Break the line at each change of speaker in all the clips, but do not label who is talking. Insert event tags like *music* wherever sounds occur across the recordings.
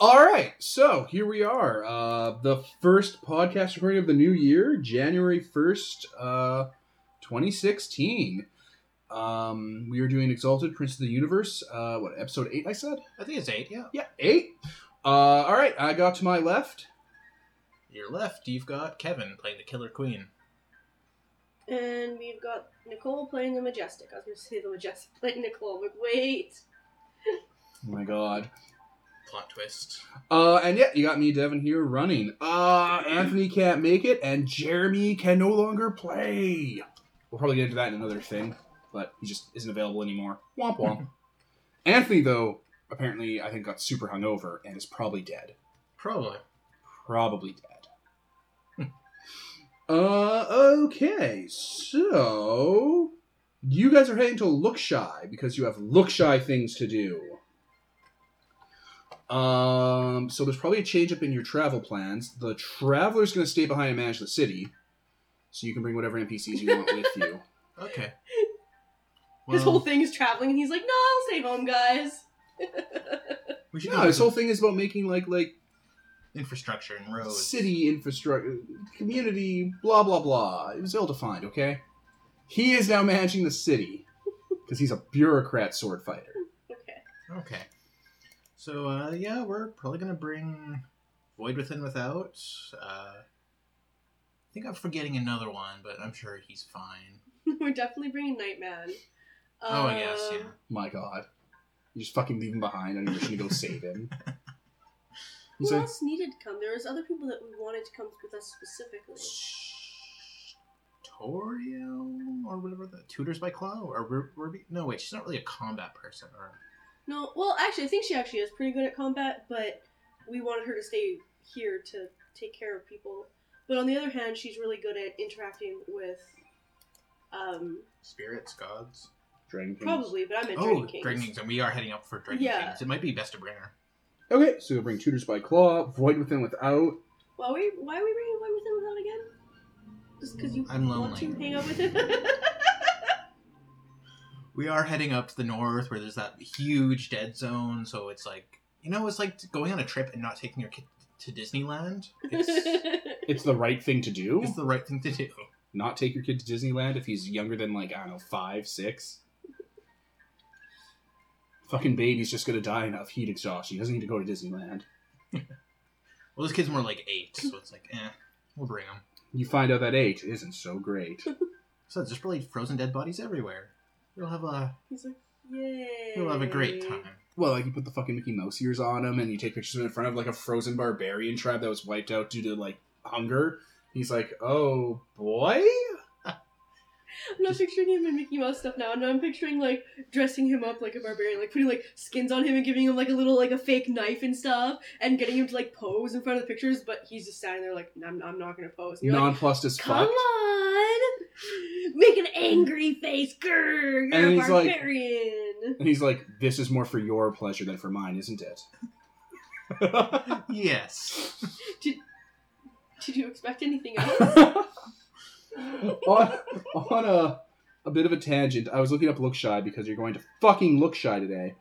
right, so here we are. Uh, the first podcast recording of the new year, January 1st, uh, 2016. Um, we are doing Exalted Prince of the Universe, uh, what, episode 8, I said?
I think it's eight. Yeah.
Yeah, 8. Uh, all right, I got to my left.
Your left, you've got Kevin playing the Killer Queen.
And we've got Nicole playing the Majestic. I was going to say the Majestic *laughs* playing Nicole, but wait.
Oh my god.
Plot twist.
Uh, and yeah, you got me, Devin, here running. Uh, Anthony can't make it, and Jeremy can no longer play. We'll probably get into that in another thing, but he just isn't available anymore. Womp womp. Anthony, though, apparently, I think got super hungover and is probably dead.
Probably.
Probably dead. *laughs* uh, okay, so. You guys are heading to Look Shy because you have Look Shy things to do. Um, so there's probably a change up in your travel plans. The traveler's going to stay behind and manage the city, so you can bring whatever NPCs you want with you. *laughs*
Okay.
His whole thing is traveling, and he's like, no, I'll stay home, guys.
we should
No,
go
this
to
whole thing is about making like like
infrastructure and roads.
city infrastructure, community, blah blah blah. It was ill defined. Okay, he is now managing the city because he's a bureaucrat sword fighter.
Okay. *laughs*
Okay. So uh, yeah, we're probably gonna bring Void Within Without. Uh, I think I'm forgetting another one, but I'm sure he's fine.
We're definitely bringing Nightman.
oh
Uh,
yes, yeah.
Um,
My God, you just fucking leave him behind on your mission to go save him.
Who
So-
else needed to come? There was other people that we wanted to come with us specifically.
Torio or whatever the tutors by Claw or Ru- Ruby. No, wait, she's not really a combat person. Or
No, well, actually, I think she actually is pretty good at combat, but we wanted her to stay here to take care of people. But on the other hand, she's really good at interacting with, um,
spirits, gods.
Dragon Kings.
probably, but I meant
Oh,
Dragon Kings.
Dragon Kings, and we are heading up for Dragon
Yeah.
Kings. It might be best to bring her.
Okay, so you'll bring tutors by claw, void within without.
Why are we, why are we bringing Void Within Without again? Just because you
I'm
want
lonely.
to hang out with him?
We are heading up to the north where there's that huge dead zone, so it's like you know, it's like going on a trip and not taking your kid to Disneyland.
*laughs*
It's
It's,
the right thing to do.
it's the right thing to do.
not take your kid to Disneyland if he's younger than like I don't know five, six. Fucking baby's just gonna die of heat exhaustion. He doesn't need to go to Disneyland.
Well, this kid's more like eight, so it's like, eh, we'll bring him.
You find out that eight isn't so great.
So there's really frozen dead bodies everywhere. You'll have a
He's like, yay.
you'll have a great time.
well, like you put the fucking Mickey Mouse ears on him, and you take pictures of him in front of like a frozen barbarian tribe that was wiped out due to like hunger. He's like, oh boy.
I'm not picturing him in Mickey Mouse stuff now. No, I'm picturing like dressing him up like a barbarian, like putting like skins on him and giving him like a little like a fake knife and stuff, and getting him to like pose in front of the pictures. But he's just standing there like, I'm, I'm not gonna pose. And you're like,
Nonplussed as
come
fuck.
on, make an angry face, grr, you're
And
a
he's like-
barbarian.
And he's like, this is more for your pleasure than for mine, isn't
*laughs*
it?
Yes. *laughs*
Did you expect anything else?
on on a, a bit of a tangent, I was looking up Look Shy because you're going to fucking Look Shy today.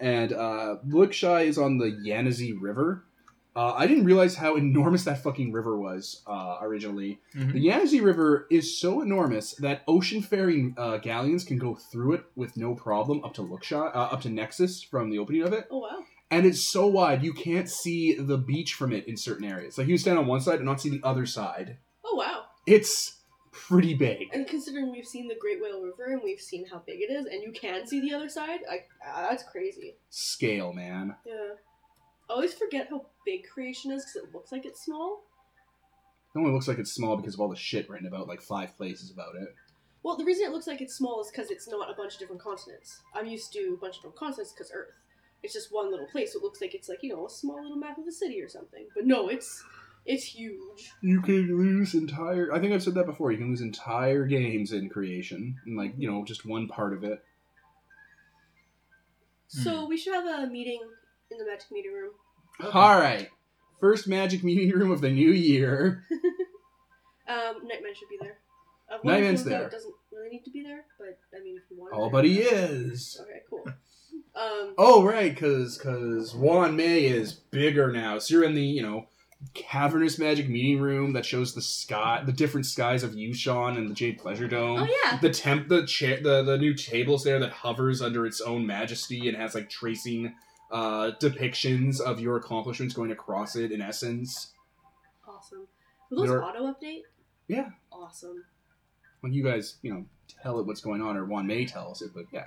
And uh, Look Shy is on the Yanazi River. Uh, I didn't realize how enormous that fucking river was uh, originally.
Mhm.
The Yanazi River is so enormous that ocean faring uh, galleons can go through it with no problem up to Look Shy, uh, up to Nexus from the opening of it
oh wow.
and it's so wide you can't see the beach from it in certain areas. Like you stand on one side and not see the other side.
Oh wow!
It's pretty big.
And considering we've seen the Great Whale River and we've seen how big it is, and you can see the other side, I, ah, that's crazy.
Scale, man.
Yeah. I always forget how big creation is because it looks like it's small.
It only looks like it's small because of all the shit written about like five places about it.
Well, the reason it looks like it's small is because it's not a bunch of different continents. I'm used to a bunch of different continents because Earth. It's just one little place. So it looks like it's like you know a small little map of the city or something. But no, it's it's huge.
You can lose entire I think I've said that before, you can lose entire games in creation. And like, you know, just one part of it.
So
Hmm.
we should have a meeting in the magic meeting room. Oh.
Alright. First magic meeting room of the new year.
Um, Nightman should be there. Uh,
Nightman's
Wonder Woman
there. Oh,
Doesn't really need to be there, but I mean, if you want.
All
there-
*laughs* but he is.
Okay, cool. Um,
Oh right, because because Juan May is bigger now. So you're in the you know cavernous magic meeting room that shows the sky, the different skies of Yushan and the Jade Pleasure Dome.
oh yeah,
The temp, the chair, the the new tables there that hovers under its own majesty and has like tracing uh depictions of your accomplishments going across it. In essence,
awesome. Will those
There-
auto update?
Yeah.
Awesome.
when you guys you know tell it what's going on, or Juan May tells it, but yeah,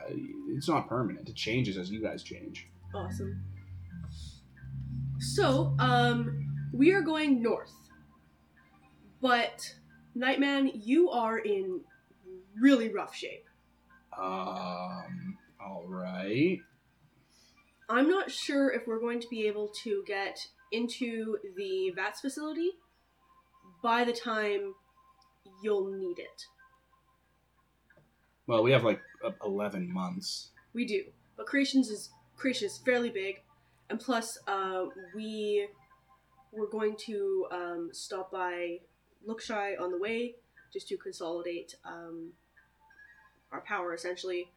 it's not permanent. It changes as you guys change.
Awesome. So, um, we are going north. But, Nightman, you are in really rough shape.
Um. All right.
I'm not sure if we're going to be able to get into the VATS facility by the time you'll need it.
Well, we have like uh, eleven months.
We do. But creations is creation is fairly big, and plus uh, we were going to um, stop by Lookshy on the way just to consolidate um, our power essentially,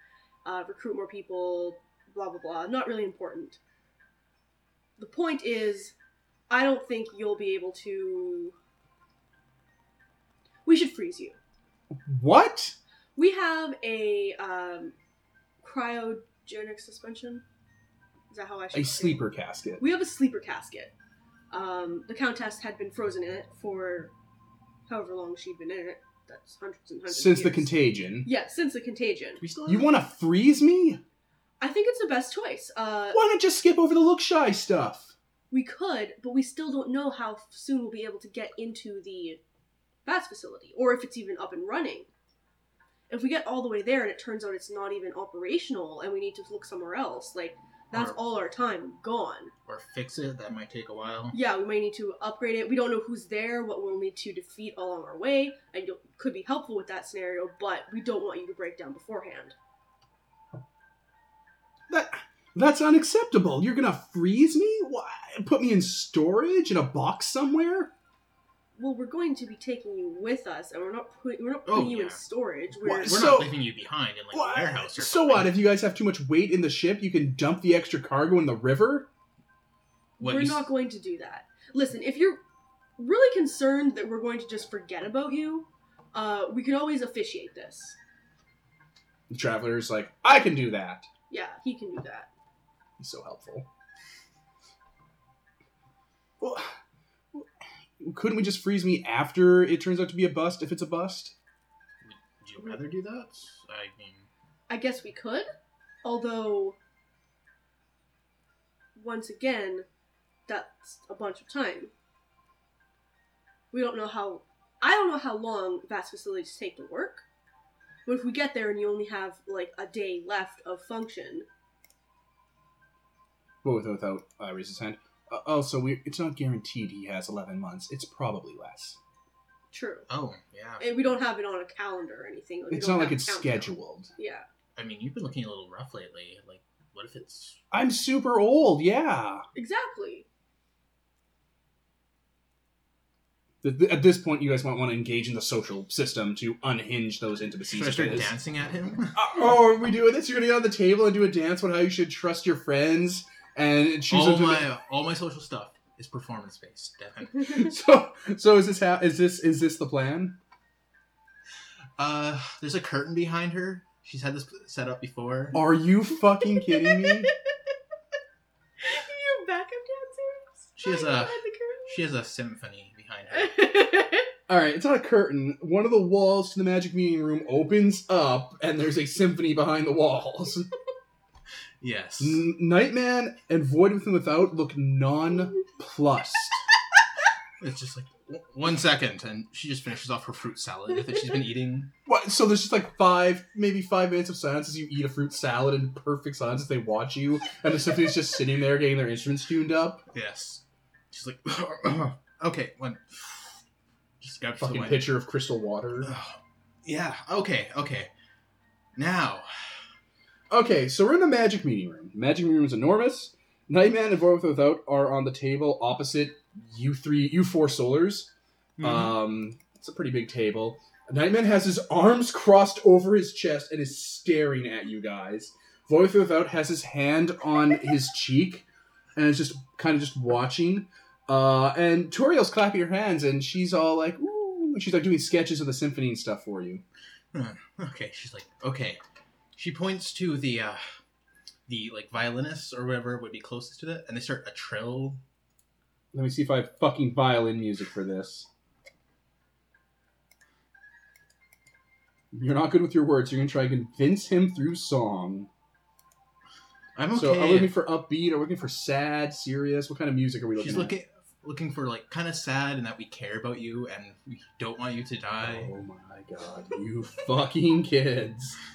uh, recruit more people, blah blah blah. Not really important. The point is, I don't think you'll be able to. We should freeze you.
What?
We have a um, cryogenic suspension. Is that how I should? say
A
it?
sleeper casket.
We have a sleeper casket. Um, the countess had been frozen in it for however long she'd been in it. That's hundreds and hundreds.
Since
of
the
years.
contagion.
Yeah, since the contagion.
we still
You want to freeze me?
I think it's the best choice. Uh,
Why not just skip over the look shy stuff?
we could, but we still don't know how soon we'll be able to get into the VATS facility, or if it's even up and running. If we get all the way there and it turns out it's not even operational and we need to look somewhere else, like that's
Or-
all our time gone.
or fix it? That might take a while.
Yeah, we might need to upgrade it. We don't know who's there, what we'll need to defeat along our way, and you could be helpful with that scenario, but we don't want you to break down beforehand.
That that's unacceptable. You're gonna freeze me? Why? Put me in storage in a box somewhere?
Well, we're going to be taking you with us, and we're not put, we're not
Oh,
putting you in
yeah.
storage.
Why-
We're,
We're
So-
not leaving you behind in like
Why-
a warehouse or
So
something.
what? If you guys have too much weight in the ship, you can dump the extra cargo in the river.
What
we're
you s-
not going to do that. Listen, if you're really concerned that we're going to just forget about you, uh, we could always officiate this.
The traveler's like, I can do that.
Yeah, he can do that.
He's so helpful. Well, *sighs* couldn't we just freeze me after it turns out to be a bust? If it's a bust.
Would you rather do that? I mean,
I guess we could, although once again, that's a bunch of time. We don't know how. I don't know how long vast facilities take to work. But if we get there and you only have like a day left of function,
But with, without uh, Reese's hand. Uh, oh, so we, it's not guaranteed he has 11 months. It's probably less.
true.
oh yeah.
And we don't have it on a calendar or anything. Like, we
It's
don't
not
have
like
a
it's
countdown.
scheduled.
Yeah.
I mean, you've been looking a little rough lately. Like, what if it's
I'm super old, yeah.
Exactly.
Th- th- at this point, you guys might want to engage in the social system to unhinge those intimacies.
should I
of
start
his.
dancing at him? *laughs*
Uh, oh, are we doing this? You're going to get on the table and do a dance on how you should trust your friends and choose
all
Oh
them to-
my all my social stuff is performance based, Devin.
*laughs* So, so is this how? Is this is this the plan?
*laughs* Uh, there's a curtain behind her. She's had this set up before.
Are you fucking kidding
*laughs*
me?
Your backup dancers?
She has
Hiding
a-
behind the curtain?
She has a symphony behind *laughs* her.
All right, it's not a curtain. One of the walls to the magic meeting room opens up, and there's a symphony behind the walls.
Yes.
N- Nightman and Void Within Without look nonplussed.
It's just like w- one second, and she just finishes off her fruit salad that she's been *laughs* eating.
what? So there's just like five, maybe five minutes of silence as you eat a fruit salad in perfect silence as they watch you, and the symphony's just sitting there getting their instruments tuned up.
Yes. She's like, *coughs* okay, one. Just grabs the
Fucking
wine.
pitcher of crystal water.
Ugh. Yeah. Okay. Okay. Now.
Okay, so we're in the magic meeting room. The magic meeting room is enormous. Nightman and Void Within Without are on the table opposite you three, you four solars. Um, it's a pretty big table. Nightman has his arms crossed over his chest and is staring at you guys. Void Without has his hand on his cheek and is just kind of just watching. Uh, and Toriel's clapping her hands and she's all like, ooh. and She's like doing sketches of the symphony and stuff for you.
Okay, she's like, okay. She points to the uh, the like violinists or whatever would be closest to that, and they start a trill.
Let me see if I have fucking violin music for this. You're not good with your words. You're going to try and convince him through song.
I'm okay.
So are we looking for upbeat? Are we looking for sad, serious? What kind of music are we looking
she's
at?
looking looking for like kind of sad and that we care about you and we don't want you to die.
Oh my god, you *laughs* fucking kids.
*laughs*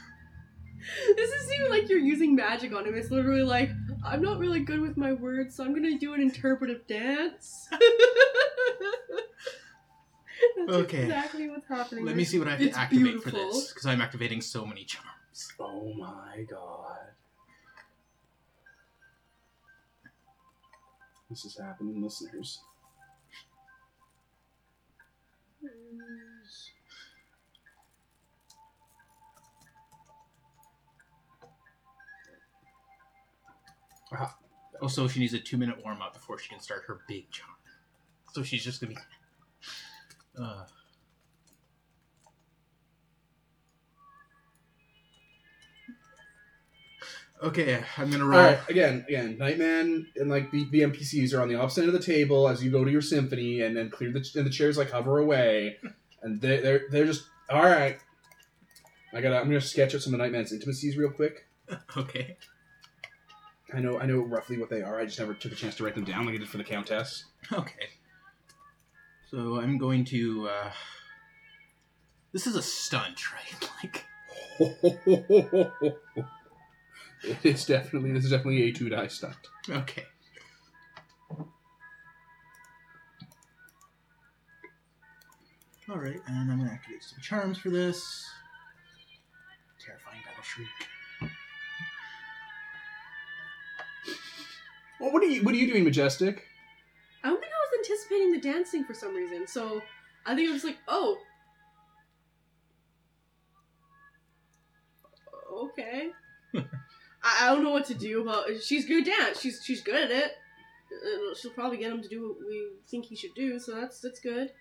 This isn't even like you're using magic on him. It's literally like, I'm not really good with my words, so I'm gonna do an interpretive dance. *laughs* That's
Okay.
exactly what's happening.
Let me see what I have
It's
to activate for
beautiful.
this because I'm activating so many charms.
Oh my god. This is happening, listeners.
Also, she needs a two minute warm up before she can start her big charm. So she's just gonna be. Uh, okay, I'm gonna roll.
All right, again, again, Nightman and like the, the NPCs are on the opposite end of the table as you go to your symphony, and then clear the and the chairs like hover *laughs* away, and they they're they're just all right. I gotta. I'm gonna sketch up some of Nightman's intimacies real quick.
Okay. *laughs*
I know I know roughly what they are. I just never took a chance to write them down like I did for the Countess. *laughs*
Okay. So I'm going to. Uh, this is a stunt, *laughs* right? Like,
it is definitely this is definitely a two die stunt.
okay. All right, and I'm gonna activate some charms for this. Terrifying battle shriek.
Well, what are you what are you doing, Majestic?
I don't think I was anticipating the dancing for some reason, so I think I was like, oh.
*laughs*
Okay. I, I don't know what to do about She's good at dance. She's she's good at it. Uh, She'll probably get him to do what we think he should do, so that's that's good.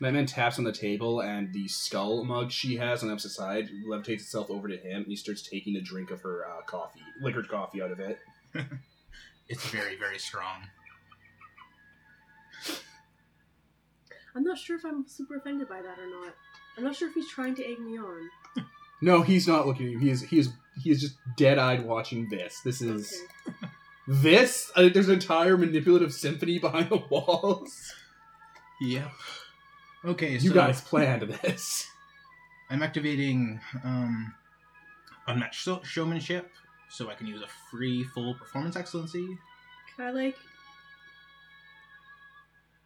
Nightman taps on the table and the skull mug she has on the opposite side levitates itself over to him and he starts taking a drink of her uh, coffee, liquored coffee out of it.
It's very, very strong.
I'm not sure if I'm super offended by that or not. I'm not sure if he's trying to egg me on.
No, he's not looking at you. He is he is he is just dead eyed watching this. This is
Okay.
this. I think there's an entire manipulative symphony behind the walls.
Yep. Okay,
You
so
guys planned this.
I'm activating um, unmatched show- showmanship, so I can use a free full performance excellency.
Can I like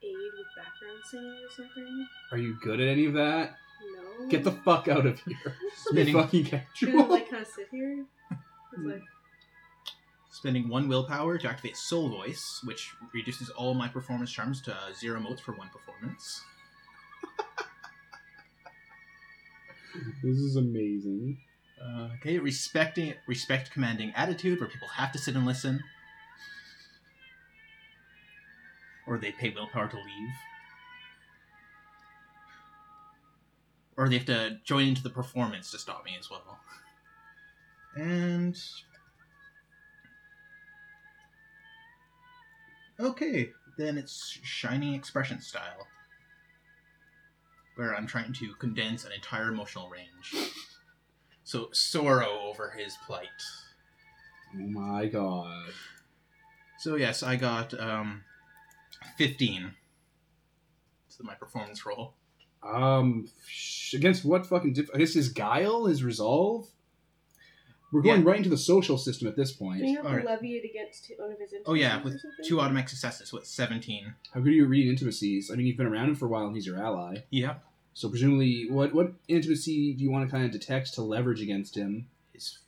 aid with background singing or something?
Are you good at any of that?
No.
Get the fuck out of here. You
Spinning.
fucking
*laughs*
gonna
casual.
like kind of sit here. It's
Mm,
like,
Spending one willpower to activate Soul Voice, which reduces all my performance charms to uh, zero motes for one performance.
This is amazing.
Uh, okay, respecting respect commanding attitude, where people have to sit and listen, or they pay willpower to leave, or they have to join into the performance to stop me as well. And okay, then it's shining expression style, where I'm trying to condense an entire emotional range. So sorrow over his plight.
Oh my god.
So yes, I got um, fifteen. So my performance roll.
Um, sh- against what fucking? Dif- against his guile, his resolve. We're going right into the social system at this
do you
point.
have
Alright.
to levy it against one of his
Oh yeah,
intimacies
with
or something?
two automatic successes, what seventeen?
How good are you reading intimacies? I mean, you've been around him for a while, and he's your ally.
Yep.
So presumably, what what intimacy do you want to kind of detect to leverage against him?
His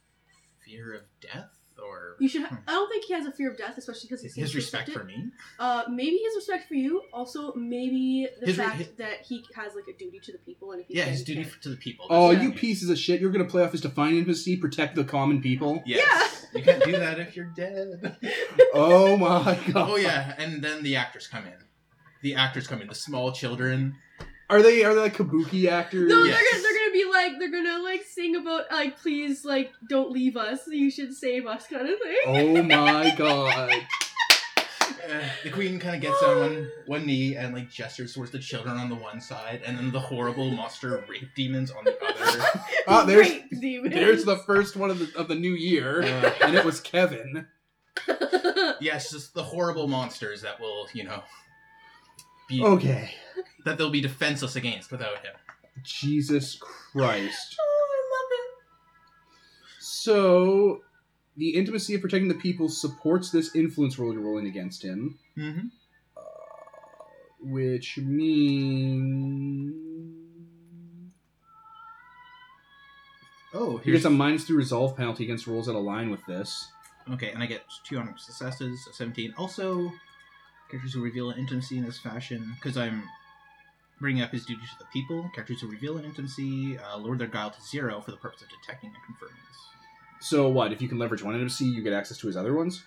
fear of death, or or
You should. I don't think he has a fear of death, especially because he's
Hmm. his respect for me?
Uh, maybe his respect for you. Also, maybe the
His re-
fact
his-
that he has like a duty to the people, and if he
Yeah,
can,
his
he
duty
can.
f- to the people.
Oh,
Yeah.
you pieces of shit! You're gonna play off his divine intimacy, protect the common people.
Yes. you can't do that if you're dead.
*laughs* Oh my god!
oh yeah, and then the actors come in. The actors come in. The small children.
Are they are they like kabuki actors?
No,
Yeah.
they're
Yes.
gonna they're gonna be like they're gonna like sing about like please like don't leave us you should save us kind of
*laughs*
thing.
Oh my god!
*laughs*
Uh, the queen kind of gets on one, one knee and like gestures towards the children on the one side, and then the horrible monster rape demons on the other.
Ah, there's
*laughs* Great demons.
there's the first one of the of the new year,
Uh,
and it was Kevin.
yes, just the horrible monsters that will, you know, be
Okay.
that they'll be defenseless against without him.
Jesus Christ.
*laughs* oh,
So, the intimacy of protecting the people supports this influence roll you're rolling against him,
Mm-hmm.
which means
Oh,
he gets a minus three resolve penalty against rolls that align with this.
Okay, and I get two on successes, a 17. Also, characters who reveal an intimacy in this fashion, because I'm bringing up his duty to the people, characters who reveal an intimacy uh, lower their guile to zero for the purpose of detecting and confirming this.
So what? If you can leverage one intimacy, you get access to his other ones.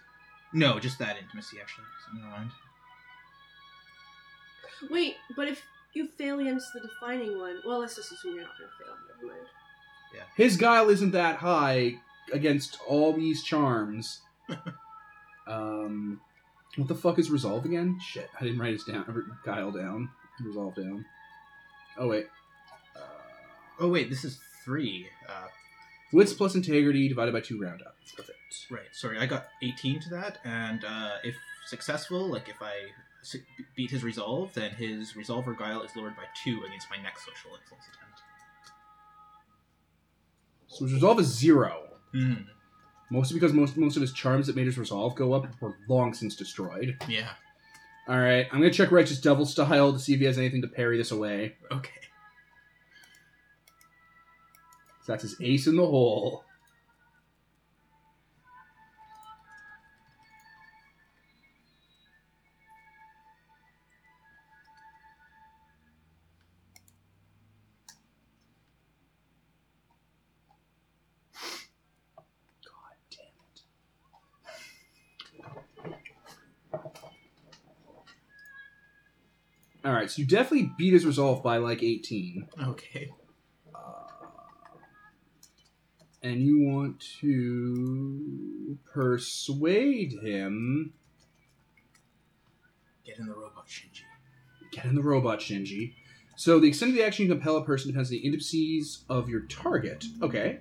No, just that intimacy, actually. So never mind.
no. Wait, but if you fail against the defining one, well, let's just assume you're not gonna fail. Never mind.
His guile isn't that high against all these charms. um, what the fuck is resolve again? Shit, I didn't write his down. Guile down. Resolve down. Oh wait. Uh,
Oh, wait, this is three. Uh,
Wits plus integrity divided by two round up. Perfect.
right, sorry, I got 18 to that, and uh, if successful, like if I su- beat his resolve, then his resolve or guile is lowered by two against my next social influence attempt.
So his resolve is zero.
Hmm.
Mostly because most most of his charms that made his resolve go up were long since destroyed.
Yeah.
All right, I'm gonna check Righteous Devil style to see if he has anything to parry this away.
Okay.
So that's his ace in the hole. God damn it. All right, so you definitely beat his resolve by like 18.
Okay.
and you want to persuade him.
Get in the robot, Shinji.
Get in the robot, Shinji. So the extent of the action you compel a person depends on the intimacies of your target. Okay.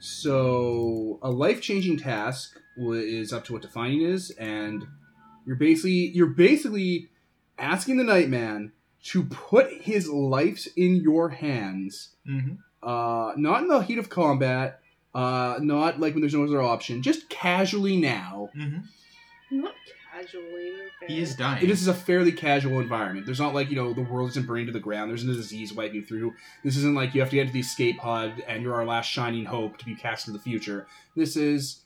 So a life-changing task wa- is up to what defining is, and you're basically you're basically asking the Nightman to put his life in your hands
Mm-hmm.
uh, not in the heat of combat, uh, not like when there's no other option, just casually now.
Mm-hmm.
Not casually. okay.
He is dying.
This is a fairly casual environment. There's not like, you know, the world isn't burning to the ground. There's no disease wiping through. This isn't like you have to get to the escape pod and you're our last shining hope to be cast to the future. This is,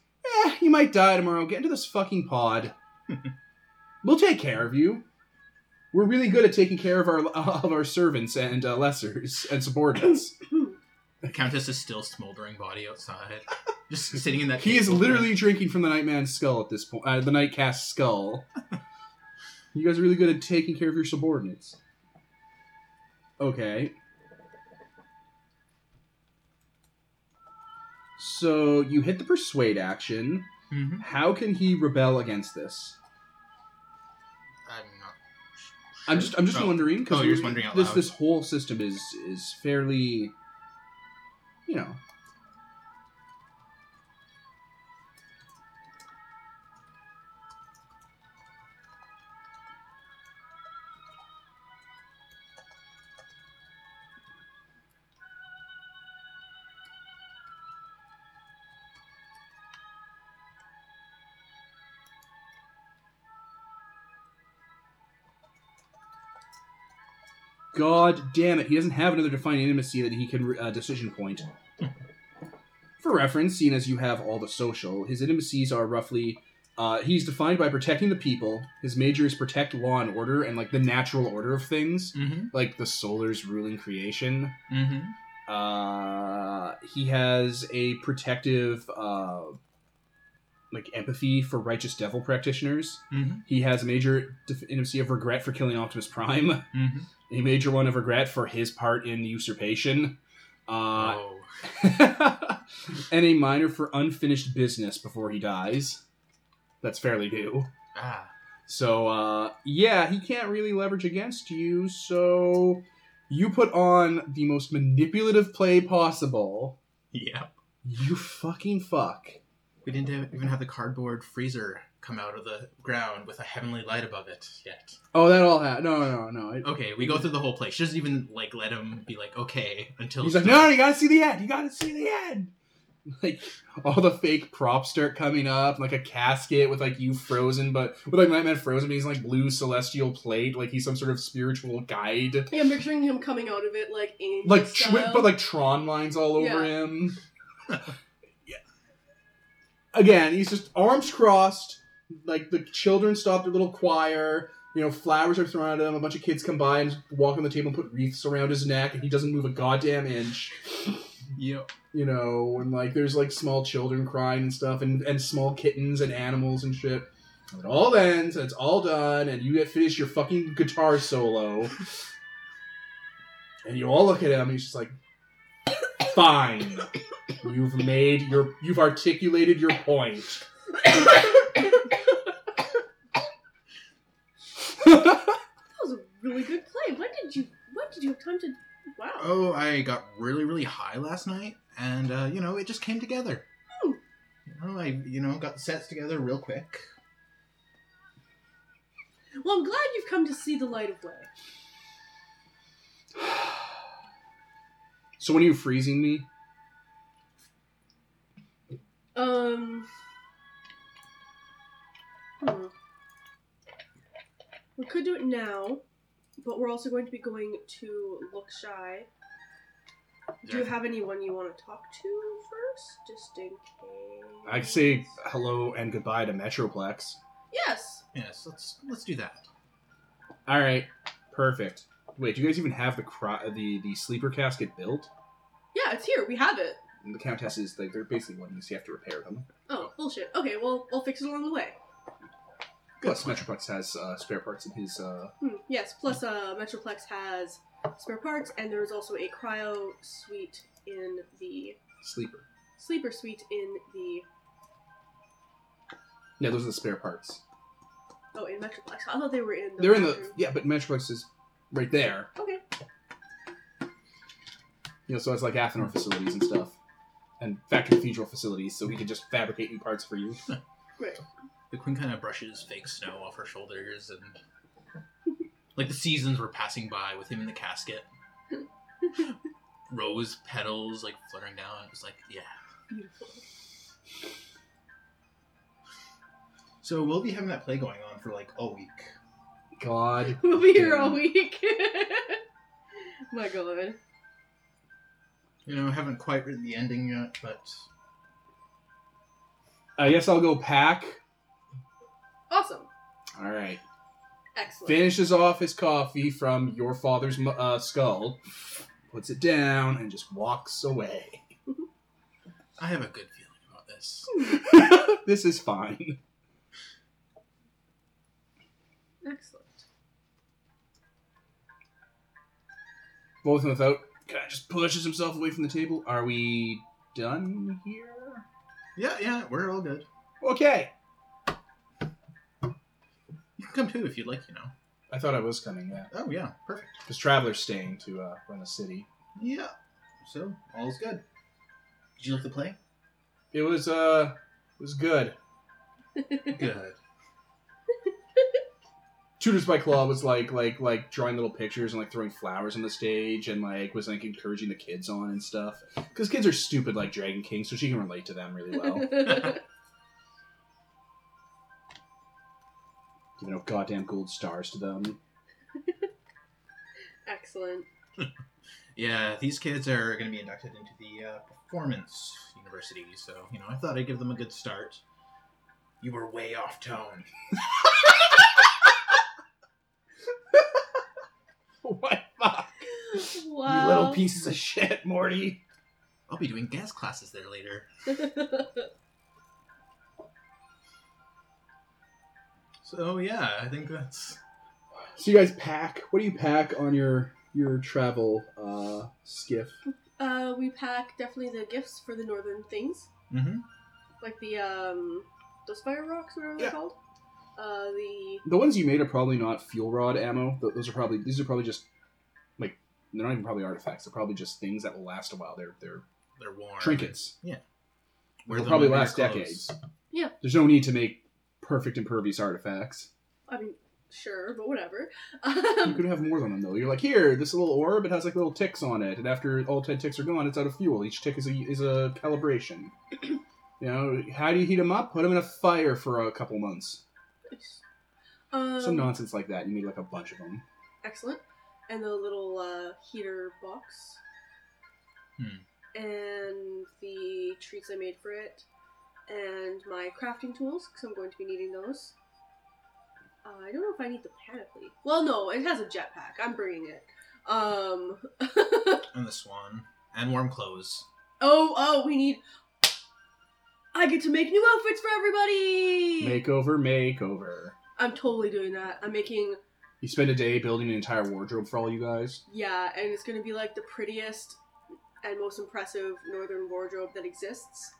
eh, you might die tomorrow. Get into this fucking pod. we'll take care of you. We're really good at taking care of our *laughs* of our servants and uh, lessers and subordinates.
the Countess is still smoldering body
*laughs*
outside, just sitting in that.
He is
cave.
literally drinking from the Nightman's skull at this point. Uh, the Nightcast's
*laughs*
skull. you guys are really good at taking care of your subordinates. Okay. So you hit the persuade action.
Mhm.
How can he rebel against this?
I'm not.
I'm just I'm just
Oh.
wondering because
Oh, you're just wondering out
this
loud.
this whole system is is fairly, you know, God damn it, he doesn't have another defining intimacy that he can uh, decision point. For For reference, seeing as you have all the social, his intimacies are roughly. Uh, he's defined by protecting the people. His major is protect law and order and like the natural order of things,
Mm-hmm.
like the solar's ruling creation.
Mm-hmm.
Uh, he has a protective, uh, like empathy for righteous devil practitioners.
Mhm.
He has a major def- intimacy of regret for killing Optimus Prime.
Mm-hmm.
A major one of regret for his part in the usurpation. Uh,
oh.
*laughs* and a minor for unfinished business before he dies. That's fairly due.
Ah.
So, uh, yeah, he can't really leverage against you, so you put on the most manipulative play possible.
Yeah.
You fucking fuck.
We didn't have- even have the cardboard freezer come out of the ground with a heavenly light above it yet.
Oh, that all happened. No, no, no. It-
Okay, we go through the whole place. She doesn't even like let him be like okay until
He's like, no, no, you gotta see the end. You gotta see the end. *laughs* Like all the fake props start coming up, like a casket with like you frozen, but with like Nightman frozen, but he's in, like blue celestial plate, like he's some sort of spiritual guide.
Yeah, I'm picturing him coming out of it like in
like tr- but
*coughs*
like Tron lines all over him. *laughs* yeah. Again, he's just arms crossed. Like the children stop their little choir. You know, flowers are thrown at him. A bunch of kids come by and walk on the table and put wreaths around his neck, and he doesn't move a goddamn inch.
Yep.
You know, and like there's like small children crying and stuff, and and small kittens and animals and shit. And it all ends, and it's all done, and you get finished your fucking guitar solo. And you all look at him, and he's just like, "Fine, you've made your, you've articulated your point."
That was a really good play. What did you? What did you have time to? Wow.
Oh, I got really really high last night, and uh, you know it just came together.
Hmm.
You know, I you know got the sets together real quick.
Well, I'm glad you've come to see the light of day.
so when are you freezing me?
Um. Hmm. We could do it now, but we're also going to be going to look shy. Do you
Yeah.
have anyone you want to talk to first, just in case?
I say hello and goodbye to Metroplex.
yes.
Yes, let's let's do that.
All right, perfect. Wait, do you guys even have the cro- the the sleeper casket built?
Yeah, it's here. We have it.
And the Countess is like they're basically ones you have to repair them.
Oh, bullshit. Okay, well, I'll fix it along the way.
Plus, Metroplex has uh, spare parts in his. Uh,
Hmm, yes, plus uh, Metroplex has spare parts, and there's also a cryo suite in the
sleeper.
sleeper suite in the
Yeah, those are the spare parts.
oh in Metroplex. I thought they were in. The
They're in the
bathroom.
yeah, but Metroplex is right there.
Okay. *laughs*
You know, so it's like Athenor facilities and stuff, and factory cathedral facilities. So we can just fabricate new parts for you.
The queen kind of brushes fake snow off her shoulders, and like the seasons were passing by with him in the casket. Rose petals like fluttering down. It was like, yeah.
Beautiful.
So we'll be having that play going on for like all week.
God,
We'll be here
damn.
all week. *laughs* My God.
You know, I haven't quite written the ending yet, but
I guess I'll go pack.
Awesome.
All right.
Excellent.
Finishes off his coffee from your father's mu- uh, skull, puts it down, and just walks away. *laughs*
I have a good feeling about this.
this is fine.
Excellent.
Both and without kind of just pushes himself away from the table. Are we done here?
Yeah, yeah, we're all good.
Okay.
You can come too if you'd like, you know.
I thought I was coming, yeah.
Oh yeah, perfect.
Because Traveler's staying to uh, run the city.
Yeah. So all's good. Did you like the play?
It was uh it was good.
*laughs*
Good.
Tutors by Claw was like like like drawing little pictures and like throwing flowers on the stage and like was like encouraging the kids on and stuff. Because kids are stupid like Dragon King, so she can relate to them really well.
*laughs*
Giving out goddamn gold stars to them.
Excellent.
Yeah, these kids are going to be inducted into the uh, performance university, so you know I thought I'd give them a good start. You were way off tone.
*laughs* What the fuck?
wow.
*laughs* You little pieces of shit, Morty.
I'll be doing dance classes there later.
*laughs*
So yeah, I think that's
So you guys pack. What do you pack on your your travel uh, skiff?
uh, we pack definitely the gifts for the northern things,
mm-hmm.
like the um, those fire rocks, whatever
Yeah.
they're called. Uh, the
The ones you made are probably not fuel rod ammo. Th- Those are probably these are probably just like they're not even probably artifacts. They're probably just things that will last a while. They're they're
they're warm.
trinkets.
Wear
They'll
them
probably
under your
last
clothes.
decades.
Yeah.
There's no need to make perfect impervious artifacts.
I mean, sure, but whatever. *laughs*
You could have more than them though. You're like, here, this little orb, it has like little ticks on it, and after all ten ticks are gone, it's out of fuel. Each tick is a is a calibration. you know, how do you heat them up? Put them in a fire for a couple months.
um,
Some nonsense like that. You need like a bunch of them.
excellent. And the little uh, heater box. And the treats I made for it. And my crafting tools, because I'm going to be needing those. Uh, I don't know if I need the panoply. Well, no, it has a jetpack. I'm bringing it. Um.
And the swan and warm clothes.
Oh, oh, we need. I get to make new outfits for everybody!
Makeover, makeover.
I'm totally doing that. I'm making
You spend a day building an entire wardrobe for all you guys.
Yeah, and it's gonna be like the prettiest and most impressive northern wardrobe that exists.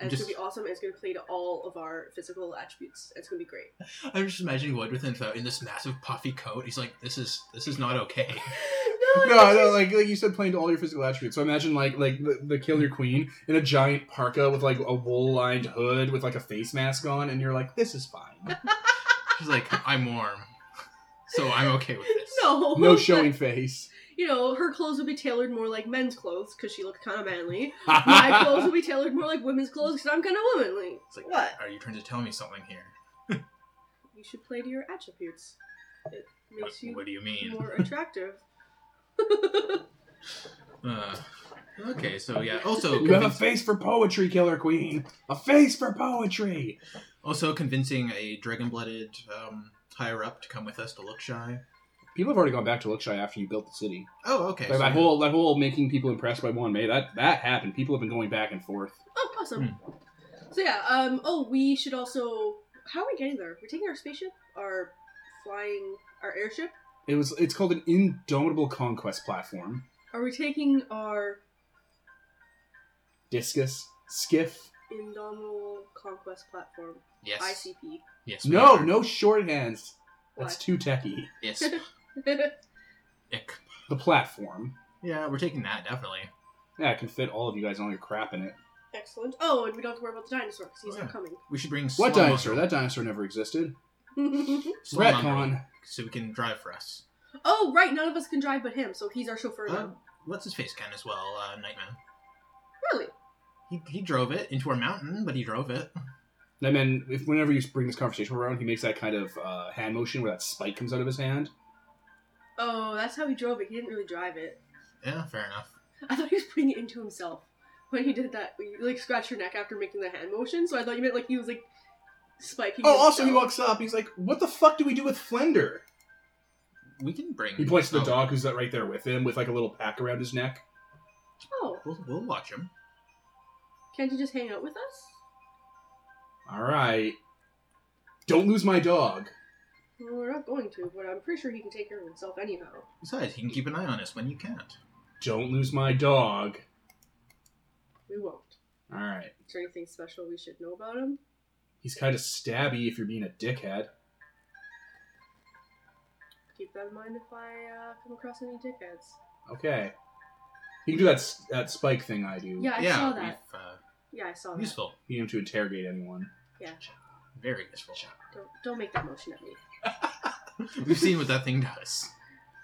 And it's
Just-
gonna be awesome. And it's gonna play to all of our physical attributes. It's gonna be great.
*laughs*
I'm just imagining Woodruff in, in this massive puffy coat. He's like, this is this is not okay. *laughs*
no,
No, no, like like you said, playing to all your physical attributes. So imagine like like the, the kill your queen in a giant parka with like a wool lined hood with like a face mask on, and you're like, this is
*laughs*
fine.
She's like, I'm warm, so I'm okay with this.
no, *laughs*
No showing face.
You know, her clothes will be tailored more like men's clothes because she looked kind of manly.
*laughs*
My clothes will be tailored more like women's clothes because I'm kind of womanly.
It's like,
what?
Are you trying to tell me something here?
You should play to your attributes. It
What,
makes you
what do you mean?
more attractive.
Uh, okay, so yeah. Also,
You have a
convinc-
face for poetry, Killer Queen. A face for poetry.
also convincing a dragon-blooded um, higher up to come with us to look shy.
People have already gone back to Lookshy after you built the city.
Oh, okay.
Like,
so-
that whole that whole making people impressed by one May that that happened. People have been going back and forth.
Oh, awesome.
Hmm.
So yeah, um oh we should also how are we getting there? We're taking our spaceship? Our flying our airship?
It was it's called an indomitable conquest platform.
Are we taking our
Discus skiff.
indomitable conquest platform?
yes.
ICP.
Yes. we
No,
are.
no shorthands. That's
What? *laughs*
too techy.
Yes. Ick.
The platform.
Yeah, we're taking that definitely.
Yeah, it can fit all of you guys and all your crap in it.
Excellent. Oh, and we don't have to worry about the dinosaur because he's
Oh, yeah.
not coming.
We should bring
What
Slow
dinosaur?
Mongo.
That dinosaur never existed.
Slow Mongo,
Retcon.
So we can drive for us.
*laughs* oh right, none of us can drive but him, so he's our chauffeur now.
Uh,
Um.
what's his face can as well? Uh, Nightman.
really?
He, he drove it into our mountain, but he drove it. *laughs*
And then, if whenever you bring this conversation around, he makes that kind of uh, hand motion where that spike comes out of his hand.
Oh, that's how he drove it. He didn't really drive it.
Yeah, fair enough.
I thought he was putting it into himself when he did that. You, like scratched your neck after making the hand motion, so I thought you meant like he was like spiking.
Oh, also he
himself.
walks up. He's like, "What the fuck do we do with Flender?"
We can bring.
He points to the
oh,
dog who's right there with him, with like a little pack around his neck.
Oh,
We'll, we'll watch him.
can't you just hang out with us?
All right, don't lose my dog.
Well, we're not going to, but I'm pretty sure he can take care of himself anyhow.
Besides, he can keep an eye on us when you can't.
Don't lose my dog.
We won't.
All right.
Is there anything special we should know about him?
He's kind of stabby if you're being a dickhead.
Keep that in mind if I uh, come across any dickheads.
Okay. He can do that s- that spike thing I do.
Yeah, I
yeah,
saw that.
we've, uh,
Yeah, I saw that.
useful.
Being able to interrogate anyone.
Very useful.
Don't, don't make that motion at me.
we've seen what that thing does.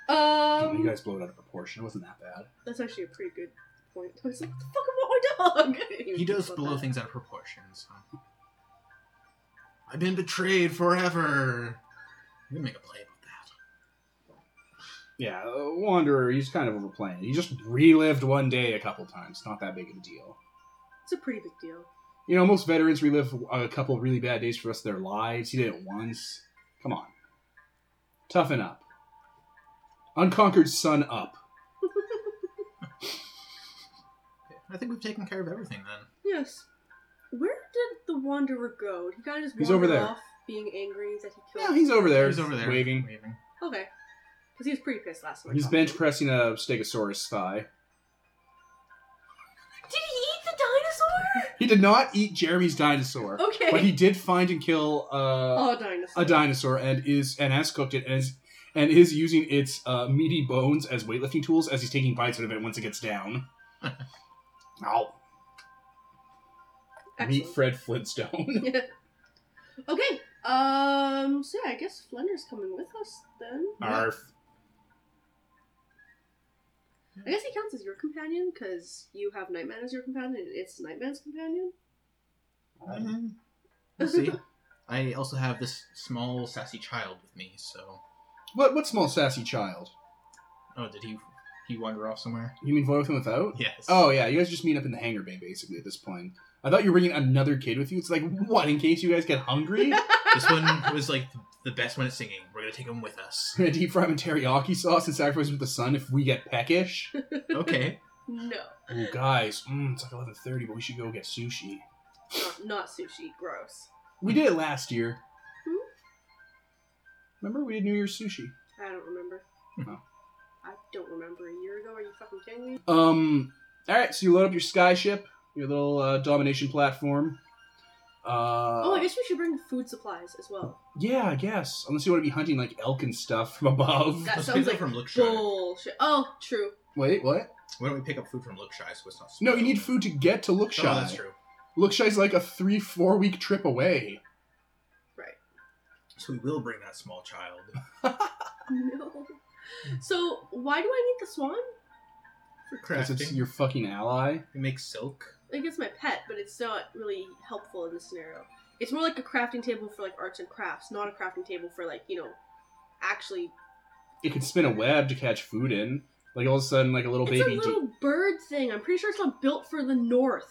you
Um,
guys blow it out of proportion. It wasn't that bad.
that's actually a pretty good point. I was like, what the fuck about my dog? *laughs* I didn't even
He does
think about
blow
that.
things out of proportion. So. I've been betrayed forever. We can make a play about that.
Yeah, uh, Wanderer, he's kind of overplaying it. He just relived one day a couple times. Not that big of a deal.
It's a pretty big deal.
You know, most veterans relive a couple of really bad days for the rest of their lives. He did it once. Come on. Toughen up. Unconquered sun up.
I think we've taken care of everything then.
Yes. Where did the wanderer go? He kind of just
He's
wandered
over there.
off, being angry that he killed.
Yeah, he's over there.
He's over there.
Waving.
Waving.
okay. Because he was pretty pissed last time. I
He's
talked
bench
to him.
pressing a stegosaurus thigh.
Did he eat the dinosaur?
He did not eat Jeremy's dinosaur,
Okay.
but he did find and kill uh,
oh, dinosaur.
a dinosaur and is and has cooked it and is and is using its uh, meaty bones as weightlifting tools as he's taking bites out of it once it gets down. Ow!
*laughs*
Meet
Excellent.
Fred
*laughs*
Flintstone.
Okay. Um. So yeah, I guess Flender's coming with us then.
Arf.
I guess he counts as your companion because you have Nightman as your companion. and It's Nightman's companion.
Um, we'll see. I also have this small sassy child with me, so
What what small sassy child?
oh, did he he wander off somewhere?
You mean with and without?
Yes.
Oh yeah, you guys just meet up in the hangar bay basically at this point. I thought you were bringing another kid with you. It's like what in case you guys get
*laughs*
hungry?
this one was like the best one at singing. We're gonna take him with us.
Gonna deep fry him in teriyaki sauce and sacrifice him to the sun if we get peckish.
Okay.
No,
Ooh, guys, mm, it's like eleven thirty, but we should go get sushi.
not, not sushi. Gross.
We did it last year.
Hmm?
Remember, we did New Year's sushi.
I don't remember.
No.
I don't remember. A year ago? Are you fucking kidding me?
Um. All right, so you load up your skyship, your little uh, domination platform. Uh,
oh, I guess we should bring food supplies as well.
*laughs* yeah, I guess. Unless you want to be hunting like elk and stuff from above.
That
Let's pick
sounds
up
like
from Look Shy.
Bullshit. Oh, true.
Wait, what?
Why don't we pick up food from Look Shy so it's not?
No, you need food to get to Look
Oh,
Shy.
that's true.
Look Shy's like a three, four week trip away.
So we will bring that small child
*laughs* No.
Hmm.
So why do I need the swan?
for
'Cause it's
crafting.
your fucking ally.
We make silk.
Like it's my pet, but it's not really helpful in this scenario. It's more like a crafting table for like arts and crafts, not a crafting table for like you know, actually.
It can spin a web to catch food in. Like all of a sudden, like a
Oh,
little
it's a
baby.
little bird thing. I'm pretty sure it's not built for the north.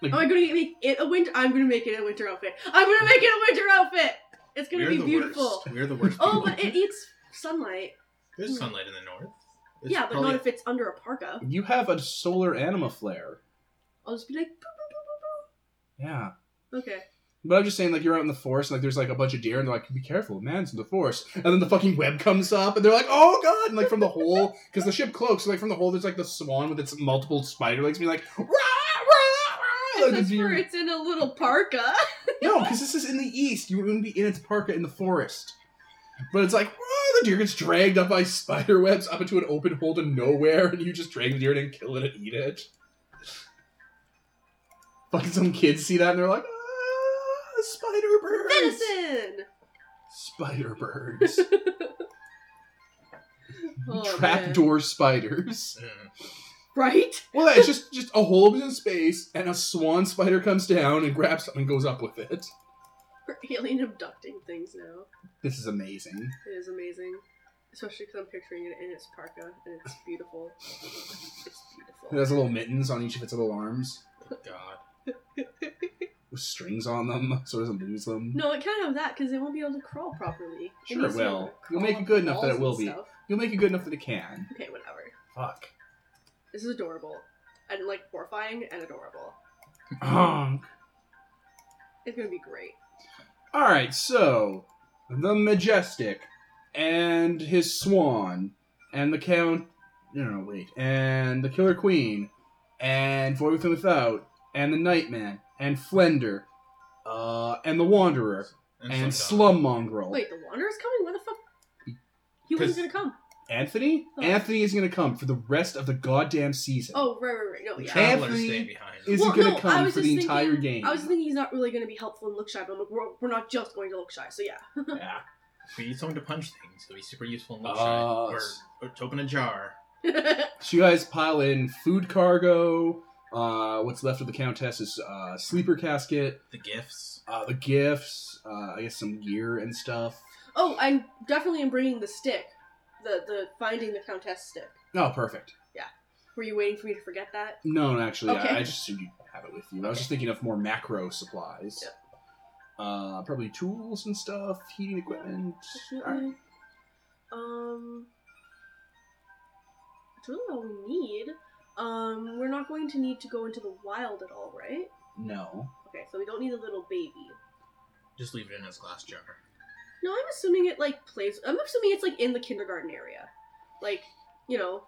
Like-
Am I gonna make it a winter? I'm gonna make it a winter outfit. I'm gonna make it a winter outfit. It's gonna
We're
be
the
beautiful.
worst. We're the worst.
*laughs* Oh,
people.
but it eats sunlight.
there's sunlight in the north. It's
yeah, but
probably-
not if it's under a parka.
you have a solar anima flare.
I'll just be like, "Boop,
Yeah.
boop, boop, boop, boop." okay.
But I'm just saying, like, you're out in the forest, and, like, there's, like, a bunch of deer, and they're like, be careful, man's in the forest. And then the fucking web comes up, and they're like, oh, God! And, like, from the hole, because the ship cloaks, so, like, from the hole, there's, like, the swan with its multiple spider legs being like, rah, rah, rah! Like,
Except
it's
for
your-
it's in a little parka.
no, because this is in the east. You wouldn't be in its parka in the forest. But it's like, "Whoa," the deer gets dragged up by spider webs up into an open hole to nowhere, and you just drag the deer in and kill it and eat it. Fucking some kids see that and they're like, ah, spider birds.
Venison.
Spider birds.
*laughs* Oh, man.
Trapdoor spiders.
*laughs* Mm.
Right?
Well, that's just just a hole in space, and a swan spider comes down and grabs something and goes up with it.
We're alien abducting things now.
This is amazing.
It is amazing. Especially because I'm picturing it in its parka and it's beautiful. It's
It
beautiful.
has little mittens on each of its little arms
God.
with strings on them, *laughs* so it doesn't lose them.
No, it can't have that because it won't be able to crawl properly.
Sure it
needs to be able
will.
to
You'll
crawl
make it
up
good enough that it
walls
will
and
be.
stuff.
You'll make it good enough that it
*clears throat*
can.
Okay, whatever.
Fuck.
This is adorable. And like horrifying and adorable.
Um,
It's gonna be great.
All right, so the majestic and his swan and the count. No, no, wait, and the killer queen and for with and without and the nightman and Flender, uh, and the wanderer
Slumdog.
and slum mongrel.
Wait, the wanderer's coming? Where the fuck? He wasn't
'Cause-
gonna come.
Anthony,
Oh.
Anthony is gonna come for the rest of the goddamn season.
Oh, right, right, right. No,
The
yeah.
travelers
Anthony
stay behind.
*laughs*
is- isn't gonna come for the entire
thinking,
game.
I was thinking he's not really going to be helpful in Look Shy, but I'm like, we're, we're not just going to Look Shy, so yeah.
Yeah.
We need someone to punch things. It'll be super useful in
Uh,
Look Shy. Or, or to open a jar.
*laughs*
So you guys pile in food cargo. Uh, what's left of the Countess's uh, sleeper casket,
The gifts.
uh, the gifts, uh, I guess some gear and stuff.
oh, I definitely am bringing the stick. the the finding the countess stick.
Oh, perfect.
Were you waiting for me to forget that?
No, actually,
Okay.
I, I just assumed you have it with you. I was
Okay.
just thinking of more macro supplies.
Yep.
Uh, probably tools and stuff, heating equipment. Alright.
Definitely. Um, that's really all we need. Um, we're not going to need to go into the wild at all, right?
No.
Okay, so we don't need a little baby.
Just leave it in his glass jar.
No, I'm assuming it like plays. I'm assuming it's like in the kindergarten area, like you know,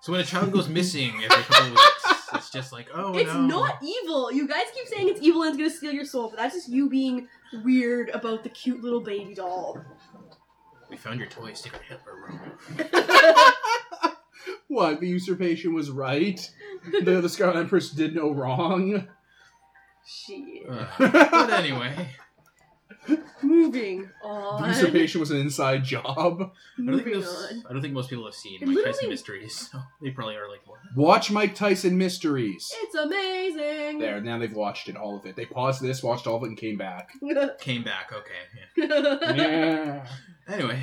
So when a child
*laughs*
goes missing every couple of weeks, it's just like, oh
it's
no.
not evil. You guys keep saying it's evil and it's gonna steal your soul, but that's just you being weird about the cute little baby *laughs* doll.
We found your toy stick in Hitler room.
What? The usurpation was right. the, the Scarlet Empress did no wrong. *laughs*
Shit.
Uh, but
the
anyway,
Moving on.
usurpation was an inside job.
I don't, think
Moving
most,
on.
I don't think most people have seen
Oh It
Mike Tyson
literally-
mysteries, *laughs* so they probably are like, what?
Watch Mike Tyson Mysteries.
It's amazing. *laughs*
There, now they've watched it, all of it. They paused this, watched all of it, and came back.
Came back, okay. Yeah.
yeah.
Yeah.
Anyway,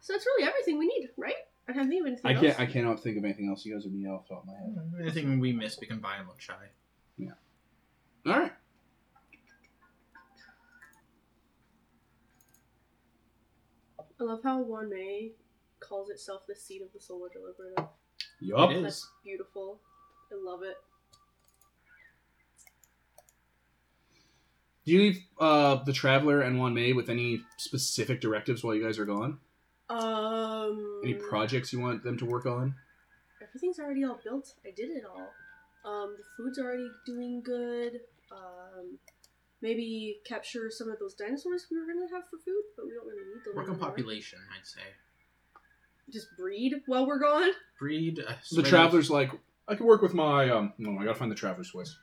so that's really everything we need, right? I haven't even. anything
I
else.
can't. I cannot think of anything else. You guys would be off the top of my head.
anything we miss, we can buy and look shy.
All right.
I love how Wanmei calls itself the seat of the solar deliberative.
Yup.
It
That's
is.
beautiful. I love it.
Do you leave uh, the Traveler and Wan Mei with any specific directives while you guys are gone?
Um.
Any projects you want them to work on?
Everything's already all built. I did it all. Um, the food's already doing good. Um, maybe capture some of those dinosaurs we were gonna have for food, but we don't really need them.
Work on
anymore.
population, I'd say.
Just breed while we're gone.
Breed. Uh,
So the
spread
Traveler's like, I can work with my. Um, no, I gotta find the Traveler's voice.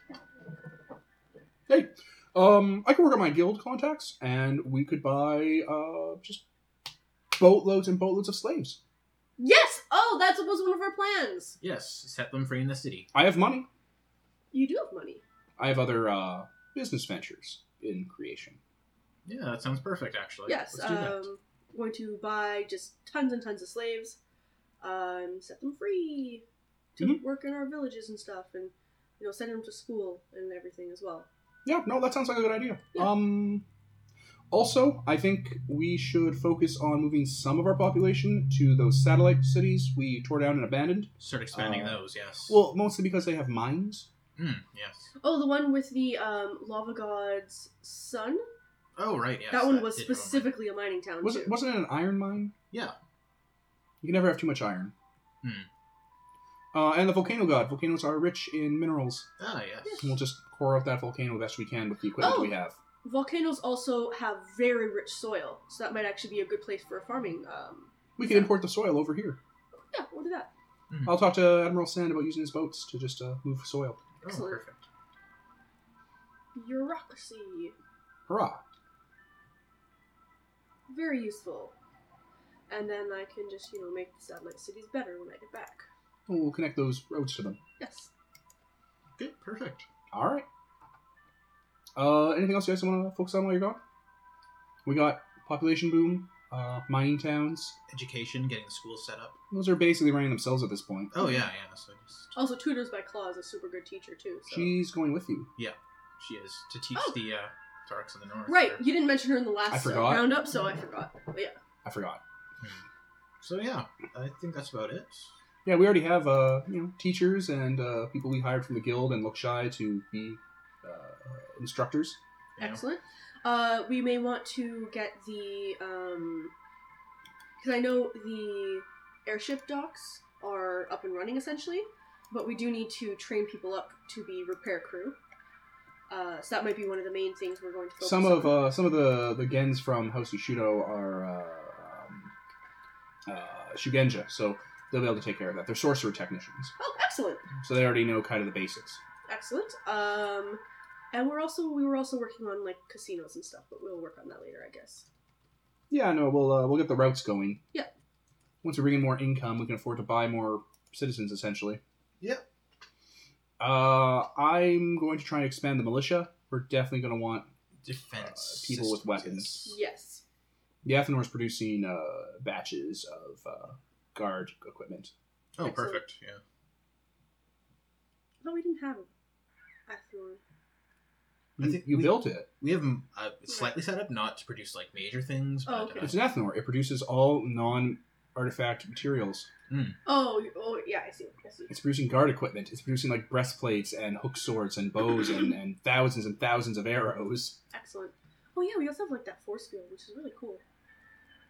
Hey, um, I can work on my guild contacts, and we could buy uh, just boatloads and boatloads of slaves.
Yes. Oh, that was one of our plans.
Yes, set them free in the city.
I have money.
You do have money.
I have other uh, business ventures in creation.
Yeah, that sounds perfect,
Oh,
actually.
yes.
Let's do that.
Um, going to buy just tons and tons of slaves. Um, set them free to
Mhm.
work in our villages and stuff, and you know, send them to school and everything as well.
Yeah, no, that sounds like a good idea.
Yeah.
Um also, I think we should focus on moving some of our population to those satellite cities we tore down and abandoned.
Start expanding
uh,
those, yes.
Well, mostly because they have mines.
Mm, yes.
Oh, the one with the um, lava god's son.
Oh, right, yes.
that one was
did go in my-
specifically a mining town.
Was
too.
it wasn't it an iron mine?
Yeah.
You can never have too much iron. Hmm. Uh, and the volcano god. Volcanoes are rich in minerals.
Ah, yes.
And we'll just core out that volcano best we can with the equipment we have.
Volcanoes also have very rich soil, so that might actually be a good place for a farming. Um,
We can import the soil over here.
yeah, we'll do that.
I'll talk to Admiral Sand about using his boats to just uh, move soil.
Oh,
Excellent.
perfect.
Bureaucracy,
Hurrah!
very useful. And then I can just you know make the satellite cities better when I get back.
We'll connect those roads to them.
Yes.
Good, perfect.
All right. Uh, anything else you guys want to focus on while you're gone? We got population boom, uh, mining towns.
Education, getting the school set up.
Those are basically running themselves at this point.
Oh, yeah, yeah. So just,
Also, Tutors by Claw is a super good teacher too. So.
She's going with you.
she is to teach
Oh.
the uh, Darks in the North.
Right,
there.
you didn't mention her in the last
I
uh,
forgot.
roundup, so I forgot. But yeah,
I forgot.
So, yeah, I think that's about it.
Yeah, we already have uh, you know teachers and uh, people we hired from the guild and Lookshy to be uh, instructors.
You know?
Excellent. Uh, we may want to get the um, because I know the airship docks are up and running essentially, but we do need to train people up to be repair crew. Uh, so that might be one of the main things we're going to focus
Some
on.
of uh, some of the the gens from House Ushido are uh, um, uh, Shugenja, so they'll be able to take care of that. They're sorcerer technicians,
oh, excellent,
so they already know kind of the basics.
excellent. Um, and we're also we were also working on like casinos and stuff, but we'll work on that later, I guess.
Yeah, no, we'll uh, we'll get the routes going.
Yeah.
Once we bring in more income, we can afford to buy more citizens, essentially.
Yeah.
Uh, I'm going to try and expand the militia. We're definitely going to want
Defense.
Uh, people with
systems.
weapons.
Yes.
The Athenor is producing uh, batches of uh, guard equipment.
Oh,
Excellent.
perfect. Yeah.
No, we didn't have him. After
I
You,
think
you
we-
built it.
We have them uh, slightly set up not to produce like major things.
Oh,
but,
okay.
uh,
It's an Athenor. It produces all non artifact materials.
oh, you- oh, yeah, I see. I see.
It's producing guard equipment. It's producing like breastplates and hook swords and bows and, and thousands and thousands of arrows.
Excellent. Oh yeah, we also have like that force field, which is really cool.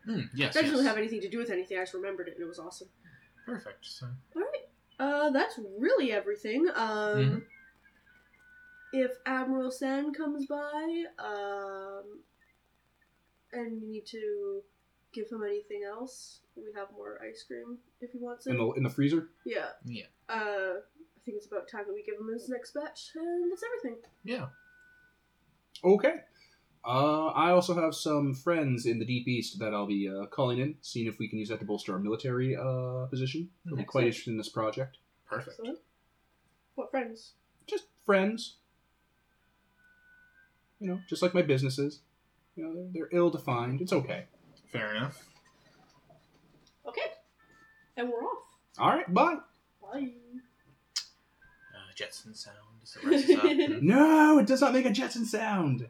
mm, yes.
That
yes.
doesn't have anything to do with anything. I just remembered it, and it was awesome.
Perfect. So,
All right. Uh, that's really everything. Um,
Mhm.
if Admiral Sen comes by, um, and you need to give him anything else, we have more ice cream if he wants it.
In the in the freezer.
yeah.
Yeah.
Uh, I think it's about time that we give him his next batch, and that's everything.
yeah.
Okay. Uh, I also have some friends in the Deep East that I'll be uh, calling in, seeing if we can use that to bolster our military uh, position. They'll be quite
Excellent.
interested in this project.
Perfect.
Excellent. What friends?
Just friends. You know, just like my businesses. You know, they're, they're ill defined. It's okay.
Fair enough.
Okay. And we're off.
All right, bye.
Bye.
Uh, Jetson sound as
*laughs*
it rises up.
*laughs*
and-
No, it does not make a Jetson sound.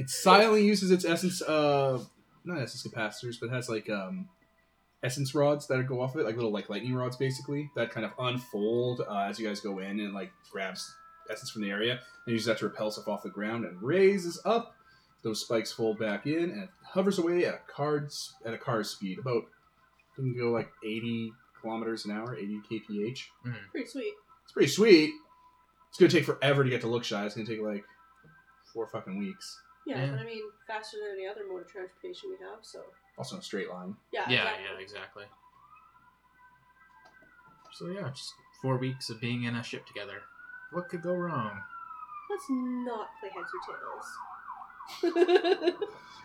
It silently uses its essence, uh, not essence capacitors, but has like um, essence rods that go off of it, like little like lightning rods, basically that kind of unfold uh, as you guys go in, and it, like grabs essence from the area and uses that to repel stuff off the ground and raises up. Those spikes fold back in and it hovers away at a car's at a car's speed, about it can go like eighty kilometers an hour, eighty kph.
Pretty sweet.
It's pretty sweet. It's gonna take forever to get to look shy. It's gonna take like four fucking weeks.
Yeah,
Yeah.
but I mean, faster than any other mode of transportation we have, so.
Also in a straight line.
Yeah,
yeah,
exactly.
yeah, exactly. So yeah, just four weeks of being in a ship together. What could go wrong?
Let's not play heads or tails.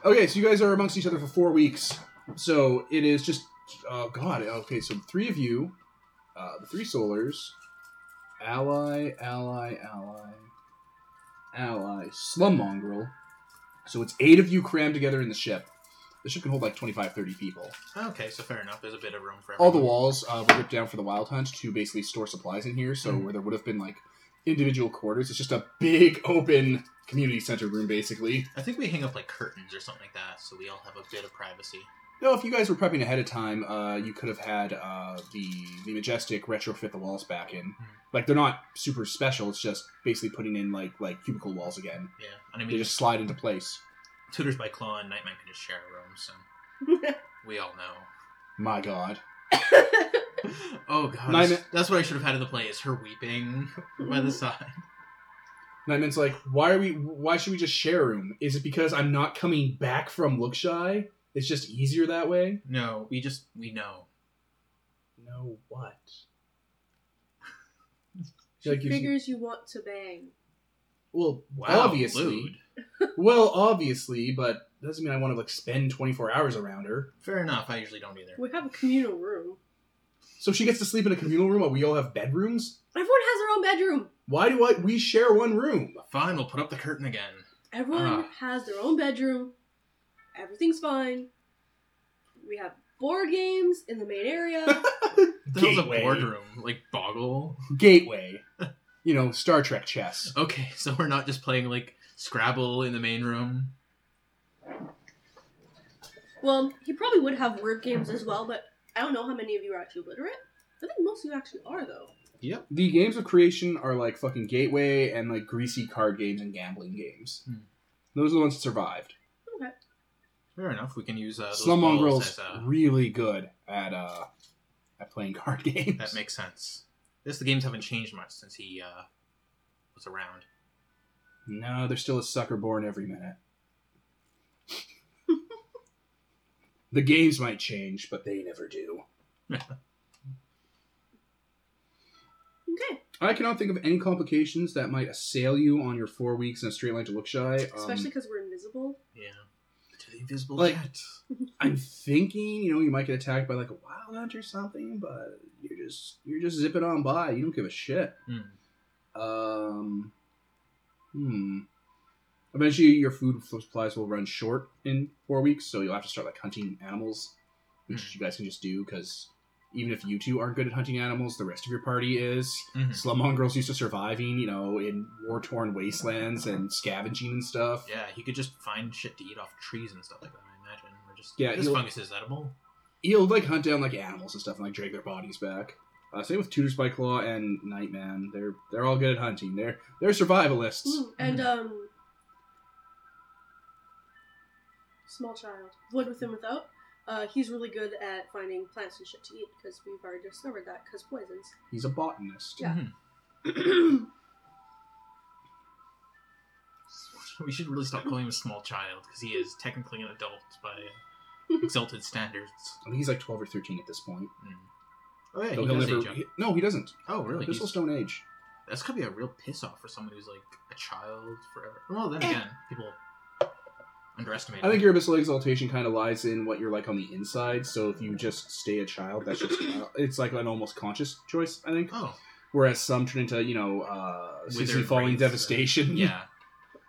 Okay, so you guys are amongst each other for four weeks. So it is just oh god. Okay, so three of you, uh, the three solars, ally, ally, ally, ally, slum mongrel. So it's eight of you crammed together in the ship. The ship can hold like 25, 30 people.
Okay, so fair enough. There's a bit of room for
all the
everyone.
walls uh, were ripped down for the wild hunt to basically store supplies in here. So
Mhm.
where there would have been like individual quarters, it's just a big *laughs* open community center room basically.
I think we hang up like curtains or something like that, so we all have a bit of privacy.
No, if you guys were prepping ahead of time, uh, you could have had uh, the the majestic retrofit the walls back in. Like they're not super special. It's just basically putting in like like cubicle walls again.
Yeah, and I
They
mean,
just slide into place.
tutors by Claw and Nightmare can just share a room, so we
*laughs*
all know.
My God,
Oh god,
Nightma-
that's- that's what I should have had in the play is her weeping *laughs* by the side.
Nightman's like, why are we? Why should we just share a room? Is it because I'm not coming back from Lookshy? It's just easier that way.
No, we just we know.
No, what?
she
Like you-
figures you want to bang.
Well,
Wow,
obviously.
lewd.
Well, obviously, but doesn't mean I want to like spend 24 hours around her.
Fair enough. I usually don't either.
We have a communal room.
So she gets to sleep in a communal room while we all have bedrooms?
Everyone has their own bedroom.
Why do I we share one room?
Fine, we'll put up the curtain again.
Everyone
Ah.
has their own bedroom. Everything's fine. We have board games in the main area.
That was a
Gateway.
boardroom, like Boggle. *laughs*
Gateway. you know, Star Trek chess.
Okay, *laughs* so we're not just playing like Scrabble in the main room.
well, he probably would have word games as well, but I don't know how many of you are actually literate. I think most of you actually are, though.
The games of creation are like fucking Gateway and like greasy card games and gambling games.
Hmm.
Those are the ones that survived.
Okay.
Fair enough. We can use uh, those
Slum
balls
Mongrel's
as uh,
really good at uh at playing card *laughs* games.
that makes sense. This the games haven't changed much since he uh, was around.
No, there's still a sucker born every minute. the games might change, but they never do.
Okay.
I cannot think of any complications that might assail you on your four weeks in a straight line to look shy. Um,
Especially because we're invisible.
Yeah. To the invisible
Like-
jet.
I'm thinking, you know, you might get attacked by like a wild hunt or something, but you're just you're just zipping on by.
Hmm.
You don't give a shit.
Mm.
Um, hmm. Eventually, your food supplies will run short in four weeks, so you'll have to start like hunting animals, which you guys can just do because even if you two aren't good at hunting animals, the rest of your party is.
Mm-hmm.
Mhm.
Slum mongrels used to surviving, you know, in war torn wastelands and scavenging and stuff.
Yeah, he could just find shit to eat off trees and stuff like that. I imagine. Or just
Yeah,
this
he'll-
fungus is edible. *laughs*
He'll like hunt down like animals and stuff and like drag their bodies back. Uh, same with Tutors by Claw and Nightman. They're they're all good at hunting. They're they're survivalists.
Ooh, and um, small child, wood with and without. Uh, he's really good at finding plants and shit to eat because we've already discovered that because poisons.
He's a botanist.
Yeah.
We should really stop calling him a small child because he is technically an adult by exalted standards.
I think he's like twelve or thirteen at this point.
Oh yeah,
Though
he
he'll
does
never-
age up.
he- no, he doesn't.
Oh really?
Crystal
He's-
Stone Age.
That's gonna be a real piss off for someone who's like a child forever. Well, then again, people underestimate.
I think
him.
your abyssal exaltation kind of lies in what you're like on the inside. So if you just stay a child, that's just uh, it's like an almost conscious choice. I think.
Oh
Whereas some turn into you know uh, CC
Withered
falling
brains, uh,
devastation.
yeah,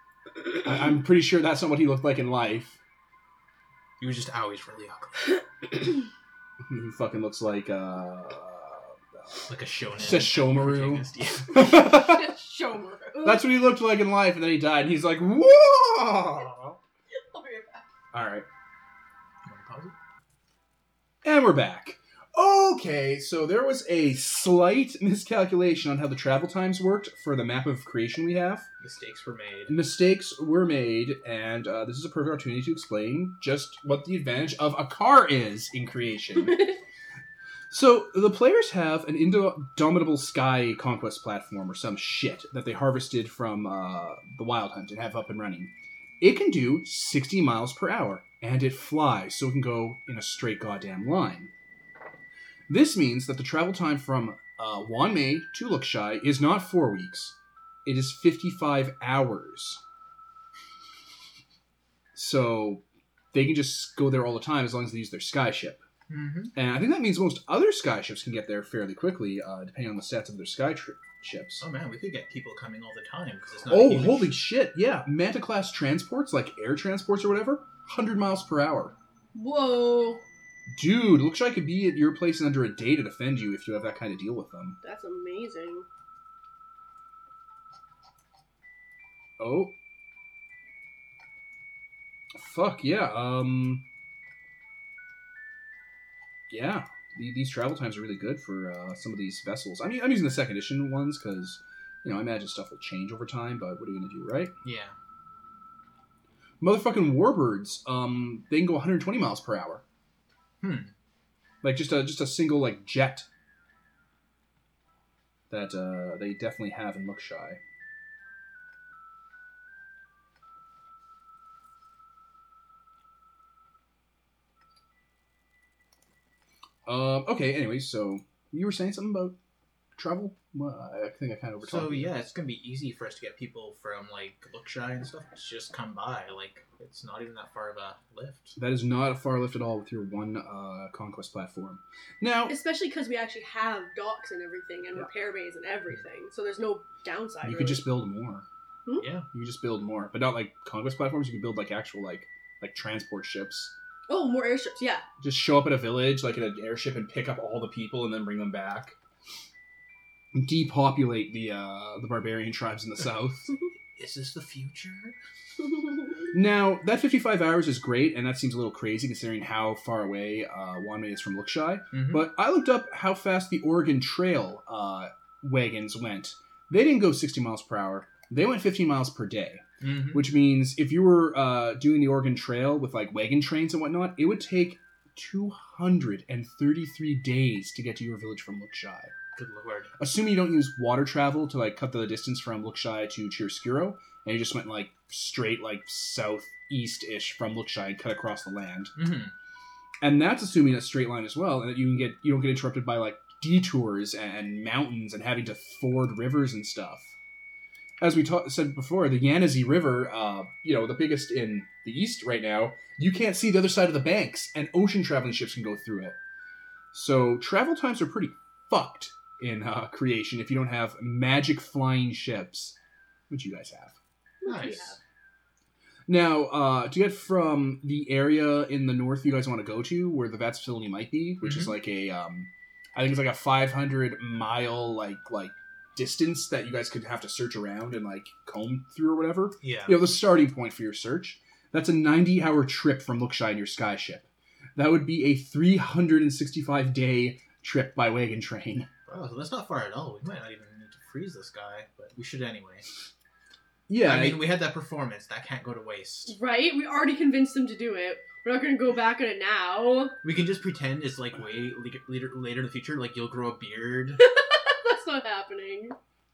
*laughs* I- I'm pretty sure that's not what he looked like in life.
he was just always really awkward,
He fucking looks like uh,
*laughs*
*laughs*
like a shonen.
Sesshomaru.
protagonist, Yeah.
that's
Show more. *laughs*
what he looked like in life, and then he died, and he's like, whoa!
I'll be right back.
All right.
Wanna pause it?
And we're back. Okay, so there was a slight miscalculation on how the travel times worked for the map of creation we have.
Mistakes were made.
Mistakes were made, and uh, this is a perfect opportunity to explain just what the advantage of a car is in
*laughs*
creation. so, the players have an Indomitable Sky conquest platform or some shit that they harvested from uh, the Wild Hunt and have up and running. It can do 60 miles per hour, and it flies, so it can go in a straight goddamn line. This means that the travel time from uh, Wanmei to Lukshai is not four weeks, it is 55 hours. So they can just go there all the time as long as they use their skyship.
Mm-hmm.
Mhm.
And I think that means most other skyships can get there fairly quickly, uh, depending on the stats of their sky tri- ships.
Oh man, we could get people coming all the time because it's not.
Oh,
huge.
holy shit! Yeah, Manta class transports, like air transports or whatever, hundred miles per hour.
Whoa,
Dude, looks like I could be at your place in under a day to defend you if you have that kind of deal with them.
that's amazing.
Oh, fuck yeah. Um, yeah, the- these travel times are really good for uh, some of these vessels. I mean, I'm using the second edition ones because you know I imagine stuff will change over time. But what are you gonna do, right?
Yeah.
motherfucking warbirds um they can go 120 miles per hour
Hmm.
like just a just a single like jet that uh they definitely have in Lookshy. Um, okay, anyway, so you were saying something about travel? Well, I think I kind of overtalked
So
you.
yeah, it's gonna be easy for us to get people from like Lookshy and stuff to just come by. Like it's not even that far of a lift.
That is not a far lift at all with your one uh, conquest platform. Now,
Especially because we actually have docks and everything, and
Yeah.
repair bays and everything, so there's no downside.
you
really.
could just build more.
Hmm?
Yeah.
You could just build more, but not like conquest platforms. You could build like actual like like transport ships.
oh more airships, yeah. *laughs*
Just show up at a village like in an airship and pick up all the people and then bring them back. Depopulate the uh, the barbarian tribes in the south. *laughs*
Is this the future?
Now, that 55 hours is great, and that seems a little crazy considering how far away uh, Wanmei is from Lookshy.
Mhm.
But I looked up how fast the Oregon Trail uh, wagons went. They didn't go 60 miles per hour, they went 15 miles per day.
Mhm.
Which means if you were uh, doing the Oregon Trail with like wagon trains and whatnot, it would take 233 days to get to your village from Lookshy.
Good lord.
Assuming you don't use water travel to like cut the distance from Lookshy to Chiaroscuro, and you just went like straight like southeast ish from Lookshy and cut across the land.
Mm-hmm.
And that's assuming a straight line as well, and that you can get you don't get interrupted by like detours and mountains and having to ford rivers and stuff. As we ta- said before, the Yanazi River, uh, you know, the biggest in the east right now, you can't see the other side of the banks, and ocean traveling ships can go through it. So travel times are pretty fucked in uh, creation if you don't have magic flying ships, which you guys have.
Which we
Nice.
have.
Now, uh, to get from the area in the north you guys want to go to, where the vets facility might be, which is like a, um, I think it's like a 500 mile like like distance that you guys could have to search around and like comb through or whatever.
Yeah.
You know, the starting point for your search. That's a 90 hour trip from Lookshine in your sky ship. That would be a 365 day trip by wagon train.
Oh, so that's not far at all. We might not even need to freeze this guy, but we should anyway.
Yeah,
I mean, we had that performance. That can't go to waste.
Right? We already convinced them to do it. We're not gonna go back on it now.
We can just pretend it's like way le- later, later in the future. Like you'll grow a beard.
That's not happening.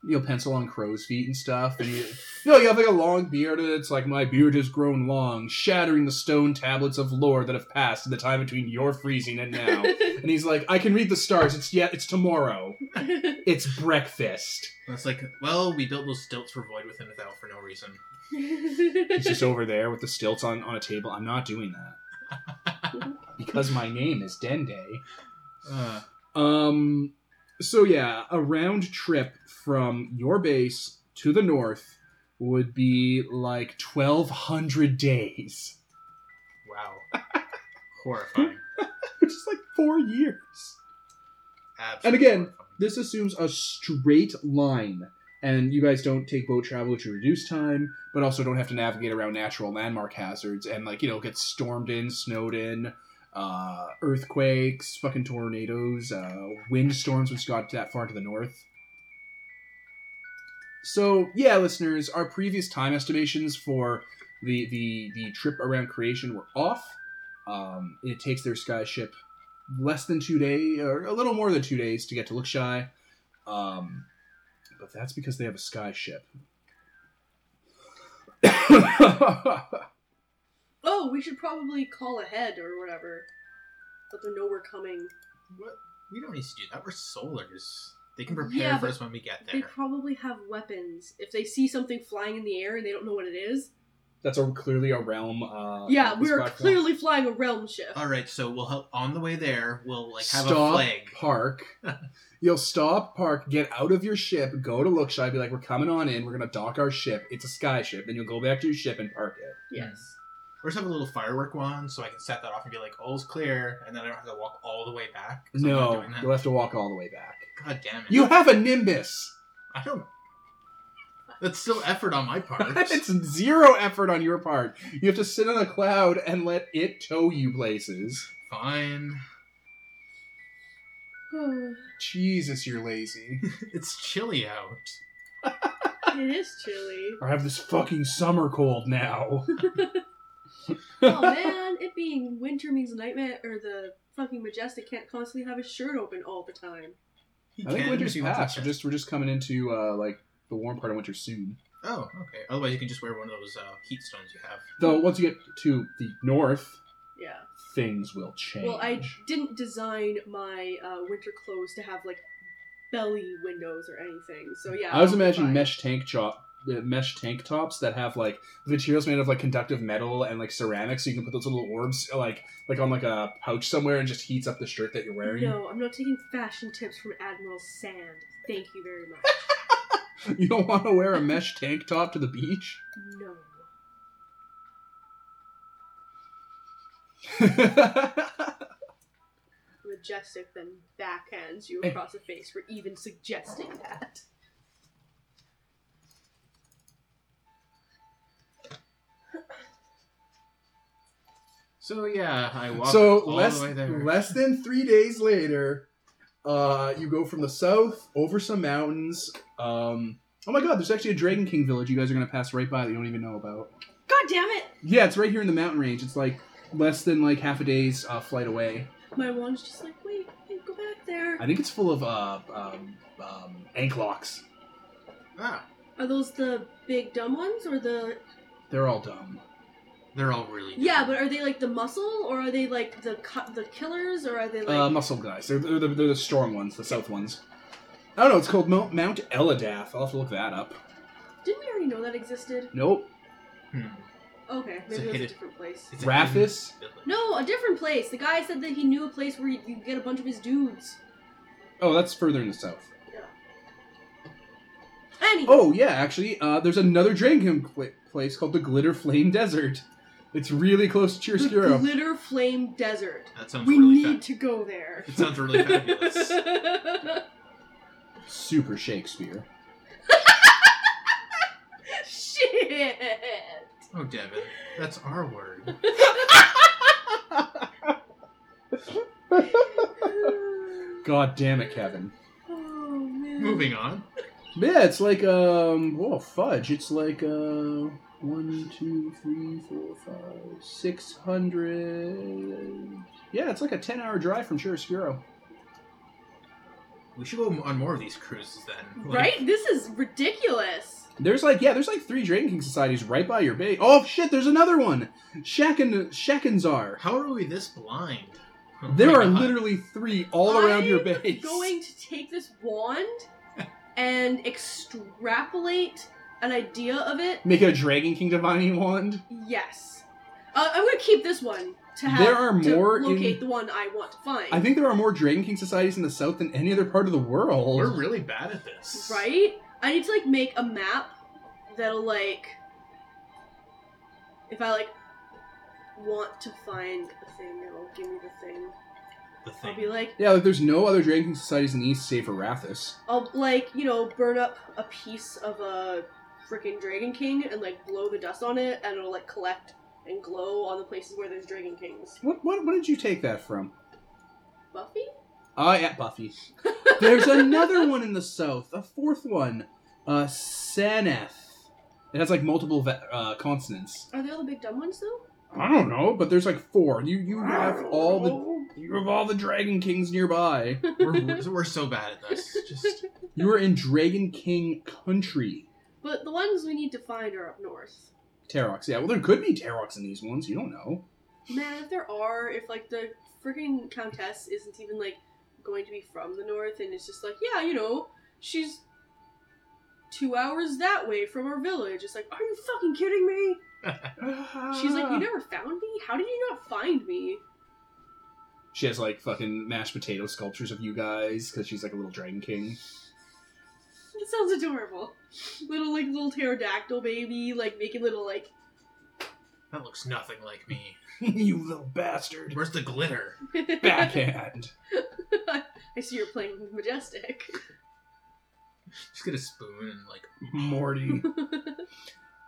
you'll pencil on crow's feet and stuff, and you, you know you have like a long beard, and it's like my beard has grown long, shattering the stone tablets of lore that have passed in the time between your freezing and
*laughs*
now. and he's like, I can read the stars. It's yet. It's tomorrow. It's breakfast.
And it's like, well, we built those stilts for void with and without for no reason.
He's just over there with the stilts on on a table. I'm not doing that because my name is Dende.
Uh,
Um. So yeah, a round trip from your base to the north would be like twelve hundred days, *laughs*
wow. Horrifying.
which is like four years.
Absolutely
And again,
horrifying.
This assumes a straight line, and you guys don't take boat travel, which would reduce time, but also don't have to navigate around natural landmark hazards and like you know get stormed in, snowed in, uh, earthquakes, fucking tornadoes, uh, windstorms, which got that far to the north. So yeah, listeners, our previous time estimations for the the the trip around creation were off. Um, it takes their sky ship less than two day or a little more than two days to get to Lookshy. Um, but that's because they have a sky ship. *coughs*
oh, we should probably call ahead or whatever. Let them know we're coming.
What? We don't need to do that. We're solars. They can prepare
Yeah,
for
but
us when we get
They
there.
probably have weapons. If they see something flying in the air and they don't know what it is,
that's a, clearly a realm. Uh,
yeah,
this
we are
platform.
clearly flying a realm ship.
All right, so we'll help on the way there. We'll like have
Stop,
a flag. *laughs*
Park. You'll stop, park, get out of your ship, go to Lookshy, be like, we're coming on in, we're gonna dock our ship. It's a sky ship. Then you'll go back to your ship and park it.
Yes.
Or just have a little firework wand, so I can set that off and be like, "All's clear," and then I don't have to walk all the way back. 'cause I'm not
no,
doing that.
you'll have to walk all the way back.
God damn it!
You have a Nimbus.
I don't. That's still effort on my *laughs* part.
*laughs* it's zero effort on your part. You have to sit on a cloud and let it tow you places.
Fine. *laughs*
Jesus, you're lazy.
It's chilly out.
*sighs* it is chilly.
or have this fucking summer cold now. *laughs*
Oh man, it being winter means nightmare or the fucking majestic can't constantly have his shirt open all the time.
He
I think
can
winter's
if he wants to
past. We're
check.
just we're just coming into uh, like the warm part of winter soon.
Oh, okay. Otherwise, you can just wear one of those uh, heat stones you have.
Though once you get to the north,
Yeah.
things will change.
Well, I didn't design my uh, winter clothes to have like belly windows or anything. So yeah.
I was
I'll be
imagining
fine.
mesh tank top, the mesh tank tops that have like materials made of like conductive metal and like ceramic, so you can put those little orbs like like on like a pouch somewhere and just heats up the shirt that you're wearing.
No, I'm not taking fashion tips from Admiral Sand. Thank you very
*laughs*
much.
*laughs* You don't want to wear a mesh tank top to the beach?
*laughs*
no. Majestic then
*laughs*
backhands you across the face for even suggesting that.
So yeah, I walk
so
all
less
the way there.
less than three days later, uh, you go from the south over some mountains. Um, oh my god, there's actually a Dragon King village you guys are gonna pass right by that you don't even know about.
God damn it!
Yeah, it's right here in the mountain range. It's like less than like half a day's uh, flight away.
My wand's just like, wait, wait, go back there.
I think it's full of uh, um, um, ank locks.
Ah,
Are those the big dumb ones or the
They're all dumb.
they're all really.
Yeah,
dumb.
but are they like the muscle, or are they like the cu- the killers, or are they like?
Uh, muscle guys. They're, they're, the, they're the strong ones, the south ones. I don't know. It's called Mo- Mount Eladath. I'll have to look that up.
Didn't we already know that existed?
Nope.
Hmm.
Okay,
It's a
maybe it was a
hidden-
different place.
It's a
Raphis.
hidden village.
No, a different place. The guy said that he knew a place where you, you could get a bunch of his dudes.
Oh, that's further in the south.
Yeah. Anyway,
Oh yeah, actually, uh, there's another dragon pla- place called the Glitter Flame Desert. It's really close to
the
Chirskiro.
*laughs* Glitter Flame Desert.
That sounds
We
really
need
fabulous.
to go there.
It sounds
*laughs*
really *laughs* fabulous.
Super Shakespeare. *laughs*
Shit.
Oh, Devin, that's our word.
God damn it, Kevin.
Oh, man.
Moving on.
Yeah, it's like um, oh fudge. It's like uh, one, two, three, four, five, six hundred. Yeah, it's like a ten-hour drive from Chirskiro.
We should go on more of these cruises then. Like,
Right? This is ridiculous.
There's like yeah, there's like three drinking societies right by your base. Oh shit, there's another one. Shaken Shakanzar.
How are we this blind? Oh
There
my
are
God.
literally three all around your
I'm
base.
Going to take this wand
*laughs*
and extrapolate an idea of it.
Make it a Dragon King Divining Wand.
Yes. Uh, I'm gonna keep this one to have
There are
to
more in-
locate the one I want to find.
I think there are more Dragon King societies in the south than any other part of the world.
We're really bad at this.
Right? I need to like make a map that'll like if I like want to find a thing, it'll give me the thing.
The
I'll
thing.
be like
yeah, like there's no other Dragon King societies in the east save for Rathus.
I'll like, you know, burn up a piece of a freaking Dragon King and like blow the dust on it and it'll like collect and glow on the places where there's Dragon Kings.
What, what what did you take that from?
Buffy?
Ah, yeah, Buffy. *laughs* There's another one in the south, a fourth one, uh, Saneth. It has like multiple ve- uh, consonants.
Are they all the big dumb ones though?
I don't know, but there's like four. You you have all the you have all the Dragon Kings nearby.
We're, we're so bad at this. Just
You are in Dragon King country.
But the ones we need to find are up north.
Terox. Yeah, well, there could be Terox in these ones. You don't know.
Man, if there are, if like the freaking Countess isn't even like going to be from the north and it's just like, yeah, you know, she's two hours that way from our village. It's like, are you fucking kidding me? She's
Ah.
like, you never found me? How did you not find me?
She has like fucking mashed potato sculptures of you guys because she's like a little Dragon King. *laughs*
That sounds adorable. Little like little pterodactyl baby, like making little like *laughs*
that looks nothing like me.
you little bastard.
Where's the glitter?
Backhand.
I see you're playing with majestic. *laughs*
Just get a spoon and like
*laughs*
Morty.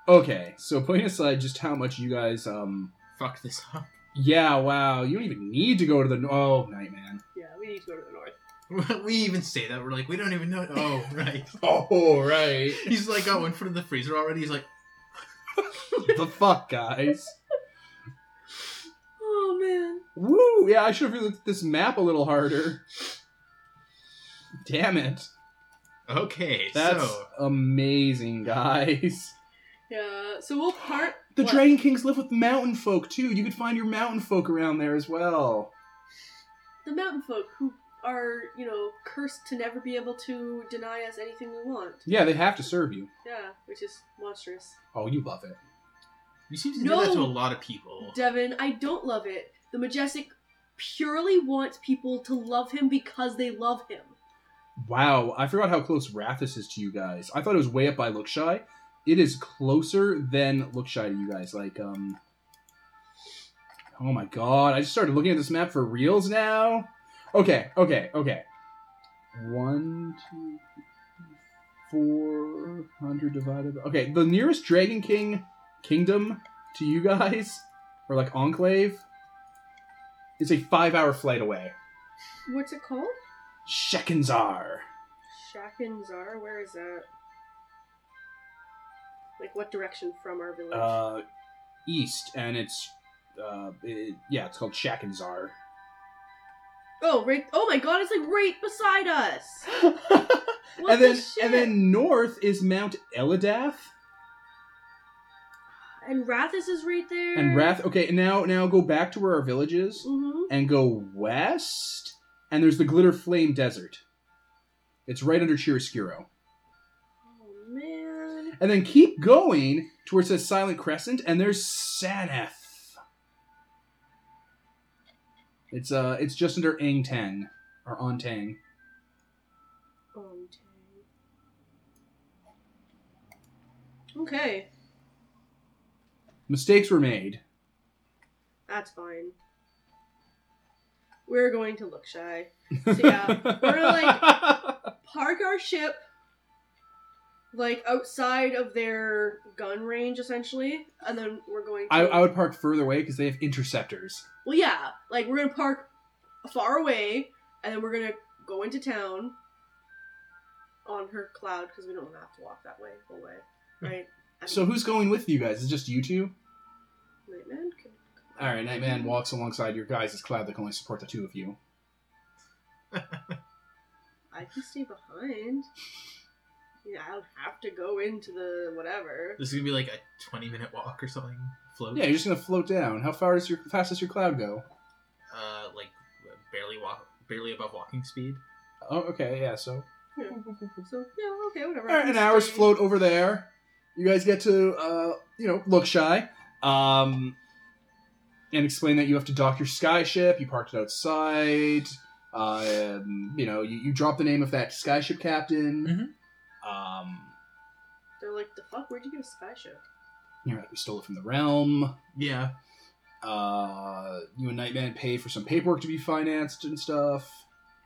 okay, so putting aside just how much you guys, um,
fuck this up. *laughs*
yeah, wow, you don't even need to go to the. Oh, Nightman.
Yeah, we need to go to the north.
We even say that we're like we don't even know.
*laughs*
Oh right.
Oh, right.
He's like oh in front of the freezer already. He's like
the fuck, guys.
Oh man.
Woo! Yeah, I should have looked at this map a little harder. Damn it.
okay.
That's
So
amazing, guys.
Yeah. So we'll part
The
what?
Dragon Kings live with mountain folk too. You could find your mountain folk around there as well.
the mountain folk who are, you know, cursed to never be able to deny us anything we want.
Yeah, they have to serve you.
Yeah, which is monstrous.
Oh, you love it.
you seem to
No.
do that to a lot of people.
Devin, I don't love it. The majestic purely wants people to love him because they love him.
Wow, I forgot how close Rathus is to you guys. I thought it was way up by Lookshy. It is closer than Lookshy to you guys. Like, um. Oh my god, I just started looking at this map for reals now. Okay, okay, okay. One, two, four hundred divided by. Okay, the nearest Dragon King kingdom to you guys, or like enclave, is a five hour flight away.
What's it called?
Shekinzar.
Shackens are? Where is that? Like what direction from our village?
uh, east, and it's uh, it, yeah, it's called Shakanzar.
oh, right! Oh my God, it's like right beside us. What
and then
the shit?
and then north is Mount Eladath
and Rathus is right there.
and Wrath. Okay, now now go back to where our village is
hmm
and go west, and there's the Glitter Flame Desert. It's right under Chiriskiro.
Oh man.
And then keep going to where it says Silent Crescent, and there's Saneth. It's uh, it's just under Ang Tang or On Tang.
Um, Okay,
Mistakes were made.
that's fine. We're going to look shy. So, yeah, we're like- Park our ship, like outside of their gun range, essentially, and then we're going.
*laughs*
To...
I, I would park further away because they have interceptors.
Well, yeah, like we're gonna park far away, and then we're gonna go into town on her cloud because we don't have to walk that way the whole way, right? I
Hmm. So
mean,
who's going with you guys? Is it just you two?
Nightman can
All right, Nightman walks alongside your guys' cloud that can only support the two of you.
I can stay behind. Yeah, I don't have to go into the whatever.
This is gonna be like a twenty-minute walk or something. Float.
Yeah, you're just gonna float down. How far does your fast does your cloud go?
Uh, like barely walk, barely above walking speed.
Oh, okay, yeah. So
So yeah, okay, whatever.
All right, an hour's float over there. You guys get to, uh, you know, look shy, um, and explain that you have to dock your skyship. You parked it outside. Um, you know, you, you drop the name of that skyship captain. Um,
They're like, the fuck? Where'd you get
*laughs*
a skyship?
you're right. We stole it from the realm.
Yeah.
Uh, you and Nightman pay for some paperwork to be financed and stuff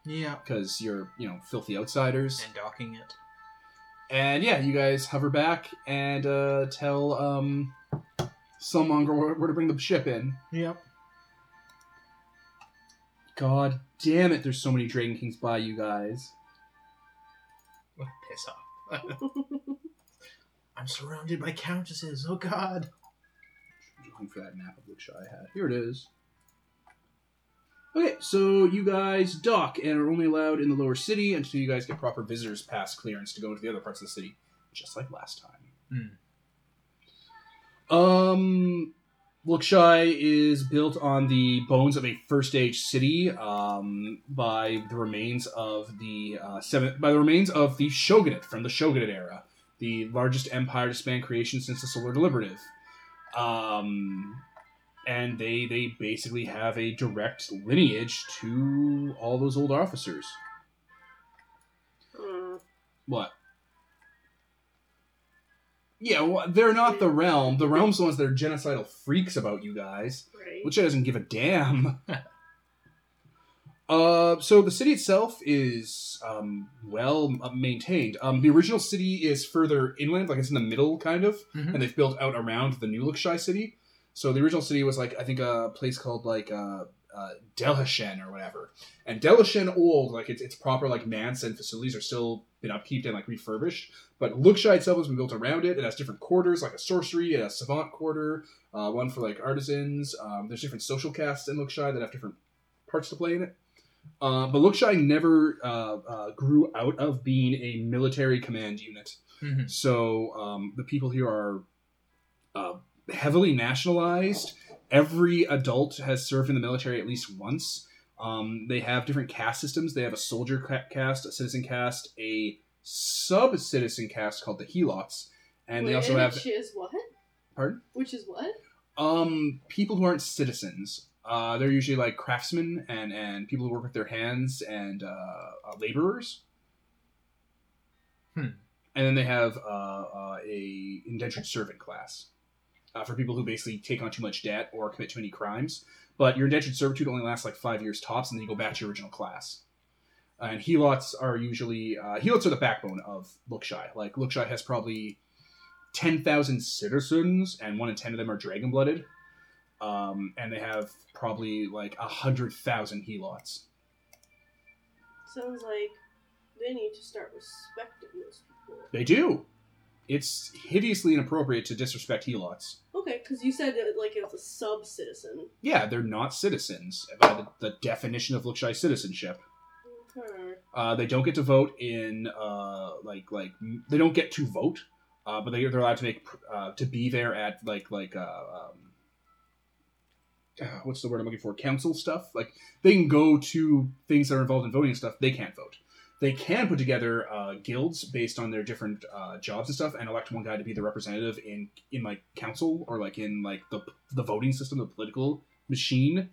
Yeah.
because you're, you know, filthy outsiders.
And docking it.
And yeah, you guys hover back and uh, tell um, Sillmonger where, where to bring the ship in.
Yep.
God damn it, there's so many Dragon Kings by you guys.
Piss off. I'm surrounded by countesses. Oh God.
I'm looking for that map of which I had. Here it is. Okay, so you guys dock and are only allowed in the lower city until you guys get proper visitors pass clearance to go into the other parts of the city, just like last time. Um, Lukshai is built on the bones of a first age city um, by the remains of the uh, seven, by the remains of the shogunate from the shogunate era, the largest empire to span creation since the Solar Deliberative um, and they they basically have a direct lineage to all those old officers.
Mm,
What? Yeah, well, they're not the realm. The realm's the ones that are genocidal freaks about you guys.
*laughs* right.
Which doesn't give a damn. *laughs* uh, so the city itself is um, well uh, maintained. Um, the original city is further inland, like it's in the middle, kind of,
Mhm.
and they've built out around the new Lukshai city. So the original city was like I think a place called like uh, uh, Delhishen or whatever. And Delhishen old, like its its proper like manse and facilities are still been upkeeped and like refurbished. But Lukshai itself has been built around it. It has different quarters, like a sorcery, it has savant quarter, uh, one for like artisans. Um, there's different social castes in Lukshai that have different parts to play in it. Uh, but Lukshai never uh, uh, grew out of being a military command unit.
Mhm.
So um, the people here are uh, heavily nationalized. Every adult has served in the military at least once. Um, they have different caste systems. They have a soldier ca- caste, a citizen caste, a sub citizen caste called the Helots, and they also have
Which is what?
pardon
Which is what?
um people who aren't citizens. Uh, they're usually like craftsmen and and people who work with their hands and uh, uh, laborers.
Hmm.
And then they have uh, uh, a indentured servant class uh, for people who basically take on too much debt or commit too many crimes. But your indentured servitude only lasts like five years tops, and then you go back to your original class. And helots are usually uh, helots are the backbone of Lookshy. Like Lookshy has probably ten thousand citizens, and one in ten of them are dragon blooded. Um, and they have probably like a hundred thousand helots.
Sounds like they need to start respecting those people.
They do. It's hideously inappropriate to disrespect helots.
Okay, because you said that like it was a sub citizen.
Yeah, they're not citizens by the, the definition of Lukshai citizenship. Uh, they don't get to vote in uh, like like m- they don't get to vote, uh, but they they're allowed to make pr- uh, to be there at like like uh, um, uh, what's the word I'm looking for? Council stuff. Like they can go to things that are involved in voting and stuff. They can't vote. They can put together uh, guilds based on their different uh, jobs and stuff, and elect one guy to be the representative in in like council or like in like the the voting system, the political machine.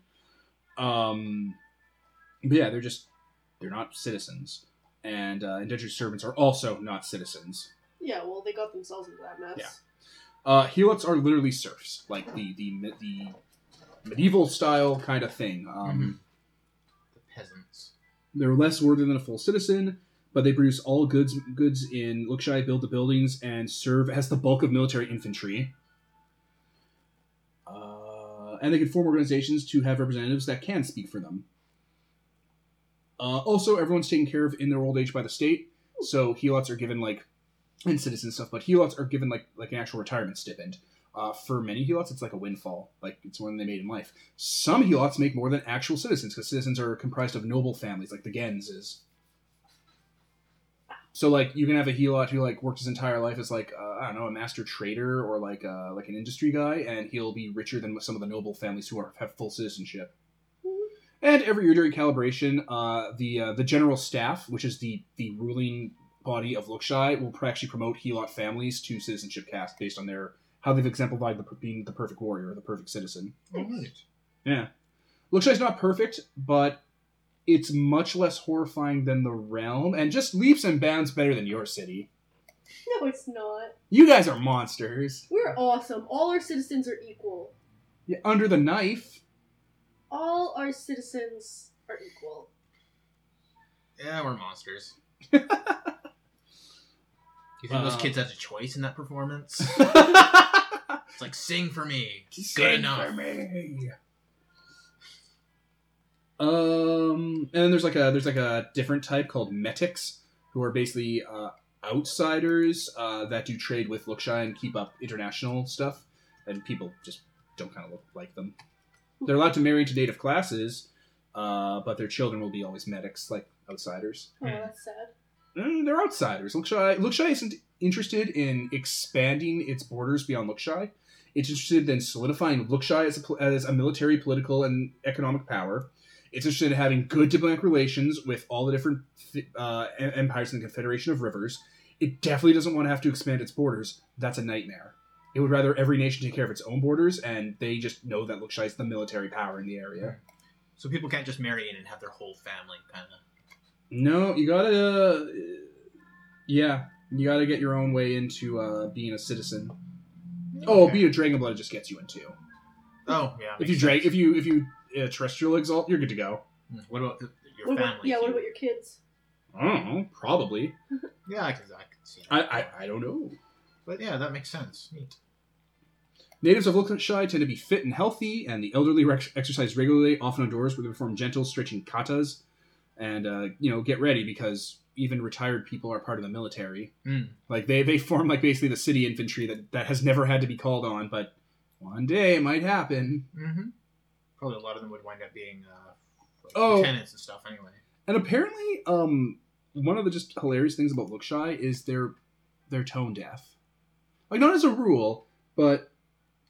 Um, but yeah, they're just they're not citizens, and uh, indentured servants are also not citizens.
Yeah, well, they got themselves into that mess.
Yeah. Uh, helots are literally serfs, like the the me- the medieval style kind of thing. Um,
The peasants.
They're less worthy than a full citizen, but they produce all goods goods in Lukshai, build the buildings, and serve as the bulk of military infantry. Uh, and they can form organizations to have representatives that can speak for them. Uh, also, everyone's taken care of in their old age by the state, so helots are given like and citizen stuff, but helots are given like like an actual retirement stipend. Uh, for many helots, it's like a windfall, like it's one they made in life. Some helots make more than actual citizens because citizens are comprised of noble families, like the Gens is. So like you can have a helot who like worked his entire life as like uh, I don't know a master trader or like uh, like an industry guy, and he'll be richer than some of the noble families who are, have full citizenship. And every year during calibration, uh, the uh, the general staff, which is the the ruling body of Lokshai, will pr- actually promote helot families to citizenship cast based on their how they've exemplified the, per- being the perfect warrior or the perfect citizen. Yeah. Lokshai's not perfect, but it's much less horrifying than the realm, and just leaps and bounds better than your city.
*laughs* No, it's not.
You guys are monsters.
We're awesome. All our citizens are equal.
Yeah, under the knife. *laughs*
All our citizens are equal.
*laughs* Yeah,
*laughs*
we're monsters. you think those
Uh,
kids had a choice in that performance? it's like sing for me.
Sing
enough.
for me. Um, and then there's like a there's like a different type called metics, who are basically uh, outsiders uh, that do trade with Lukshai and keep up international stuff, and people just don't kind of look like them. They're allowed to marry into native classes, uh, but their children will be always metics, like outsiders.
Oh,
Hmm.
that's sad.
Mm, they're outsiders. Lukshai, Lukshai isn't interested in expanding its borders beyond Lukshai. It's interested in solidifying Lukshai as a, pol- as a military, political, and economic power. It's interested in having good diplomatic relations with all the different uh, em- empires in the Confederation of Rivers. It definitely doesn't want to have to expand its borders. That's a nightmare. It would rather every nation take care of its own borders, and they just know that Lukshai is the military power in the area.
So people can't just marry in and have their whole family kind of.
No, you gotta. Uh, yeah, you gotta get your own way into uh, being a citizen. Oh, being a dragon blood just gets you in too.
Oh, yeah.
If
makes
you drag,
sense.
if you if you uh, terrestrial exalt, you're good to go.
Mm, What about the- your
What
family?
about, yeah,
Do
what
you-
about your kids?
I don't know. Probably.
Yeah, I can, I can see.
I I, I don't know.
But yeah, that makes sense. Neat.
Natives of Wilkinshire tend to be fit and healthy, and the elderly rex exercise regularly, often outdoors, where they perform gentle stretching katas, and uh, you know get ready because even retired people are part of the military.
Mm.
Like they they form like basically the city infantry that that has never had to be called on, but one day it might happen.
Mm-hmm. Probably a lot of them would wind up being uh, like
Oh.
lieutenants and stuff anyway.
And apparently, um, one of the just hilarious things about Lookshy is they're they're tone deaf. Like not as a rule, but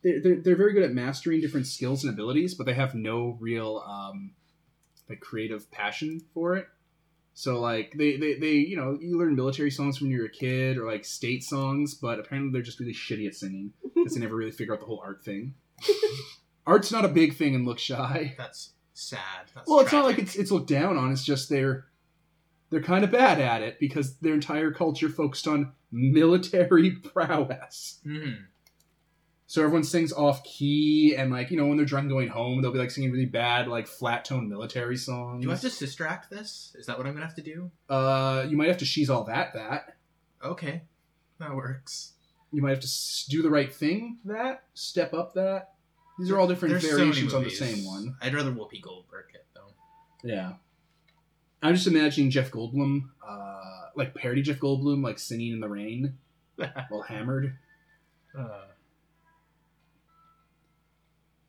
they're they're, they're very good at mastering different skills and abilities, but they have no real um, like creative passion for it. So like they, they they you know you learn military songs when you're a kid or like state songs, but apparently they're just really shitty at singing because they never really figure out the whole art thing. Art's not a big thing in Lookshy
That's sad. That's
well, it's not
tragic.
like it's it's looked down on. It's just they're they're kind of bad at it because their entire culture focused on military *laughs* prowess.
Mhm.
So everyone sings off key and like you know when they're drunk going home, they'll be like singing really bad like flat tone military songs.
Do I have to sister act this? Is that what I'm gonna have to do?
Uh, you might have to she's all that that.
Okay, that works.
You might have to s- do the right thing that step up that. These are all different
There's so many
variations on the
movies.
same one.
I'd rather Whoopi Goldberg it though.
Yeah. I'm just imagining Jeff Goldblum, uh, like parody Jeff Goldblum, like singing in the rain while hammered.
Uh,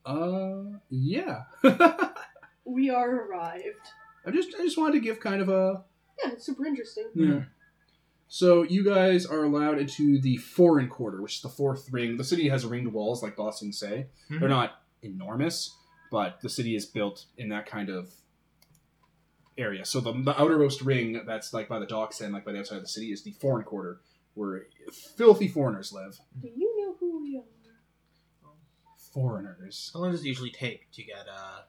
Uh, yeah. *laughs*
We are arrived.
I just I just wanted to give kind of a
Yeah, it's super interesting.
yeah. Hmm. So you guys are allowed into the foreign quarter, which is the fourth ring. The city has ringed walls, like Boston say.
Mhm.
They're not enormous, but the city is built in that kind of area. So the, the outermost ring that's like by the docks and like by the outside of the city is the foreign quarter, where filthy foreigners live.
Do you know who we are?
Foreigners.
how long does it usually take to get uh,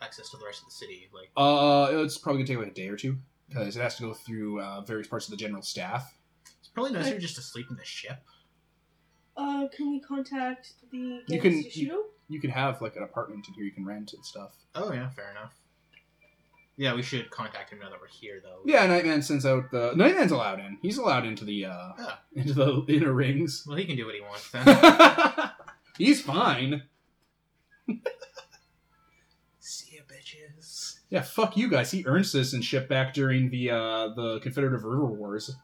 access to the rest of the city? Like,
Uh, it's probably gonna take like a day or two because it has to go through uh, various parts of the general staff.
it's Probably nicer just to sleep in the ship.
Uh, can we contact the
You
gang
can-
Sushido?
You could have like an apartment in here you can rent and stuff.
Oh yeah, fair enough. Yeah, we should contact him now that we're here, though.
Yeah, Nightman sends out the Nightman's allowed in. He's allowed into the uh
Ah.
into the inner
*laughs*
rings.
Well, he can do what he wants then. *laughs*
He's fine.
See ya, bitches.
Yeah, fuck you guys. He earned citizenship back during the uh the Confederative River Wars.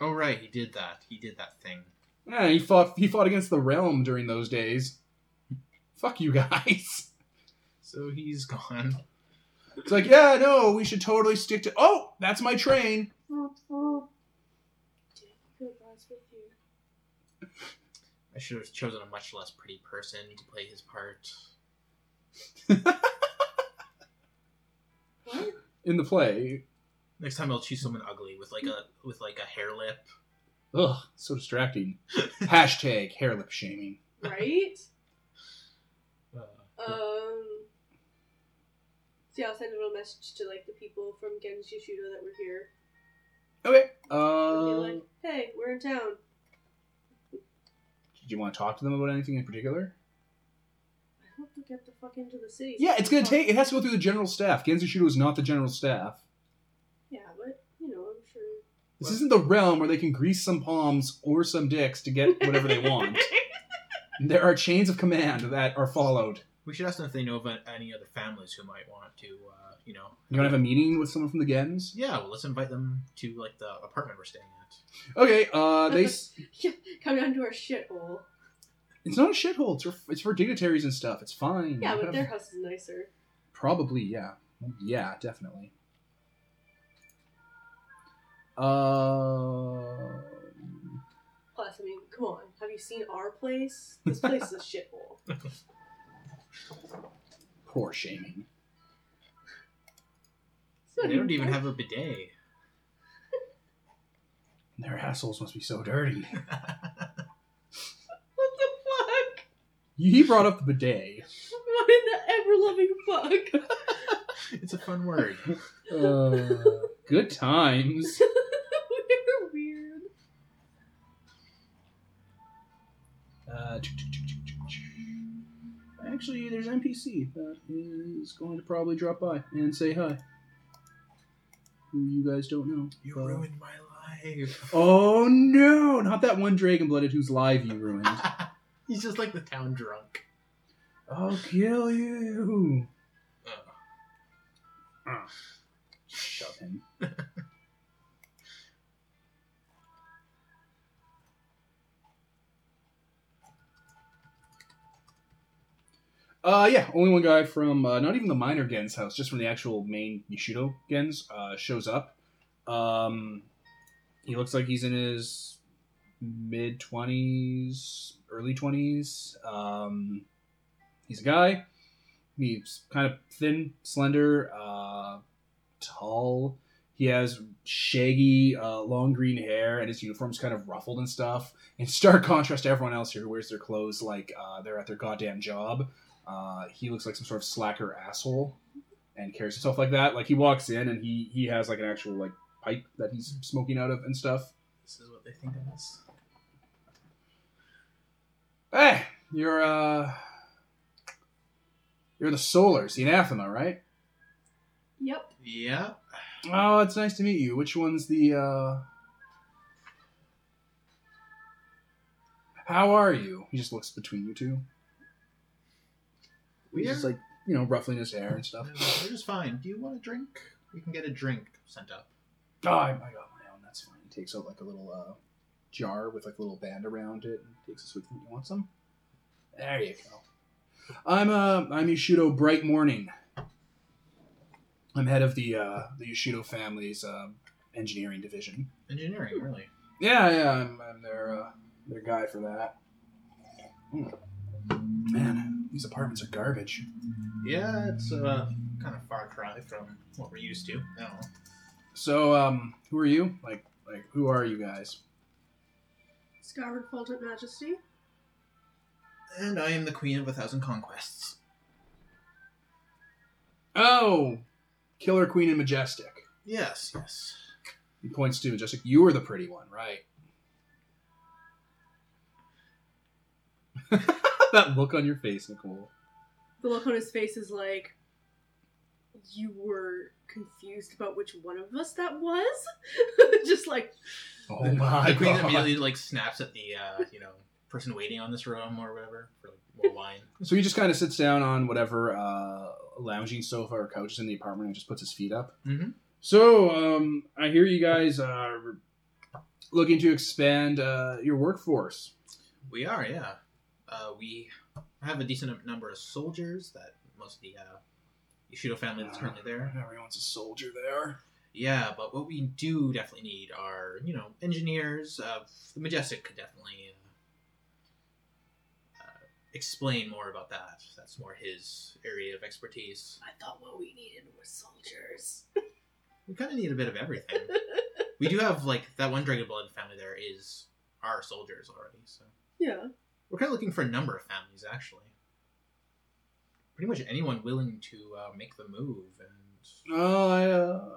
Oh right, he did that. He did that thing.
Yeah, he fought he fought against the realm during those days. Fuck you guys. *laughs*
So he's *laughs* gone.
It's like, yeah, no, we should totally stick to Oh, that's my train.
Good vibes with you.
I should have chosen a much less pretty person to play his part.
What?
In the play.
Next time I'll choose someone ugly with like a with like a hair lip.
Ugh, so distracting. Hashtag hair lip shaming.
Right?
Uh,
Um. So yeah, I'll send a little message to like the people from Gang Sushido that were here.
Okay.
And be
Uh,
like, hey, we're in town.
did you want to talk to them about anything in particular?
I hope we get the fuck into the city.
Yeah, it's gonna
Fuck.
take. It has to go through the general staff. Ganzushido is not the general staff.
Yeah, but you know, I'm sure.
This
What?
isn't the realm where they can grease some palms or some dicks to get
*laughs*
whatever they want. there are chains of command that are followed.
we should ask them if they know of uh, any other families who might want to, uh, you know.
You want to have a meeting with someone from the Gens?
Yeah, well, let's invite them to like the apartment we're staying at.
Okay. Uh, they. s-
*laughs* Yeah, come down to our shithole.
it's not a shithole. It's for, it's for dignitaries and stuff. It's fine.
Yeah,
You
but
have-
their house is nicer.
Probably, yeah. Yeah, definitely. Uh,
Plus, I mean, come on, have you seen our place? This place is a shithole.
poor shaming.
It's
*laughs*
not
They don't even
our-
have a bidet. *laughs*
Their assholes must be so dirty.
What the fuck?
He brought up the bidet.
What in the ever loving fuck? *laughs*
It's a fun word.
*laughs* Uh, good times.
We're weird.
Uh, actually, there's an NPC that is going to probably drop by and say hi. Who you guys don't know.
*laughs* You
Uh,
ruined my life. *laughs*
Oh no! Not that one dragon blooded whose life you ruined.
He's just like the town drunk.
I'll kill you.
Uh,
Shove him. *laughs* uh, yeah, only one guy from uh, not even the minor Gens house, just from the actual main Yoshido Gens uh, shows up. Um, he looks like he's in his mid twenties, early twenties. Um, he's a guy. He's kind of thin, slender. Uh, tall. He has shaggy, uh, long green hair, and his uniform's kind of ruffled and stuff. In stark contrast to everyone else here who wears their clothes like uh, they're at their goddamn job. Uh, he looks like some sort of slacker asshole and carries himself like that. Like he walks in and he he has like an actual like pipe that he's smoking out of and stuff.
this is what they think of us.
Hey, you're uh you're the Solars, the Anathema, right?
Yep.
Yeah.
Oh, it's nice to meet you. Which one's the uh How are you? He just looks between you two. He's
We are,
just like, you know, ruffling his hair and stuff.
no, we're just fine. Do you want a drink? We can get a drink sent up.
Oh, I I got my own, that's fine. He takes out like a little uh jar with like a little band around it and takes a swig from it. You want some? There you go. I'm uh I'm Yoshido Bright Morning. I'm head of the uh the Yoshido family's uh, engineering division.
Engineering, really.
Yeah, yeah, I'm, I'm their uh, their guy for that. Hmm. Man, these apartments are garbage.
Yeah, it's uh, kind of far cry from what we're used to. No.
So, um, who are you? Like, like, who are you guys?
Skyward Fulgent Majesty.
And I am the queen of a thousand conquests.
Oh, Killer Queen and Majestic.
Yes, yes.
He points to Majestic. You were the pretty one, right? *laughs* that look on your face, Nicole.
The look on his face is like, you were confused about which one of us that was? *laughs* Just like,
Oh my
*laughs* the queen
god.
immediately like snaps at the uh, you know person waiting on this room or whatever for like more wine.
So he just kind of sits down on whatever uh, lounging sofa or couch is in the apartment and just puts his feet up.
Mhm.
So um, I hear you guys are looking to expand uh, your workforce.
We are, yeah. Uh, we have a decent number of soldiers that most of the uh, Ishido family that's currently there.
Everyone's a soldier there.
Yeah, but what we do definitely need are you know engineers. Uh, the Majestic could definitely uh, uh, explain more about that. That's more his area of expertise.
I thought what we needed were soldiers.
We kind of need a bit of everything. we do have like that one Dragon Blood family there is our soldiers already, so
Yeah.
we're kind of looking for a number of families actually. Pretty much anyone willing to uh, make the move, and
Uh, I, uh,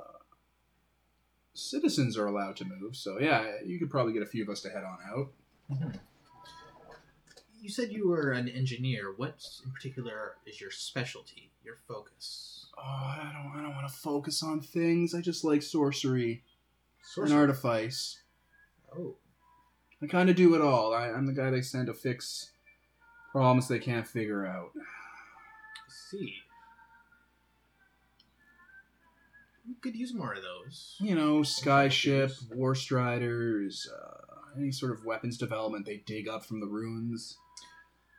citizens are allowed to move, so yeah, you could probably get a few of us to head on out.
you said you were an engineer. What in particular is your specialty? Your focus?
Oh, I don't, I don't want to focus on things. I just like sorcery,
Sorcery.
and artifice.
Oh,
I kind of do it all. I, I'm the guy they send to fix problems they can't figure out.
I see. We could use more of those.
You know, skyship, warstriders, uh, any sort of weapons development they dig up from the ruins.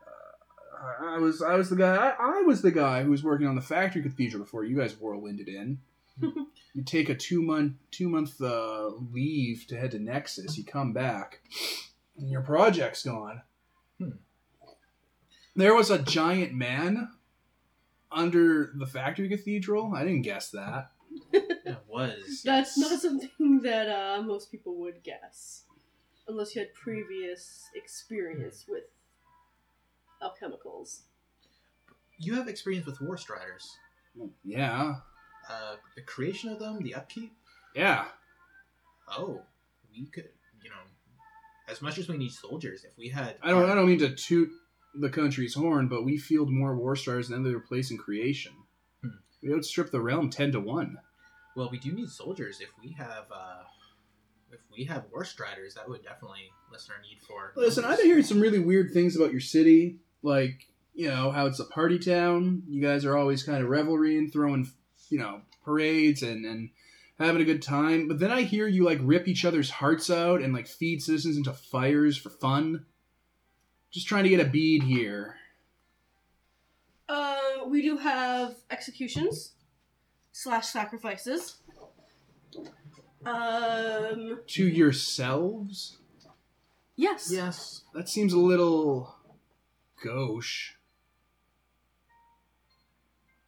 Uh, I- I was I was the guy I, I was the guy who was working on the factory cathedral before you guys whirlwinded in.
Hmm.
you take a two month two month uh, leave to head to Nexus. You come back, and your project's gone.
Hmm.
There was a giant man under the factory cathedral. I didn't guess that.
Yeah, it was.
That's
yes.
not something *laughs* that uh, most people would guess. Unless you had previous experience with alchemicals.
You have experience with Warstriders.
Yeah.
Uh, the creation of them, the upkeep.
Yeah.
Oh, we could, you know, as much as we need soldiers, if we had,
I don't I don't mean to toot the country's horn, but we field more war stars than they replace in creation.
Hmm.
We outstrip the realm ten to one.
Well, we do need soldiers. If we have, uh, if we have war striders, that would definitely lessen our need for.
Listen, I've been hearing some really weird things about your city, like, you know, how it's a party town. You guys are always kind of revelrying, throwing you know, parades and, and having a good time. But then I hear you like rip each other's hearts out and like feed citizens into fires for fun. Just trying to get a bead here.
Uh, we do have executions slash sacrifices. Um,
To yourselves?
yes.
Yes.
That seems a little gauche.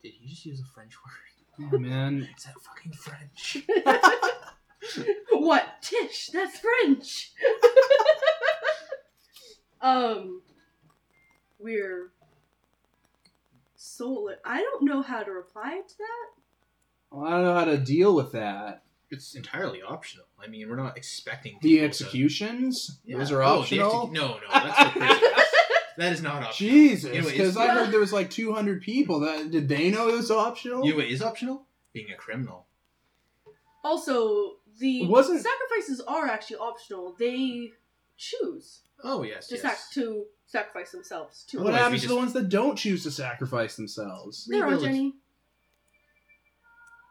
Did you just use a French word? *laughs*
Oh man.
Is that
*laughs*
fucking French?
what? Tish, that's *laughs* French. um, we're solar. I don't know how to reply to that.
Well, I don't know how to deal with that.
it's entirely optional. I mean, we're not expecting
The
people to-
executions?
Yeah.
Those are
Oh, the
optional.
execu- no, no, that's
*laughs*
the crazy. that is not optional.
Jesus,
You know,
because
is,
I
*laughs*
heard there was like 200 people. That did they know it was optional?
you know, what is optional being a criminal.
Also, the
Wasn't-
sacrifices are actually optional. They choose
Oh yes,
to,
yes.
sac- to sacrifice themselves to.
what
Otherwise, we
happens to the
just-
ones that don't choose to sacrifice themselves?
There aren't
Religion.
any.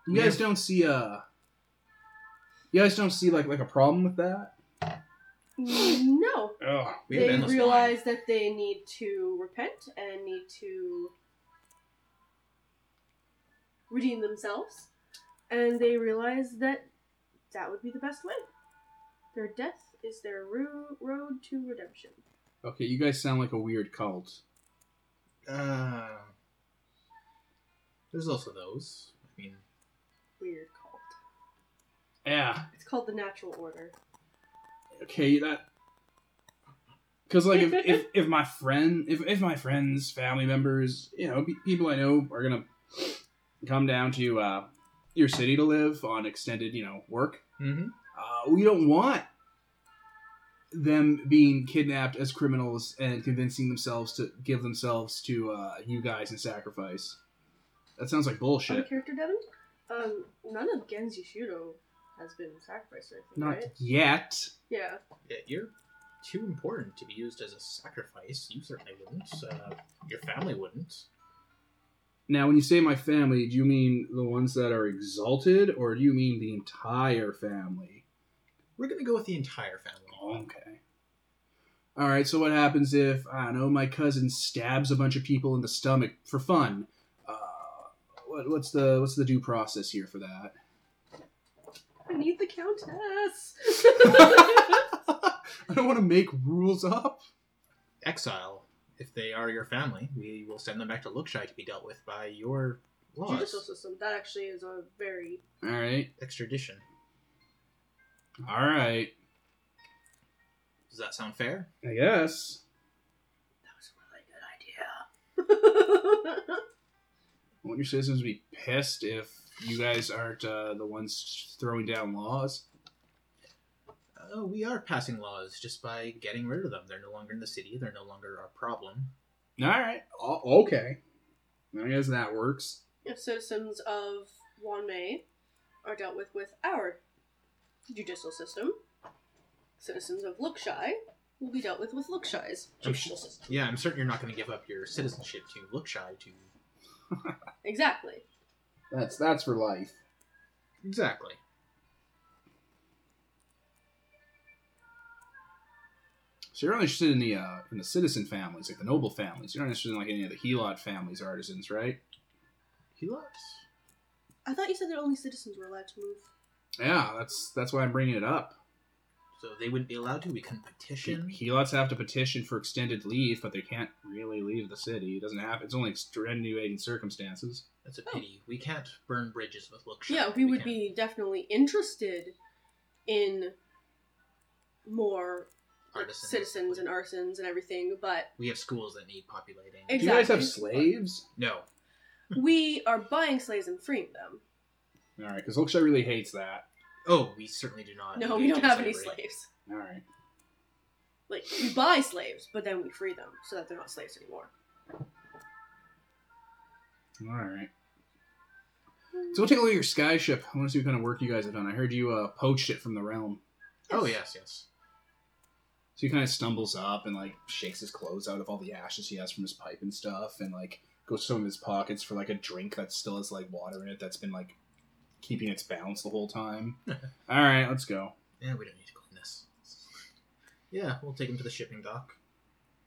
You guys don't see a. You guys don't see like like a problem with that?
No.
Oh,
We have
they
endless wine.
realize that they need to repent and need to redeem themselves, and they realize that that would be the best way. Their death is their ro- road to redemption.
Okay, you guys sound like a weird cult.
Uh, there's also those. I mean,
Weird cult.
Yeah.
It's called the natural order.
okay that because like if, if if my friend if, if my friends family members you know pe- people i know are gonna come down to uh your city to live on extended you know work
mm-hmm.
uh, we don't want them being kidnapped as criminals and convincing themselves to give themselves to uh, you guys in sacrifice. That sounds like
On
bullshit.
character, Devin? Um, none of Genji Shiro has been sacrificed, I think,
Not
right?
yet.
Yeah.
Yeah, you're too important to be used as a sacrifice. You certainly wouldn't. Uh, your family wouldn't.
Now, when you say my family, do you mean the ones that are exalted, or do you mean the entire family?
We're gonna go with the entire family.
Okay. All right. So what happens if I don't know my cousin stabs a bunch of people in the stomach for fun? Uh, what, what's the what's the due process here for that? *laughs*
I need the countess!
I don't want to make rules up.
Exile. If they are your family, we will send them back to Lookshy to be dealt with by your
Judicial
laws.
system. That actually is a very.
All right.
Extradition.
All right.
Does that sound fair?
I guess.
That was a really good idea. *laughs*
I want your citizens to be pissed if you guys aren't uh, the ones throwing down laws.
Uh, we are passing laws just by getting rid of them. They're no longer in the city. They're no longer our problem.
All right. O- Oh, okay. I guess that works.
if citizens of Wanmei are dealt with with our judicial system, citizens of Lookshy will be dealt with with Lookshy's
I'm
judicial system.
Yeah, I'm certain you're not going to give up your citizenship to Lookshy to.
Exactly.
That's that's for life.
Exactly.
So you're not interested in the uh, in the citizen families, like the noble families. You're not interested in like any of the helot families, artisans, right?
He loves.
I thought you said that only citizens were allowed to move.
Yeah, that's that's why I'm bringing it up.
So they wouldn't be allowed to. We can petition.
Helots have to petition for extended leave, but they can't really leave the city. It doesn't have. It's only extenuating circumstances.
That's a
Oh.
pity. We can't burn bridges with Lookshy.
Yeah, we would
can't-
be definitely interested in more like,
Artisans.
citizens and arsons and everything, but
We have schools that need populating.
Do you guys have
Exactly.
slaves?
No.
Hmm.
we are buying slaves and freeing them.
All right, because Lookshay really hates that.
Oh, we certainly do
Uh,
not.
No, we
engage
don't
in
have any
slavery.
slaves.
All right.
Like we buy slaves, but then we free them so that they're not slaves anymore.
All right. So we'll take a look at your sky ship. I want to see what kind of work you guys have done. I heard you uh, poached it from the realm.
Oh yes, yes.
So he kind of stumbles up and like shakes his clothes out of all the ashes he has from his pipe and stuff, and like goes to some of his pockets for like a drink that still has like water in it that's been like keeping its balance the whole time. all right, let's go.
Yeah, we don't need to clean this. Yeah, we'll take him to the shipping dock.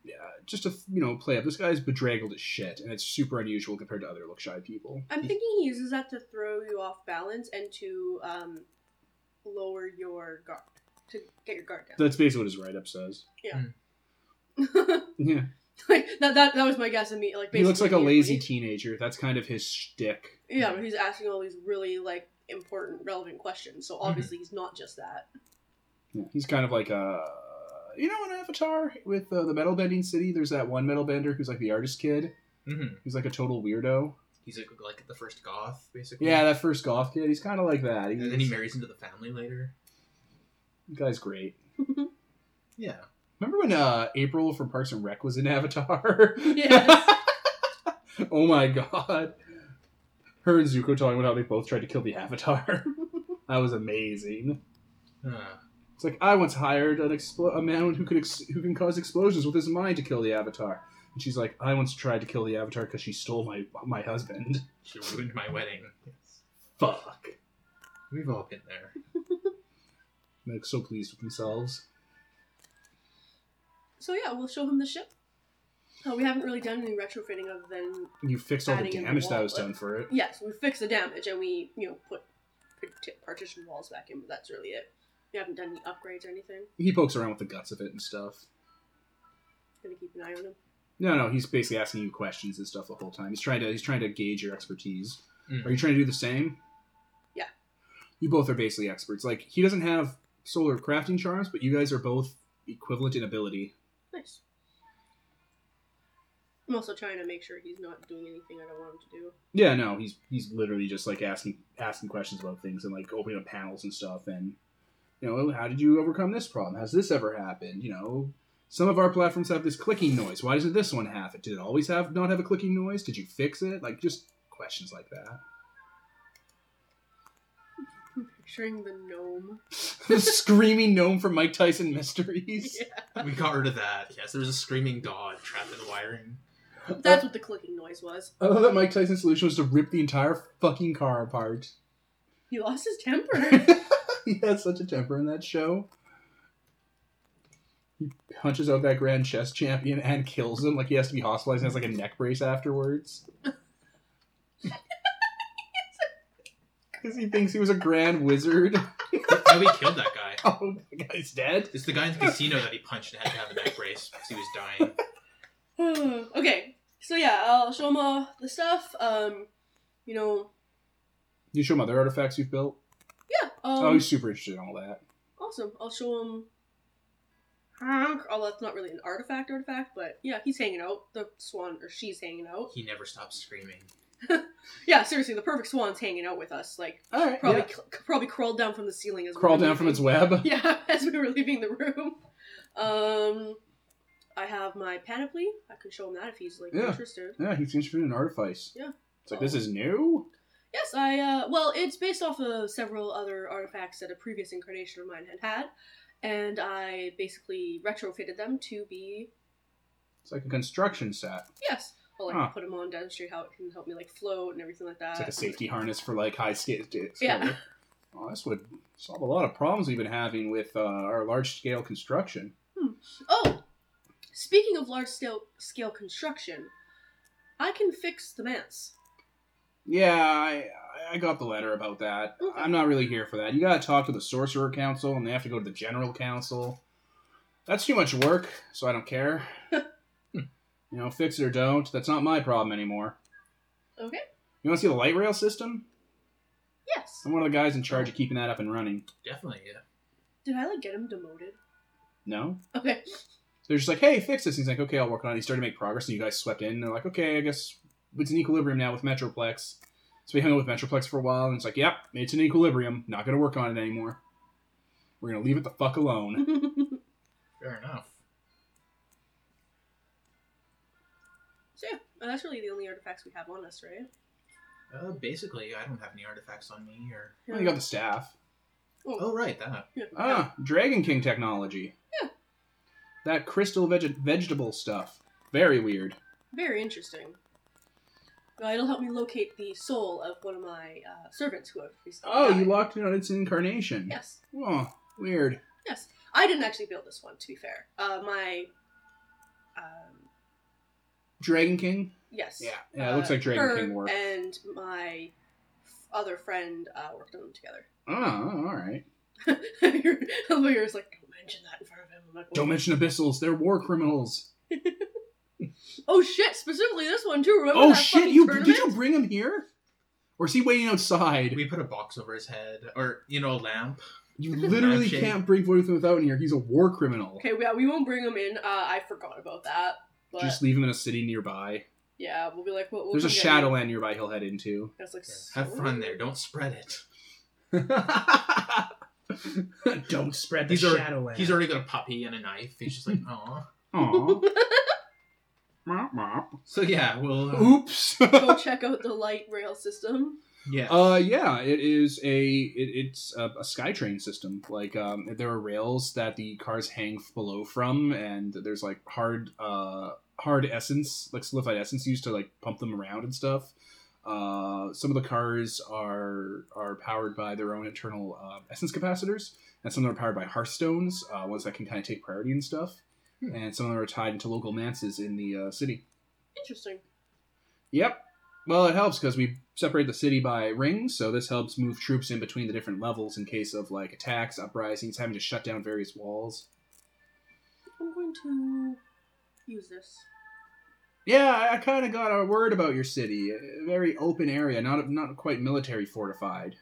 Yeah, just to you know play up. This guy's bedraggled as shit, and it's super unusual compared to other look shy people.
I'm thinking he uses that to throw you off balance and to um, lower your guard to get your guard down.
That's basically what his write up says. Yeah,
*laughs* like that, that that was my guess. imme- like
he looks like a
basically
lazy
immediately.
teenager. That's kind of his shtick.
Yeah, but he's asking all these really like important, relevant questions. So obviously he's not just that.
Yeah, he's kind of like a you know an Avatar with uh, the metal bending city. There's that one metal bender who's like the artist kid.
Mm-hmm.
He's like a total weirdo.
He's like, like the first goth, basically.
Yeah, that first goth kid, he's kind of like that.
And then he
He's,
marries into the family later.
the guy's great.
Yeah.
Remember when uh, April from Parks and Rec was in *laughs* Avatar?
Yes.
*laughs* oh my god. Her and Zuko talking about how they both tried to kill the Avatar. *laughs* that was amazing.
Uh,
It's like I once hired an expl- a man who could ex- who can cause explosions with his mind to kill the Avatar. And she's like, I once tried to kill the Avatar because she stole my my husband. *laughs*
she ruined my wedding.
Fuck.
We've all been there.
They're so pleased with themselves.
so yeah, we'll show him the ship. Oh, we haven't really done any retrofitting other than
You fixed all the
Adding in the
damage that
wall,
was
but-
done for it.
yes, we fix the damage and we you know put parti- partition walls back in, but that's really it. We haven't done any upgrades or anything.
He pokes around with the guts of it and stuff.
Gonna keep an eye on him.
No, no, he's basically asking you questions and stuff the whole time. He's trying to he's trying to gauge your expertise.
Mm.
Are you trying to do the same?
Yeah.
You both are basically experts. Like he doesn't have solar crafting charms, but you guys are both equivalent in ability.
Nice. I'm also trying to make sure he's not doing anything I don't want him to do.
Yeah, no, he's he's literally just like asking asking questions about things and like opening up panels and stuff and you know, how did you overcome this problem? Has this ever happened? You know, some of our platforms have this clicking noise. Why doesn't this one have it? Did it always have not have a clicking noise? Did you fix it? Like just questions like that. *laughs*
I'm *laughs* picturing the gnome.
the screaming gnome from Mike Tyson Mysteries.
Yeah.
We got rid of that. Yes, there was a screaming dog trapped in
*laughs*
the wiring.
That's what the clicking noise was.
I love that Mike Tyson's solution was to rip the entire fucking car apart.
He lost his temper.
he had such a temper in that show. He punches out that grand chess champion and kills him. Like he has to be hospitalized and has like a neck brace afterwards. Because he thinks he was a grand wizard. *laughs*
Nobody killed that guy.
Oh, that guy's dead.
It's the guy in the casino that he punched and had to have a neck brace because he was dying.
Hmm, okay, so yeah, I'll show him all the stuff. Um, you know,
You show him other artifacts you've built.
yeah. Um,
oh, he's super interested in all that.
Awesome. I'll show him. Oh, that's not really an artifact, artifact, but yeah, he's hanging out. The swan, or she's hanging out.
He never stopped screaming.
Yeah, seriously, the perfect swan's hanging out with us. Like,
All right,
probably
yeah.
c- probably crawled down from the ceiling as we
crawl
were
down from its
leaving.
web.
*laughs* Yeah, as we were leaving the room. Um, I have my panoply. I can show him that if he's like
Yeah.
interested.
Yeah, he's interested in artifice.
Yeah.
It's like this is new.
Yes, I. Uh, well, it's based off of several other artifacts that a previous incarnation of mine had had, and I basically retrofitted them to be
It's like a construction set.
Yes. I'll like
Huh.
put him on, demonstrate how it can help me like float and everything like that.
It's like a safety harness for like high skate. skate-
Yeah.
Oh, this would solve a lot of problems we've been having with uh, our large scale construction.
Oh, speaking of large scale scale construction, I can fix the manse.
Yeah, I, I got the letter about that.
Okay.
I'm not really here for that. You gotta talk to the Sorcerer Council, and they have to go to the General Council. That's too much work, so I don't
*laughs*
care. Hmm. you know, fix it or don't. That's not my problem anymore.
Okay.
You wanna see the light rail system?
Yes.
I'm one of the guys in
Oh.
charge of keeping that up and running.
Definitely, yeah.
Did I like get him demoted?
No?
Okay. *laughs*
they're just like, hey, fix this. And he's like, okay, I'll work on it. He started to make progress, and you guys swept in. And they're like, okay, I guess it's in equilibrium now with Metroplex. So we hung out with Metroplex for a while, and it's like, yep, it's in equilibrium. Not going to work on it anymore. We're going to leave it the fuck
Mm-hmm.
alone.
so
Fair enough.
yeah, and that's really the only artifacts we have on us, right?
Uh, basically, I don't have any artifacts on me or.
Well, you got the staff.
Oh, right, that.
Yeah.
Ah, Dragon King technology.
Yeah.
That crystal veg- vegetable stuff. Very weird.
Very interesting. Uh, it'll help me locate the soul of one of my uh, servants who have recently
Oh,
died.
you locked it on its incarnation.
Yes.
Oh, weird.
Yes, I didn't actually build this one. To be fair, uh, my um,
Dragon King?
yes, Uh,
Yeah, it looks like Dragon
her
King work.
And my f- other friend uh, worked on them together. *laughs*
Oh, all right.
Your lawyer is like, don't mention that in front of him. I'm like,
Don't
"Oh."
mention abyssals. They're war criminals.
Oh shit! Specifically this one too. Remember
Oh
that
shit!
fucking
You
tournament?
did you bring him here, or is he waiting *laughs* outside?
We put a box over his head, or, you know, a lamp.
you literally
Lampshade.
can't bring Voiduthan without in here. He's a war criminal.
Okay, yeah, we won't bring him in. Uh, I forgot about that. But
Just leave him in a city nearby.
yeah, we'll be like, what? We'll
There's a
come get you.
Shadowland nearby. He'll head into.
That's like,
Have
so-
fun there. Don't spread it.
*laughs* Don't spread
He's already-
Shadowland.
*laughs*
He's already got a puppy and a knife. He's just like, oh. So yeah, we'll. uh,
Oops.
Go check out the light rail system.
yeah.
Uh, yeah, it is a it, it's a, a SkyTrain system. Like, um, there are rails that the cars hang below from, and there's like hard uh hard essence, like solidified essence, used to like pump them around and stuff. Uh, some of the cars are are powered by their own internal uh, essence capacitors, and some of them are powered by hearthstones, uh, ones that can kind of take priority and stuff.
Hmm.
And some of them are tied into local manses in the uh, city.
Interesting.
Yep. Well, it helps because we separate the city by rings, so this helps move troops in between the different levels in case of like attacks, uprisings, having to shut down various walls.
I'm going to use this.
Yeah, I- I kind of got a word about your city. A very open area, not not quite military fortified.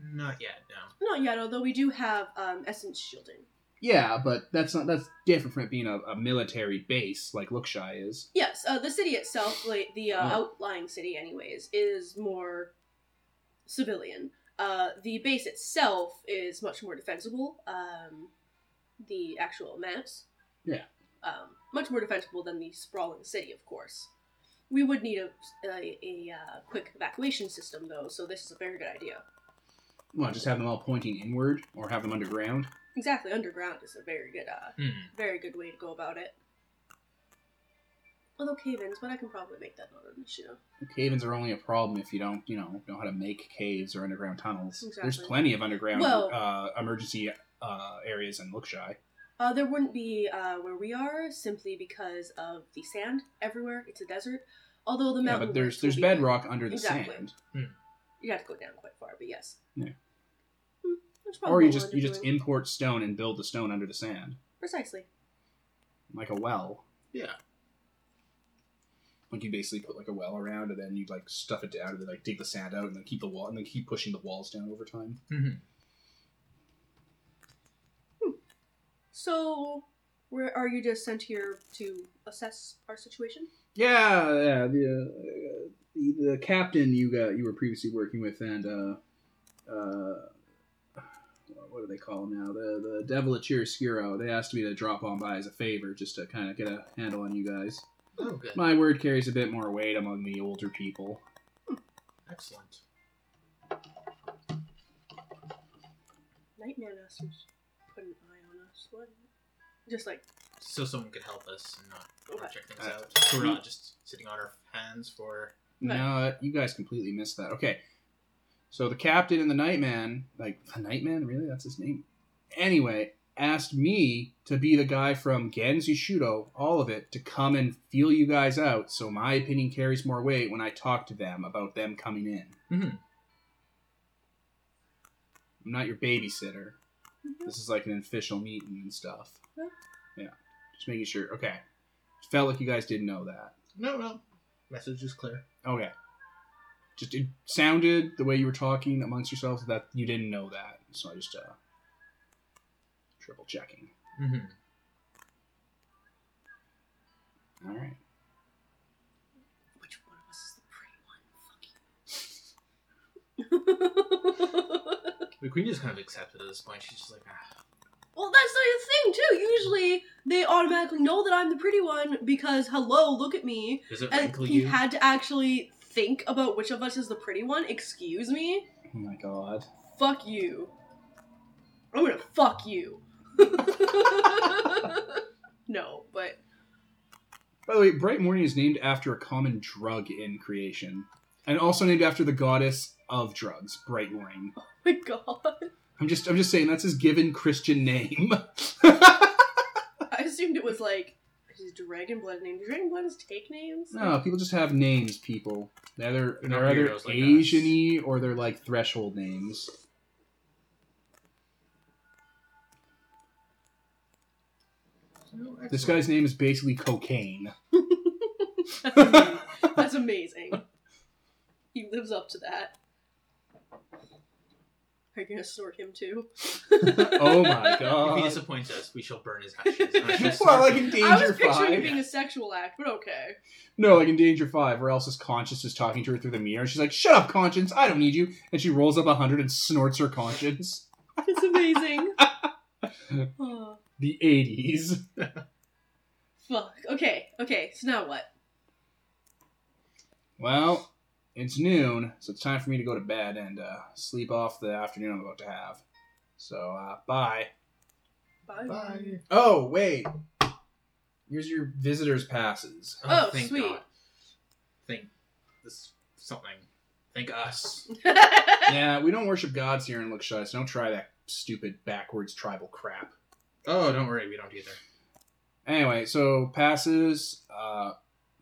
Not yet, no.
Not yet, although we do have um, essence shielding.
Yeah, but that's not that's different from it being a, a military base like Lookshy is.
Yes, uh, the city itself, like the uh,
Oh.
outlying city, anyways, is more civilian. Uh, the base itself is much more defensible. Um, the actual mass.
Yeah.
Um, much more defensible than the sprawling city, of course. We would need a, a, a uh, quick evacuation system, though, so this is a very good idea.
Well, just have them all pointing inward or have them underground.
Exactly, underground is a very good uh,
Hmm.
very good way to go about it. Although cave-ins, but I can probably make that not an issue.
Cave-ins are only a problem if you don't, you know, know how to make caves or underground tunnels. There's
Exactly.
plenty of underground
Well-
uh, emergency uh, areas in Lookshy.
Uh, there wouldn't be uh, where we are simply because of the sand everywhere. It's a desert. Although the
Yeah,
mountain.
but there's
range
there's
will be-
bedrock under the
Exactly.
sand,
You have to go down quite far, but yes.
Yeah.
Hmm, that's probably
or you
what
just
we'll
you
end up
just
doing.
import stone and build the stone under the sand,
precisely.
like a well.
Yeah.
Like you basically put like a well around, and then you like stuff it down, and then like dig the sand out, and then keep the wall, and then keep pushing the walls down over time.
So, where are you just sent here to assess our situation?
Yeah, yeah. The uh, the, the captain you got you were previously working with, and uh, uh, what do they call him now? The the Devil at Chiaroscuro. They asked me to drop on by as a favor, just to kind of get a handle on you guys.
Oh, good.
My word carries a bit more weight among the older people.
Excellent.
Nightmare masters put an eye on us. What? Just like
So someone could help us and not check things
Uh,
out. So we're not just sitting on our hands for.
Right.
No, you guys completely missed that. Okay. So the captain and the nightman, like the nightman, really? That's his name. Anyway, asked me to be the guy from Genzi Shudo, all of it, to come and feel you guys out, so my opinion carries more weight when I talk to them about them coming in.
Mhm.
I'm not your babysitter.
hmm,
This is like an official meeting and stuff.
Yeah.
Yeah. Just making sure. Okay. Felt like you guys didn't know that.
No, no. Message is clear.
Okay. Just it sounded the way you were talking amongst yourselves that you didn't know that, so I just uh triple checking.
Mm-hmm.
All right.
which one of us is the pretty one? Fuck you.
The queen just kind of accepted at this point. She's just like, ah.
Well, that's the thing too. Usually, they automatically know that I'm the pretty one because hello, look at me.
does it
And
wrinkle
he
you?
had to actually think about which of us is the pretty one. Excuse me.
Oh my god.
Fuck you. I'm gonna fuck you. *laughs* no, but
By the way, Bright Morning is named after a common drug in creation. And also named after the goddess of drugs, Bright Morning.
my *laughs* god,
I'm just I'm just saying that's his given Christian name. *laughs*
I assumed it was like his dragon blood name. Do dragon blood is take names?
no, people just have names, people. They're either,
They're not
they're either
weirdos like us.
Asian-y or they're like threshold names.
No, excellent.
This guy's name is basically cocaine.
*laughs* That's amazing. He lives up to that. Are you gonna snort him too?
*laughs* oh
*laughs*
my
If he
god.
disappoints us, we shall burn his
*laughs*
ashes. And I shall
well,
start-
like in
I was
Danger
picturing it
Five.
being a sexual act, but okay.
no, like in Danger Five, where Elsa's conscience is talking to her through the mirror. She's like, "Shut up, conscience! I don't need you." And she rolls up a hundred and snorts her conscience.
It's
*laughs*
amazing. oh,
The eighties.
fuck. Okay, okay, so now what?
Well, it's noon, so it's time for me to go to bed and uh, sleep off the afternoon I'm about to have. So, uh, bye.
Bye. *laughs*
Bye.
Oh wait, here's your visitors'
*laughs*
passes.
Oh,
thank
sweet.
God. Thank this something. Thank us.
yeah, we don't worship gods here in Lookshy, so don't try that stupid backwards tribal crap.
Oh, don't worry, we don't either.
Anyway, so passes, uh,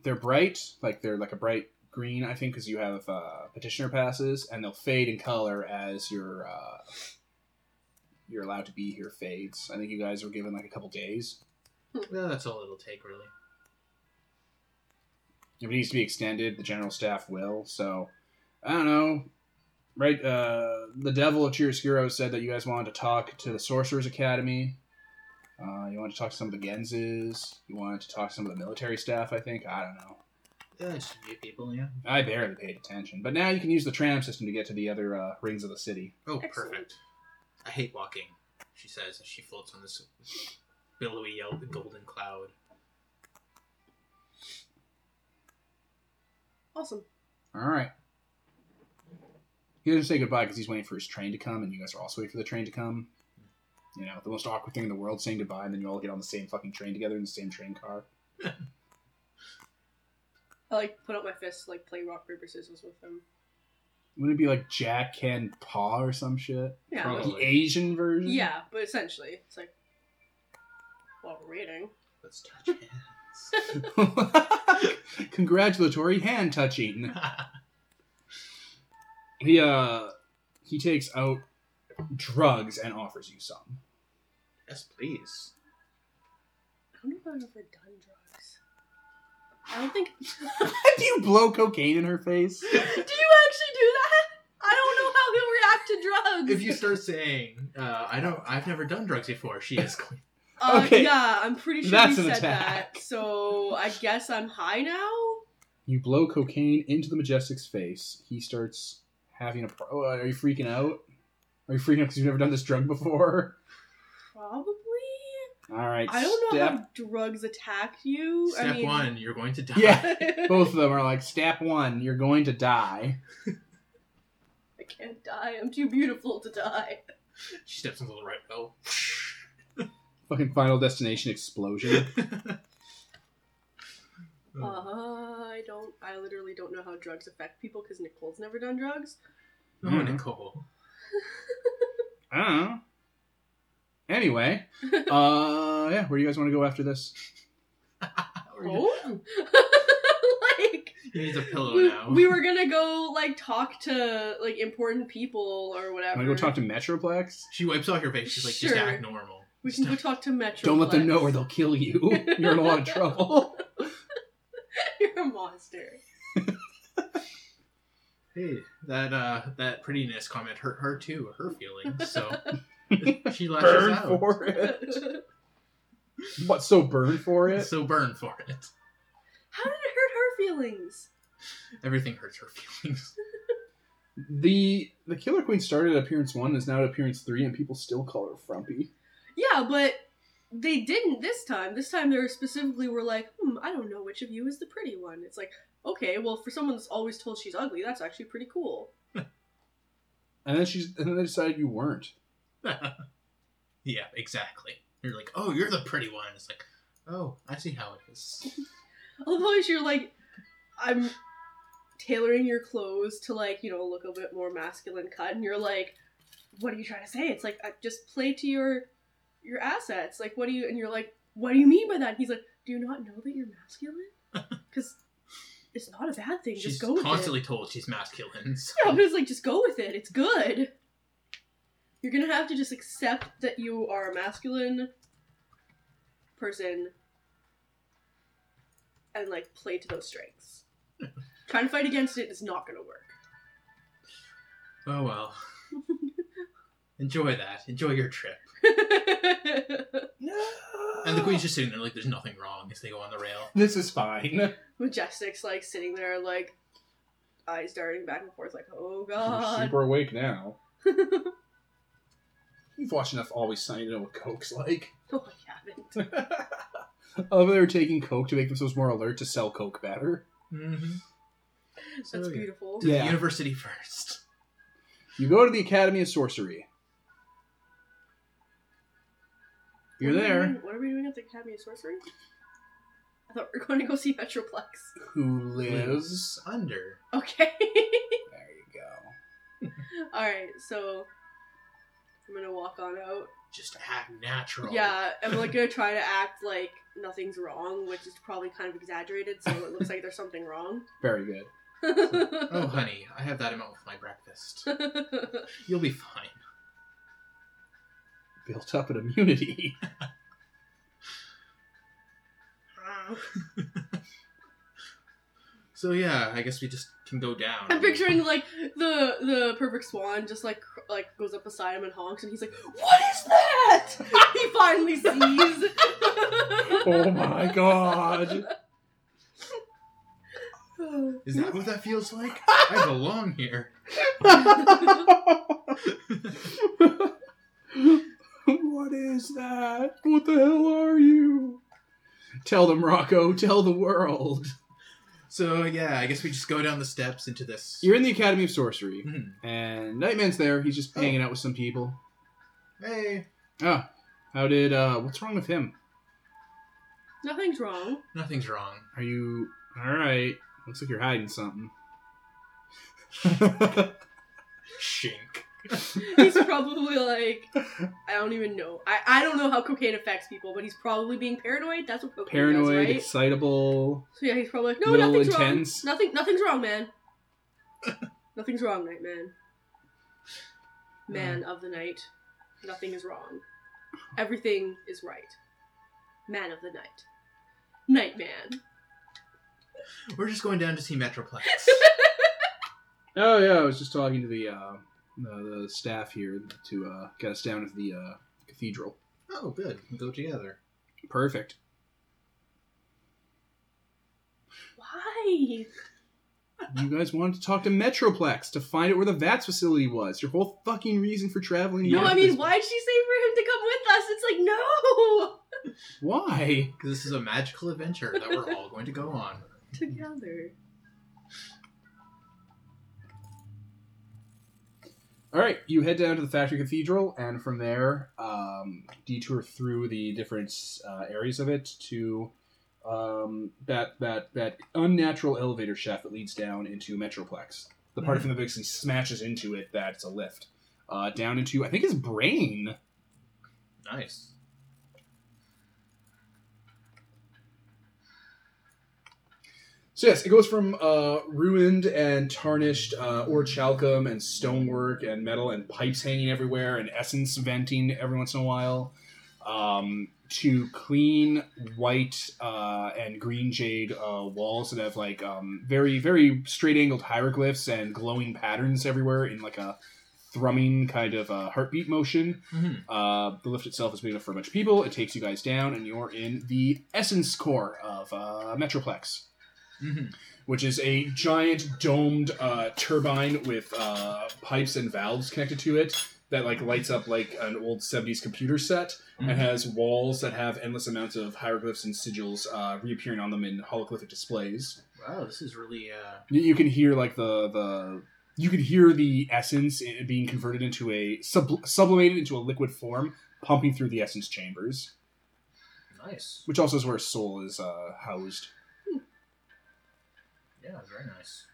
they're bright, like they're like a bright green, I think, because you have uh, petitioner passes, and they'll fade in color as your uh, you're allowed to be here fades. I think you guys were given like a couple days.
No, that's all it'll take, really.
If it needs to be extended, the general staff will. So I don't know. Right, uh, the devil of Chiaroscuro said that you guys wanted to talk to the Sorcerer's Academy. Uh, you wanted to talk to some of the Genzes. You wanted to talk to some of the military staff. I think I don't know.
Yeah, it's just mute people, yeah.
I barely paid attention, but now you can use the tram system to get to the other uh, rings of the city.
Oh,
Excellent.
perfect. I hate walking, she says as she floats on this billowy yellow golden cloud.
Awesome.
All right. He doesn't say goodbye because he's waiting for his train to come, and you guys are also waiting for the train to come. You know, the most awkward thing in the world, saying goodbye, and then you all get on the same fucking train together in the same train car.
I like put out my fist, like play rock paper scissors with him.
Wouldn't it be like Jack, Ken, Paw or some shit?
Yeah,
Like
Probably.
the Asian version?
yeah, but essentially, it's like while we're waiting.
Let's
*laughs*
touch
*laughs*
hands. *laughs*
Congratulatory hand touching. He uh he takes out drugs and offers you some. *laughs*
yes, please.
I don't know if I've ever done drugs. I
*laughs*
don't think.
Do you blow cocaine in her face?
do you actually do that? I don't know how he'll react to drugs.
If you start saying, uh, "I don't, I've never done drugs before," she is going.
Uh,
Okay.
Yeah, I'm pretty sure
That's
he
an
said
attack.
that. So I guess I'm high now.
You blow cocaine into the majestic's face. He starts having a. Pro- oh, are you freaking out? Are you freaking out because you've never done this drug before? *laughs*
Probably.
All right.
I don't know
step-
how drugs attack you.
Step
I mean, *laughs*
one, you're going to die.
Yeah. Both of them are like step one. You're going to die.
I can't die. I'm too beautiful to die.
She steps into the right oh.
Fucking Final Destination
*laughs*
*laughs*
explosion.
Oh,
Uh,
Oh.
I don't. I literally don't know how drugs affect people because Nicole's never done drugs.
Oh,
Mm-hmm.
Mhm.
Nicole.
I don't know. Anyway,
*laughs*
uh, yeah. Where do you guys want to go after this?
We're gonna-
Oh. *laughs* like
He needs a
Oh,
pillow
we,
now.
we were gonna go like talk to like important people or whatever.
Want to go talk to Metroplex?
she wipes off your face. She's like,
Sure.
just act normal.
We can go talk to Metro.
Don't let them know or they'll kill you. *laughs* You're in a lot of trouble.
*laughs* You're
*laughs*
a monster.
Hey, that uh, that prettiness comment hurt her too. Her feelings.
*laughs*
So she
*laughs*
lashes
burn
out.
for it. What? So burn for it?
So burn for it.
How did it hurt her feelings?
Everything hurts her feelings. *laughs*
The the Killer Queen started at appearance one and is now at appearance three, and people still call her Frumpy.
Yeah, but they didn't this time. This time they were specifically were like, hmm, I don't know which of you is the pretty one. It's like, okay, well, for someone that's always told she's ugly, that's actually pretty cool.
And then she's and then they decided you weren't.
yeah, exactly. You're like, oh, you're the pretty one. It's like, oh, I see how it is.
Otherwise, you're like, I'm tailoring your clothes to like, you know, look a bit more masculine cut, and you're like, what are you trying to say? It's like, I just play to your your assets. Like, what do you? And you're like, what do you mean by that? And he's like, do you not know that you're masculine?
*laughs*
Because it's not a bad thing.
She's
*laughs* just go with it.
constantly told she's masculine. *laughs* so-
Yeah, but it's like just go with it. It's good. You're gonna have to just accept that you are a masculine person and like play to
*laughs*
those strengths. Trying to fight against it is not gonna work. *laughs*
Oh well. Enjoy that. Enjoy your trip.
No.
And the queen's just sitting there like there's nothing wrong as they go on the rail.
This is fine. *laughs*
Majestic's like sitting there like eyes darting back and forth like, oh
You're
god.
super awake now.
*laughs*
You've watched enough Always Sunny to know what coke's like.
No, I haven't.
*laughs* Oh, they're taking coke to make themselves more alert to sell coke better.
Mm-hmm. So,
That's
yeah.
beautiful.
Yeah.
University first.
You go to the Academy of Sorcery. You're
What are we
there.
doing- What are we doing at the Academy of Sorcery? I thought we were going to go see Metroplex. *laughs*
Who lives?
Under.
Okay.
There you go.
All right, so I'm gonna walk on out.
Just act natural.
Yeah, I'm like gonna try to act like nothing's wrong, which is probably kind of exaggerated, so it looks like there's something wrong. *laughs*
Very good.
Oh honey, I have that amount with my breakfast.
I
You'll be fine.
Built up an immunity. *laughs*
So yeah, I guess we just can go down.
am picturing like the the perfect swan just like cr- like goes up beside him and honks, and he's like, "What is that?" *laughs* he finally sees.
oh my god.
*laughs*
Is that what that feels like? I belong here.
what is that? What the hell are you? Tell them, Rocco. Tell the world.
So yeah, I guess we just go down the steps into this.
You're in the Academy of Sorcery,
Mhm.
and Nightman's there. He's just
Oh.
hanging out with some people.
Hey,
Ah, how did? uh What's wrong with him?
Nothing's wrong.
nothing's wrong.
Are you all right? Looks like you're hiding
*laughs*
something.
Shink.
He's probably like, I don't even know. I, I don't know how cocaine affects people, but he's probably being paranoid. That's what cocaine
Paranoid,
does, right?
excitable.
So yeah, he's probably like, no,
Little
nothing's
intense.
wrong. Nothing, nothing's wrong,
*laughs*
man. nothing's wrong, night man. Man of the night, nothing is wrong. Everything is right. Man of the night, night man.
We're just going down to see Metroplex.
Oh yeah, I was just talking to the uh, the, the staff here to uh, get us down to the uh, cathedral.
oh, good. We'll go together.
Perfect.
Why?
You guys wanted to talk to Metroplex to find out where the VATS facility was. Your whole fucking reason for traveling.
No,
north
I mean,
is-
why'd she say for him to come with us? It's like, no, *laughs*
Why?
Because this is a magical adventure that we're all going to go on.
together.
All right, you head down to the Factory Cathedral, and from there, um, detour through the different uh, areas of it to um, that that that unnatural elevator shaft that leads down into Metroplex. The part of him that basically smashes into it that's a lift uh, down into I think his brain.
Nice.
So yes, it goes from uh, ruined and tarnished uh, ore chalcum and stonework and metal and pipes hanging everywhere and essence venting every once in a while um, to clean white uh, and green jade uh, walls that have like um, very very straight angled hieroglyphs and glowing patterns everywhere in like a thrumming kind of uh, heartbeat motion.
Mhm.
Uh, the lift itself is big enough for a bunch of people. It takes you guys down, and you're in the essence core of uh, Metroplex
Mhm.
which is a giant domed uh, turbine with uh, pipes and valves connected to it that like lights up like an old 70s computer set and has walls that have endless amounts of hieroglyphs and sigils uh, reappearing on them in hologlyphic displays
Wow, this is really uh.
you, you can hear like the the you can hear the essence i- being converted into a sub- sublimated into a liquid form pumping through the essence chambers
Nice.
which also is where soul is uh, housed
Yeah, very nice.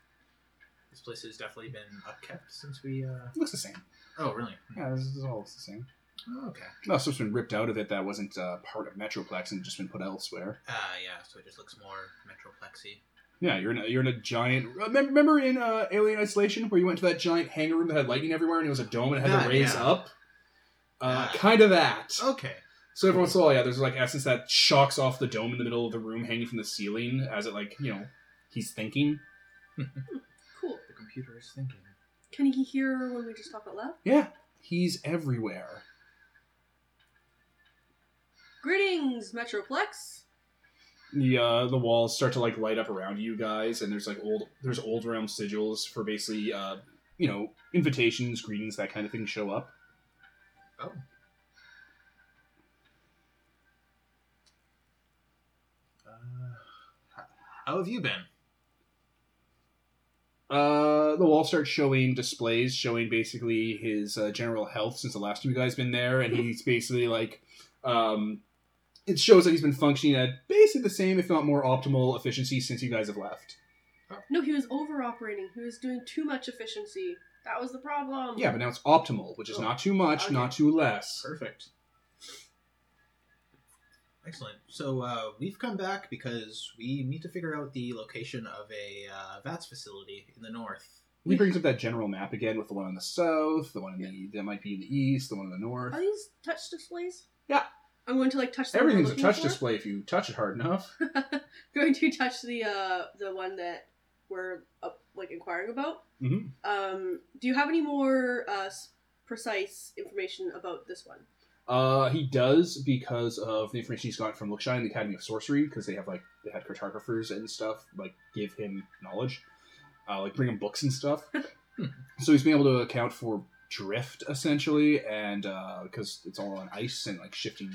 This place has definitely been upkept since we. uh...
looks the same
Oh, really?
yeah this is all looks the same
Oh, okay.
No, stuff's been ripped out of it that wasn't uh, part of Metroplex and just been put elsewhere.
Ah, yeah. So it just looks more metroplexy.
Yeah, you're in a, you're in a giant. Remember, remember in uh, Alien Isolation where you went to that giant hangar room that had lightning everywhere and it was a dome and it had to
That,
raise
yeah.
up. Uh,
Yeah. Oh.
Kind of that.
Okay.
So every once in a while, yeah, there's like essence that shocks off the dome in the middle of the room, hanging from the ceiling as it like you know he's thinking.
Cool.
The computer is thinking.
Can he hear when we just talk out loud?
Yeah, he's everywhere.
Greetings, Metroplex.
the uh, the walls start to like light up around you guys, and there's like old there's old realm sigils for basically uh, you know invitations, greetings, that kind of thing show up.
Oh. Uh, h- how have you been?
Uh, the walls start showing displays showing basically his uh, general health since the last time you guys been there, and
*laughs*
he's basically like um, it shows that he's been functioning at basically the same, if not more optimal efficiency since you guys have left.
No, he was over operating. He was doing too much efficiency. That was the problem.
Yeah, but now it's optimal, which is not too much,
Oh. Okay.
not too less.
Perfect. Excellent. So uh, we've come back because we need to figure out the location of a uh, VATS facility in the north.
He brings up that general map again with the one on the south, the one in the, that might be in the east, the one in the north.
Are these touch displays?
Yeah.
I'm going to like touch. The one
Everything's a
I'm looking
touch
for.
display if you touch it hard enough.
*laughs* going to touch the uh the one that we're uh, like inquiring about.
Mhm.
Um, do you have any more uh s- precise information about this one?
Uh, he does because of the information he's gotten from Lookshine, the Academy of Sorcery, because they have like they had cartographers and stuff like give him knowledge. uh, like bringing books and stuff. so he's been able to account for drift essentially, and because it's all on ice and like shifting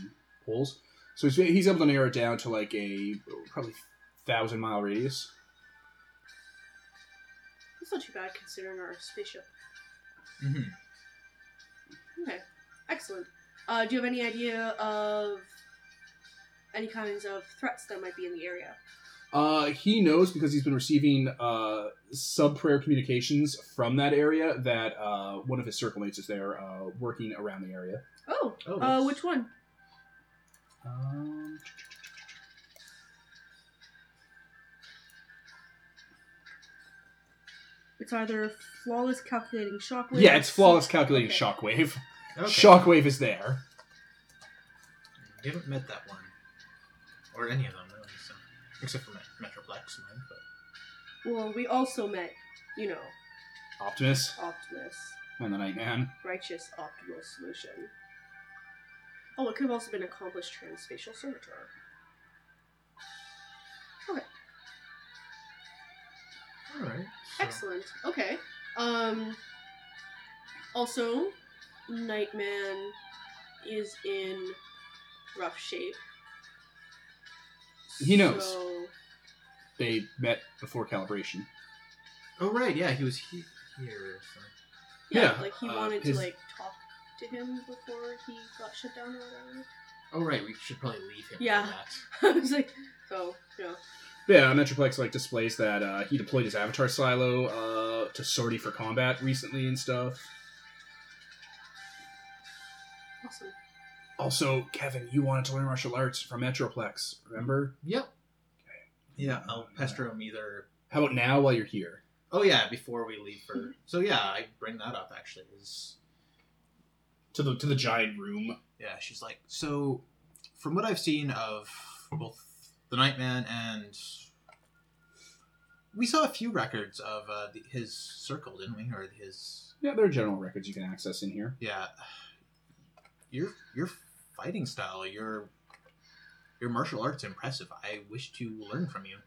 poles, so he's, he's able to narrow it down to like a probably thousand mile radius.
That's not too bad considering our spaceship.
hmm
Okay, excellent. Uh, do you have any idea of any kinds of threats that might be in the area?
Uh, he knows because he's been receiving uh, sub prayer communications from that area that uh, one of his circle mates is there uh, working around the area.
Oh,
Oh,
uh,
that's-
which one?
Um,
It's either flawless calculating shockwave.
yeah, it's flawless calculating
Okay.
shockwave.
okay.
Shockwave is there.
We haven't met that one, or any of them, really, so. except for Met- Metroplex, mine, but
Well, we also met, you know,
Optimus
Optimus,
and the Nightman.
righteous optimal solution. Oh, it could have also been accomplished transspatial servitor.
all right. So,
Excellent. Okay. Um. Also, Nightman is in rough shape.
He knows.
So,
They met before calibration.
Oh right, yeah, he was he- here. So.
yeah,
Yeah,
like he
uh,
wanted
his-
to like talk to him before he got shut down or whatever. *laughs*
Oh right, we should probably leave him.
Yeah.
For that.
I was like, oh, so you know,
Yeah, uh, Metroplex like displays that uh, he deployed his avatar silo uh, to sortie for combat recently and stuff.
awesome.
Also, Kevin, you wanted to learn martial arts from Metroplex, remember?
Yep. Yeah, I'll pester him either.
How about now while you're here?
Oh yeah, before we leave
Mm-hmm.
for. So yeah, I bring that up actually. Is
To the to the giant room.
yeah, she's like so. From what I've seen of both the Nightman and we saw a few records of uh, the, his circle, didn't we? Or his
Yeah, there are general records you can access in here.
yeah. Your your fighting style, your your martial arts impressive. I wish to learn from you.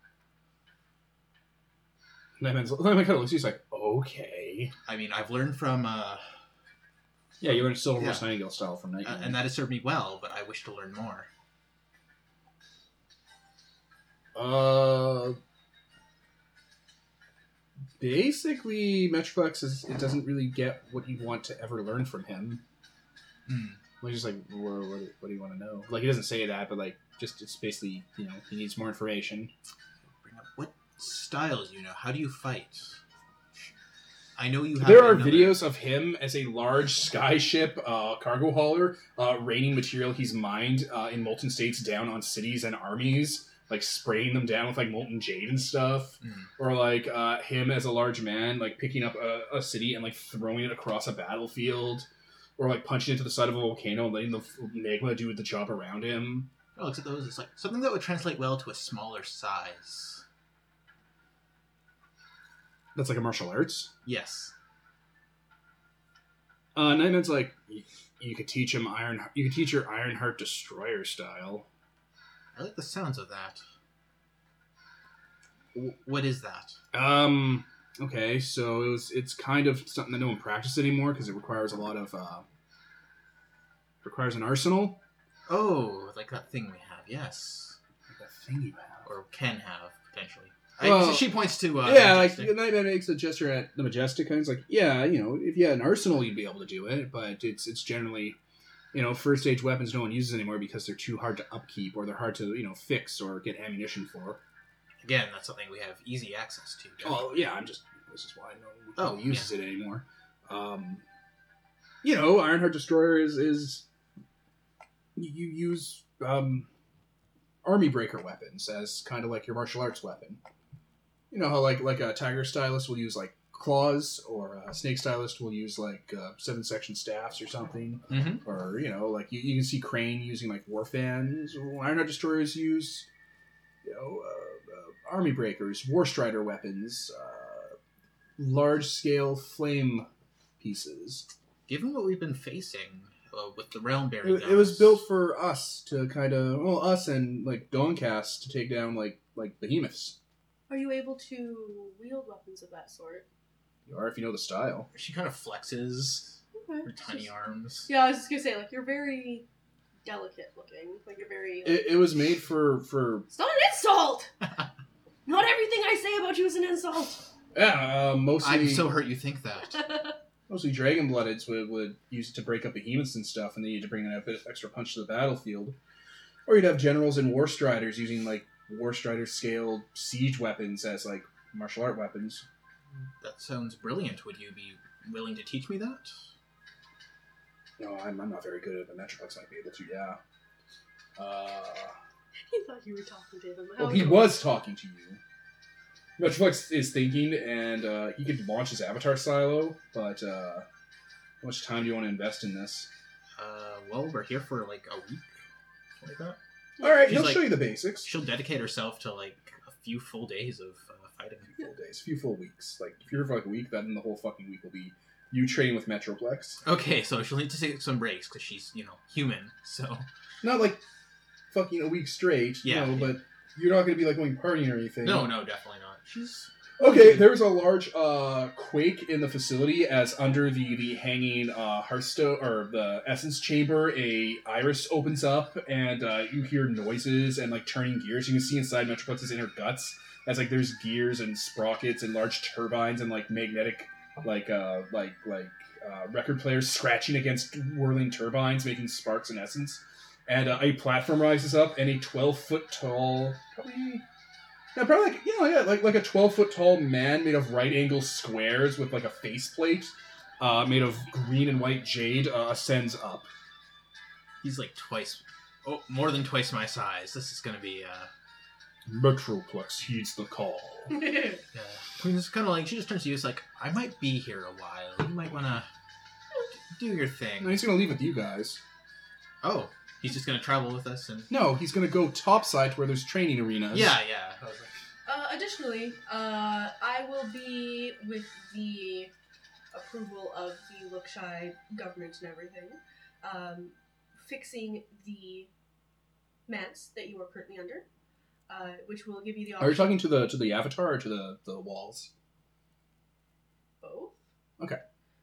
Lemons Lemon kind of looks at you, he's like, okay.
I mean, I've learned from uh,
Yeah, you learned Silver
Yeah.
Horse Nightingale style from
Uh,
Nightmare.
and that has served me well, but I wish to learn more.
Uh, basically, Metroplex is it doesn't really get what you want to ever learn from him.
Hmm.
Like just like what, what, do- what do you want to know? Like he doesn't say that, but like just it's basically you know he needs more information.
Bring up what styles you know. How do you fight? I know you have.
There are
another-
videos of him as a large skyship uh, cargo hauler uh, raining material he's mined uh, in molten states down on cities and armies, like spraying them down with like molten jade and stuff.
Mm.
Or like uh, him as a large man, like picking up a, a city and like throwing it across a battlefield. Or like punching into the side of a volcano and letting the f- magma do the job around him.
I looked Oh, at those. It's like something that would translate well to a smaller size.
That's like a martial arts.
Yes.
Uh, Nightman's like, "Y- you could teach him Iron. You could teach your Ironheart Destroyer style.
I like the sounds of that. W- What is that?
Um. Okay, so it was. It's kind of something that no one practices anymore because it requires a lot of. Uh, requires an arsenal.
Oh, like that thing we have. Yes,
Like that thing you have.
or can have potentially. I,
Well-
she points to. Uh,
yeah, like
Majestic.
the Nightman makes a gesture at the Majestic, and it's like, yeah, you know, if you had an arsenal, you'd be able to do it, but it's it's generally, you know, first stage weapons no one uses anymore because they're too hard to upkeep or they're hard to you know fix or get ammunition for.
again. That's something we have easy access to.
Well, Oh, yeah, I'm just. This is why no one
Oh,
uses it anymore. Um, you know, Ironheart Destroyer is is you use um, army breaker weapons as kind of like your martial arts weapon. You know how like like a tiger stylist will use like claws, or a snake stylist will use like uh, seven section staffs or something,
Mhm.
or you know like you, you can see Crane using like war fans. Ironheart Destroyers use you know, uh, uh, army breakers, war strider weapons, uh, large scale flame pieces.
given what we've been facing uh, with the realm bearing
It, it was built for us to kind of, well, us and like Dawncast to take down like like behemoths.
Are you able to wield weapons of that sort?
You are if you know the style.
She kind of flexes
Okay.
her tiny arms.
Yeah, I was just gonna say, like, you're very delicate looking. Like, you're very.
It, it was made for for
it's not an insult! *laughs* not everything I say about you is an *laughs* insult!
yeah, uh, mostly
I'm so hurt you think that. *laughs*
mostly dragon bloodeds would, would use it to break up behemoths and stuff, and they need to bring in a bit of extra punch to the battlefield. Or you'd have generals and war striders using like war strider scaled siege weapons as like martial art weapons.
That sounds brilliant. Would you be willing to teach me that?
No, I'm, I'm not very good at it, but Metroplex might be able to. Yeah. Uh,
he thought you were talking to him. How
Well, he was talking to you. Metroplex is thinking, and uh, he could launch his avatar silo, but uh, how much time do you want to invest in this?
Uh, well, we're here for like a week, something like that.
All right,
He's
he'll
like-
show you the basics.
She'll dedicate herself to like a few full days of uh, fighting.
Few full days, few full weeks. Like if you're for like a week, then the whole fucking week will be you training with Metroplex.
Okay, so she'll need to take some breaks because she's you know human. So
Not like fucking a week straight,
Yeah.
no, but you're not going to be like going partying or anything.
no, no, definitely not. She's
Okay, there was a large uh, quake in the facility as under the the hanging uh, hearthstone or the essence chamber, a iris opens up and uh, you hear noises and like turning gears. You can see inside Metroplex's inner guts as like there's gears and sprockets and large turbines and like magnetic like uh like like uh, record players scratching against whirling turbines, making sparks and essence. And uh, a platform rises up, and a twelve foot tall, probably yeah, probably like yeah, yeah, like like a twelve foot tall man made of right angle squares with like a faceplate, uh, made of green and white jade, uh, ascends up.
he's like twice, oh, more than twice my size. This is gonna be uh,
Metroplex heeds the *laughs* call.
Yeah. I mean, it's kind of like she just turns to you. It's like I might be here a while. You might want to do your
And
thing.
he's gonna leave with you guys.
Oh, he's just gonna travel with us and
No, he's gonna go topside to where there's training arenas.
yeah, yeah. I was like,
*laughs* Uh, additionally, uh, I will be with the approval of the Lookshy government and everything, um, fixing the mess that you are currently under, uh, which will give you the option.
Are you talking to the to the avatar or to the the walls?
both?
Okay.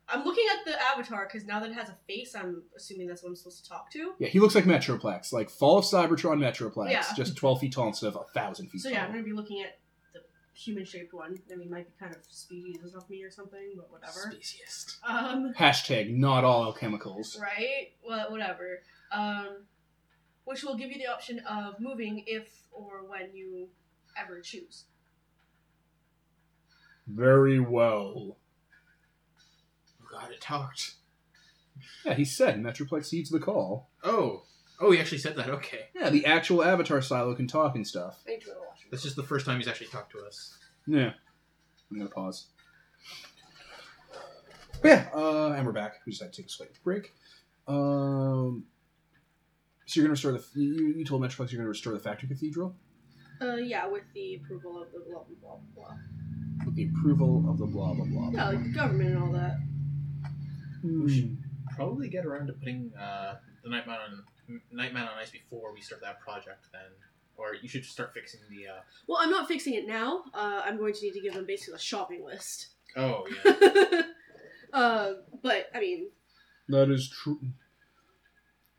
I'm looking at the avatar because now that it has a face, I'm assuming that's what I'm supposed to talk to.
Yeah, he looks like Metroplex, like Fall of Cybertron Metroplex,
Yeah.
just twelve feet tall instead of a thousand feet
So
tall.
yeah, I'm gonna be looking at the human-shaped one. I mean, might be kind of species of me or something, but whatever.
Speciest.
Um.
Hashtag not all alchemicals.
right? Well, whatever. Um, which will give you the option of moving if or when you ever choose.
Very well.
Oh God, it talked.
Yeah, he said Metroplex heeds the call.
Oh, oh, he actually said that. Okay,
Yeah, the actual Avatar silo can talk and stuff.
I need to go to the washroom.
this is the first time he's actually talked to us.
Yeah. I'm gonna pause. But yeah, uh, and we're back. We just had to take a slight break. Um, so you're gonna restore the. You, you told Metroplex you're gonna restore the Factory Cathedral
Uh, yeah, with the approval of the blah blah blah blah.
with the approval of the blah blah blah.
Yeah, like the government and all that.
We should-
Probably get around to putting uh, the Nightman on M- Nightman on ice before we start that project. Then, or you should start fixing the. Uh...
Well, I'm not fixing it now. Uh, I'm going to need to give them basically a shopping list. *laughs*
Oh
*laughs*
yeah.
uh, but I mean,
That is true.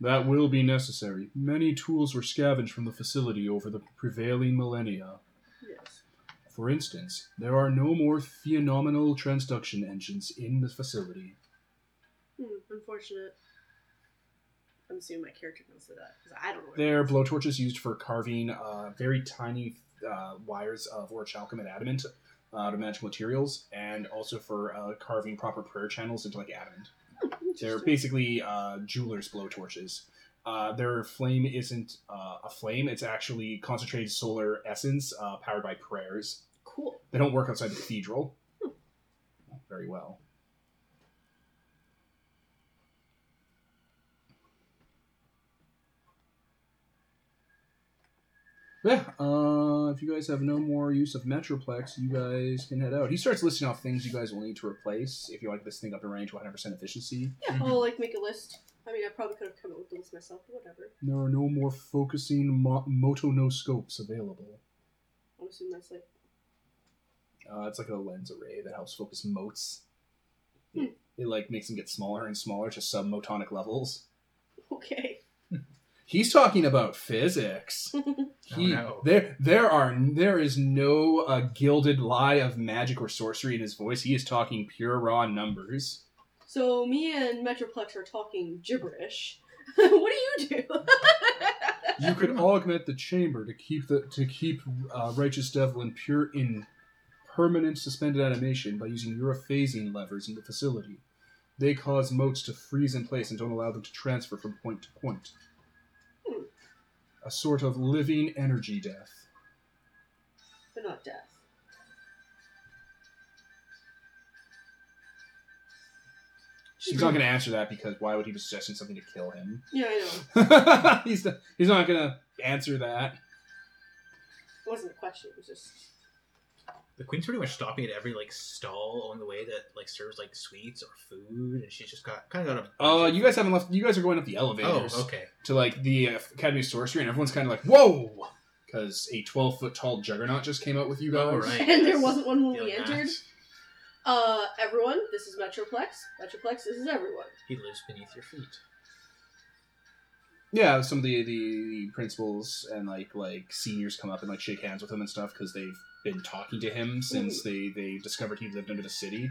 That will be necessary. Many tools were scavenged from the facility over the prevailing millennia.
yes.
For instance, there are no more phenomenal transduction engines in the facility.
Hmm, unfortunate. I'm assuming my character knows that because I don't know. what it
They're
is.
blowtorches used for carving uh, very tiny uh, wires of orichalcum and adamant uh, to match materials, and also for uh, carving proper prayer channels into like adamant.
Hmm,
They're
interesting.
basically uh, jeweler's blowtorches. Uh, their flame isn't uh, a flame; it's actually concentrated solar essence uh, powered by prayers.
cool.
They don't work outside the cathedral. Very well. Yeah, uh, if you guys have no more use of Metroplex, you guys can head out. He starts listing off things you guys will need to replace if you like this thing up and running to 100% efficiency.
Yeah, I'll like make a list. I mean, I probably could have come up with a list myself, but whatever.
There are no more focusing mo- moto no scopes available.
I'm assuming that's like *laughs*
Uh, it's like a lens array that helps focus motes. It, it like makes them get smaller and smaller to submotonic levels.
Okay. *laughs*
He's talking about physics. He,
no.
There, there are there is no uh, gilded lie of magic or sorcery in his voice. He is talking pure raw numbers.
So me and Metroplex are talking gibberish. *laughs* what do you do? *laughs*
You could augment the chamber to keep the to keep uh, righteous devil in pure in permanent suspended animation by using europhasing levers in the facility. They cause motes to freeze in place and don't allow them to transfer from point to point.
Hmm.
A sort of living energy death.
but not death.
He's not going to answer that because why would he be suggesting something to kill him? *laughs*
Yeah, I know.
he's not, he's not gonna answer that.
It wasn't a question. It was just.
The queen's pretty much stopping at every like stall along the way that like serves like sweets or food, and she's just got kind of got a.
Oh, you guys haven't left. You guys are going up the
Oh,
elevators
okay.
to like the uh, Academy of Sorcery, and everyone's kind of like, "Whoa!" Because a twelve foot tall juggernaut just came out with you guys.
All right.
*laughs* And there wasn't one when we
Feeling that.
entered. Uh, everyone, this is Metroplex. Metroplex, this is everyone.
He lives beneath your feet.
Yeah, some of the the principals and like like seniors come up and like shake hands with him and stuff because they've been talking to him since they they discovered he lived under the city.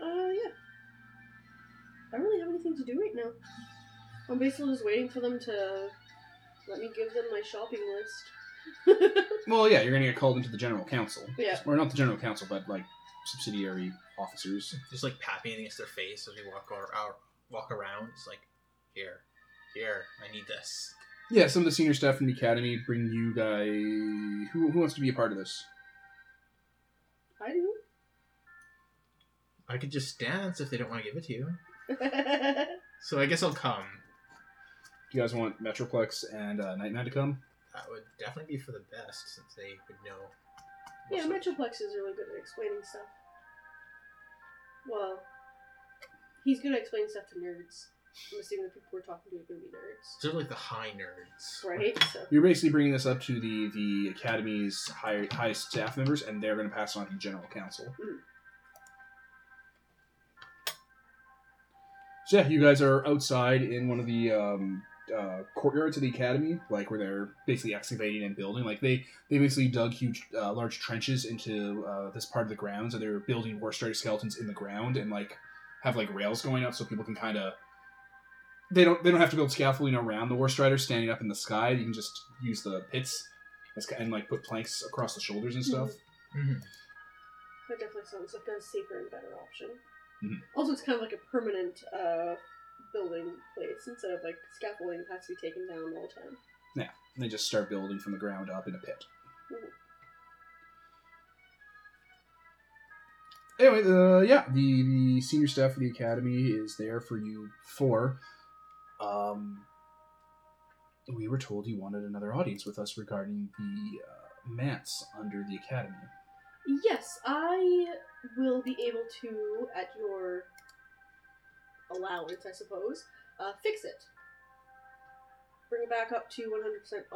Uh, yeah. I don't really have anything to do right now. I'm basically just waiting for them to let me give them my shopping list.
Well, yeah, you're gonna get called into the general council.
Yeah.
or not the general council, but like subsidiary officers.
Just like papping against their face as we walk or, or walk around. It's like, here, here, I need this.
Yeah, some of the senior staff from the academy bring you guys. Who, who wants to be a part of this?
I do. *laughs*
I could just dance if they don't want to give it to you. So I guess I'll come.
Do you guys want Metroplex and uh, Nightman to come?
That would definitely be for the best since they would know.
yeah,
what's up.
Metroplex is really good at explaining stuff. Well, he's good at explaining stuff to nerds. I'm assuming the people we're talking to are going to be nerds.
They're like the high nerds.
Right? So.
You're basically bringing this up to the the academy's higher highest staff members, and they're going to pass it on to the general council.
Mm.
So yeah, you guys are outside in one of the um, uh, courtyards of the academy, like where they're basically excavating and building. Like they they basically dug huge, uh, large trenches into uh, this part of the ground, so they're building war strike skeletons in the ground and like have like rails going up so people can kind of they don't they don't have to build scaffolding around the war strider standing up in the sky. You can just use the pits as, ki- and like put planks across the shoulders and stuff.
Mm-hmm.
That definitely sounds like a safer and better option.
Mhm.
Also, it's kind of like a permanent uh, building place instead of like scaffolding that has to be taken down all the time.
And they just start building from the ground up in a pit.
Mhm.
Anyway, uh, yeah, the, the senior staff of the academy is there for you four. Um, we were told you wanted another audience with us regarding the uh, manse under the academy.
Yes, I will be able to, at your allowance, I suppose, uh, fix it. Bring it back up to 100%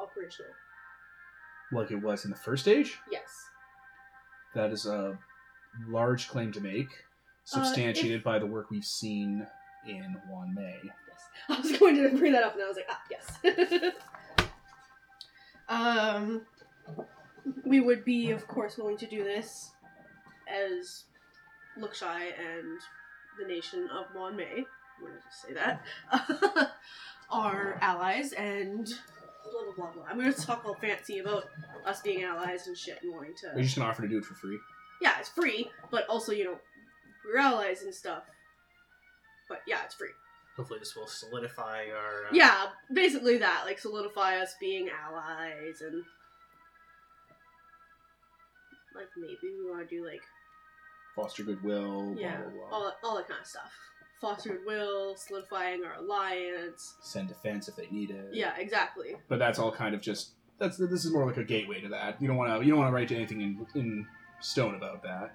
operational.
Like it was in the first age?
Yes.
That is a large claim to make,
Uh,
substantiated by the work we've seen in Juan May.
Yes. *laughs* I was going to bring that up and I was like, ah, yes. *laughs* um, we would be, of course, willing to do this as Lookshy and the nation of Monmay, I'm going to just say that, *laughs* are allies and blah, blah, blah, blah. I'm going to talk all fancy about us being allies and shit and wanting
We're
to.
just gonna offer to do it for free.
Yeah, it's free, but also, you know, we're allies and stuff. But yeah, it's free.
Hopefully, this will solidify our. Uh, *coughs*
Yeah, basically that, like solidify us being allies and like maybe we want to do like
Foster goodwill.
yeah,
Blah, blah, blah.
all all that kind of stuff. Foster will, solidifying our alliance.
Send defense if they need it.
Yeah, exactly.
But that's all kind of just. That's this is more like a gateway to that. You don't want to. You don't want to write anything in in stone about that.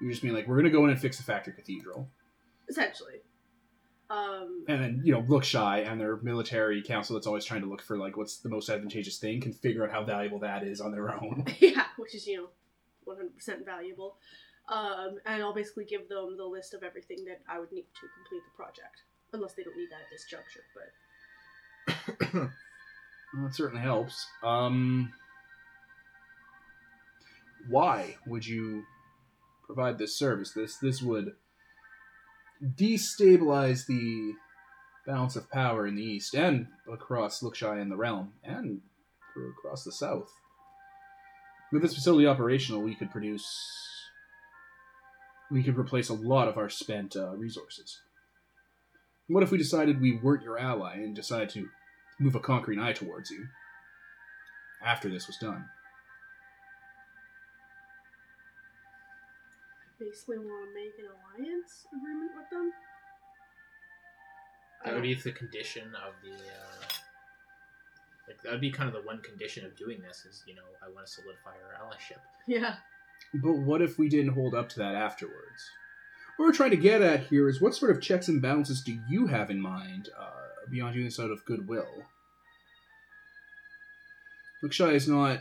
You're just being like, we're gonna go in and fix the factory cathedral.
Essentially, Um,
and then you know look shy and their military council that's always trying to look for like what's the most advantageous thing can figure out how valuable that is on their own
*laughs* yeah, which is you know, one hundred percent valuable. Um, and I'll basically give them the list of everything that I would need to complete the project, unless they don't need that at this juncture. But
well, that certainly helps um why would you provide this service this this would destabilize the balance of power in the east and across Lukshai and the realm and for- across the south with this facility operational we could produce we could replace a lot of our spent uh, resources what if we decided we weren't your ally and decided to move a conquering eye towards you after this was done
I basically want to make an alliance agreement with them. Oh,
That would be the condition of the. Uh, like that would be kind of the one condition of doing this is you know I want to solidify our allyship.
yeah. *laughs*
But what if we didn't hold up to that afterwards? What we're trying to get at here is what sort of checks and balances do you have in mind uh, beyond doing this out of goodwill? Lukshai is not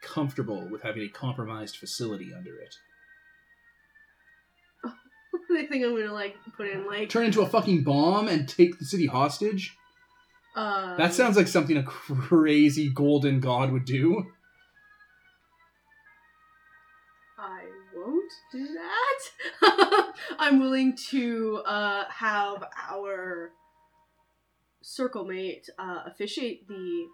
comfortable with having a compromised facility under it.
they think I'm gonna like put in like
Turn into a fucking bomb and take the city hostage?
um,
That sounds like something a *laughs* crazy golden god would do.
I won't do that. *laughs* I'm willing to uh, have our circle mate uh, officiate the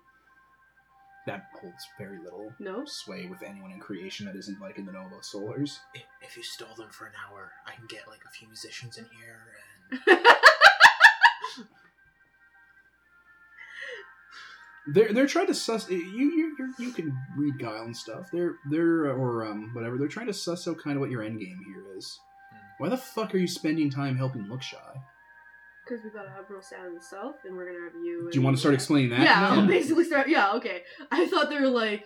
That holds very little
no.
sway with anyone in creation that isn't like in the Nova Solars.
If, if you stole them for an hour, I can get like a few musicians in here and
They're they're trying to suss you you you you can read guile and stuff. They're they're or um whatever. They're trying to suss out kind of what your end game here is. Why the fuck are you spending time helping look shy?
Because we gotta have real sound in the south, and we're gonna have you.
Do you want to start explaining that?
Yeah,
No.
I'll *laughs* basically start. Yeah, okay. I thought they were like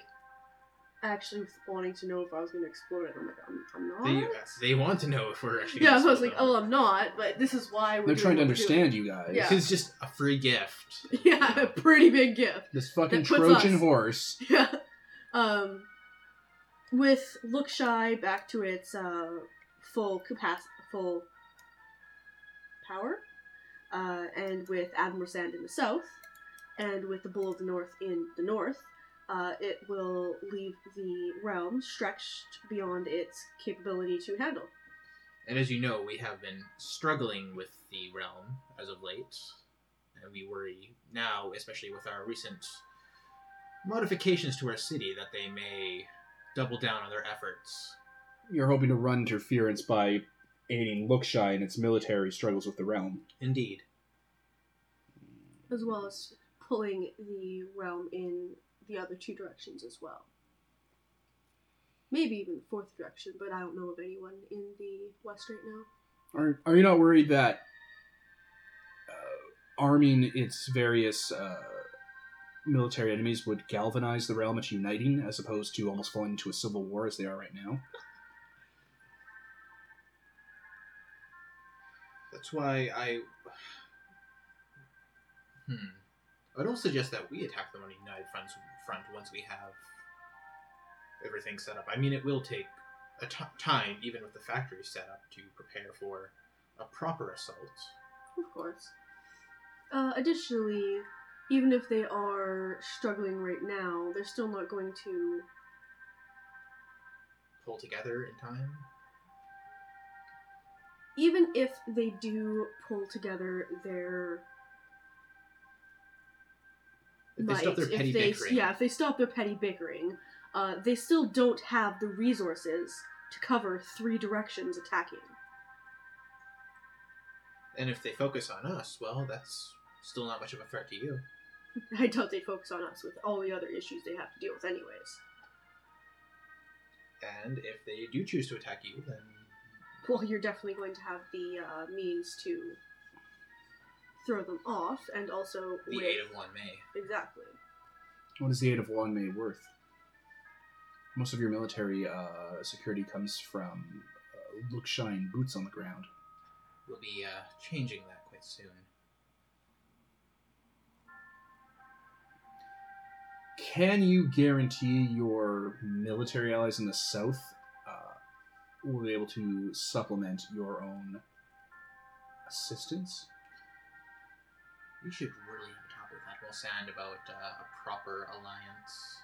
actually wanting to know if I was gonna explode it. I'm like, I'm, I'm not.
they they want to know if we're actually.
yeah,
gonna
so I was
steal
like,
them.
oh, I'm not, but this is why we're.
They're
doing
trying to
what we're doing.
understand you guys.
Yeah.
This is just a free gift.
*laughs* Yeah, a pretty big gift.
This fucking
That puts
Trojan
us-
horse.
Yeah. *laughs* Um, with Look Shy back to its uh, full capacity, full power, uh, and with Admiral Sand in the south, and with the Bull of the North in the north, uh, it will leave the realm stretched beyond its capability to handle.
And as you know, we have been struggling with the realm as of late, and we worry now, especially with our recent modifications to our city, that they may double down on their efforts.
You're hoping to run interference by aiding Lookshy in its military struggles with the realm.
Indeed.
as well as pulling the realm in the other two directions as well. Maybe even the fourth direction, but I don't know of anyone in the west right now.
Are are you not worried that uh, arming its various uh, military enemies would galvanize the realm into uniting, as opposed to almost falling into a civil war as they are right now?
That's why I. Hmm. I don't suggest that we attack them on a united front, front once we have everything set up. I mean, it will take a t- time, even with the factory set up, to prepare for a proper assault.
Of course. Uh, additionally, even if they are struggling right now, they're still not going to.
Pull together in time.
Even if they do pull together their
If they stop
might,
their petty
if they,
bickering.
Yeah, if they stop their petty bickering, uh, they still don't have the resources to cover three directions attacking.
And if they focus on us, well, that's still not much of a threat to you.
I doubt they focus on us with all the other issues they have to deal with, anyways.
And if they do choose to attack you, then
Well, you're definitely going to have the uh, means to throw them off, and also
the
with-
aid of one may.
exactly.
What is the aid of one May worth? Most of your military uh, security comes from uh, look shine boots on the ground.
We'll be uh, changing that quite soon.
Can you guarantee your military allies in the south uh, will be able to supplement your own assistance?
We should really talk with Admiral Sand about uh, a proper alliance.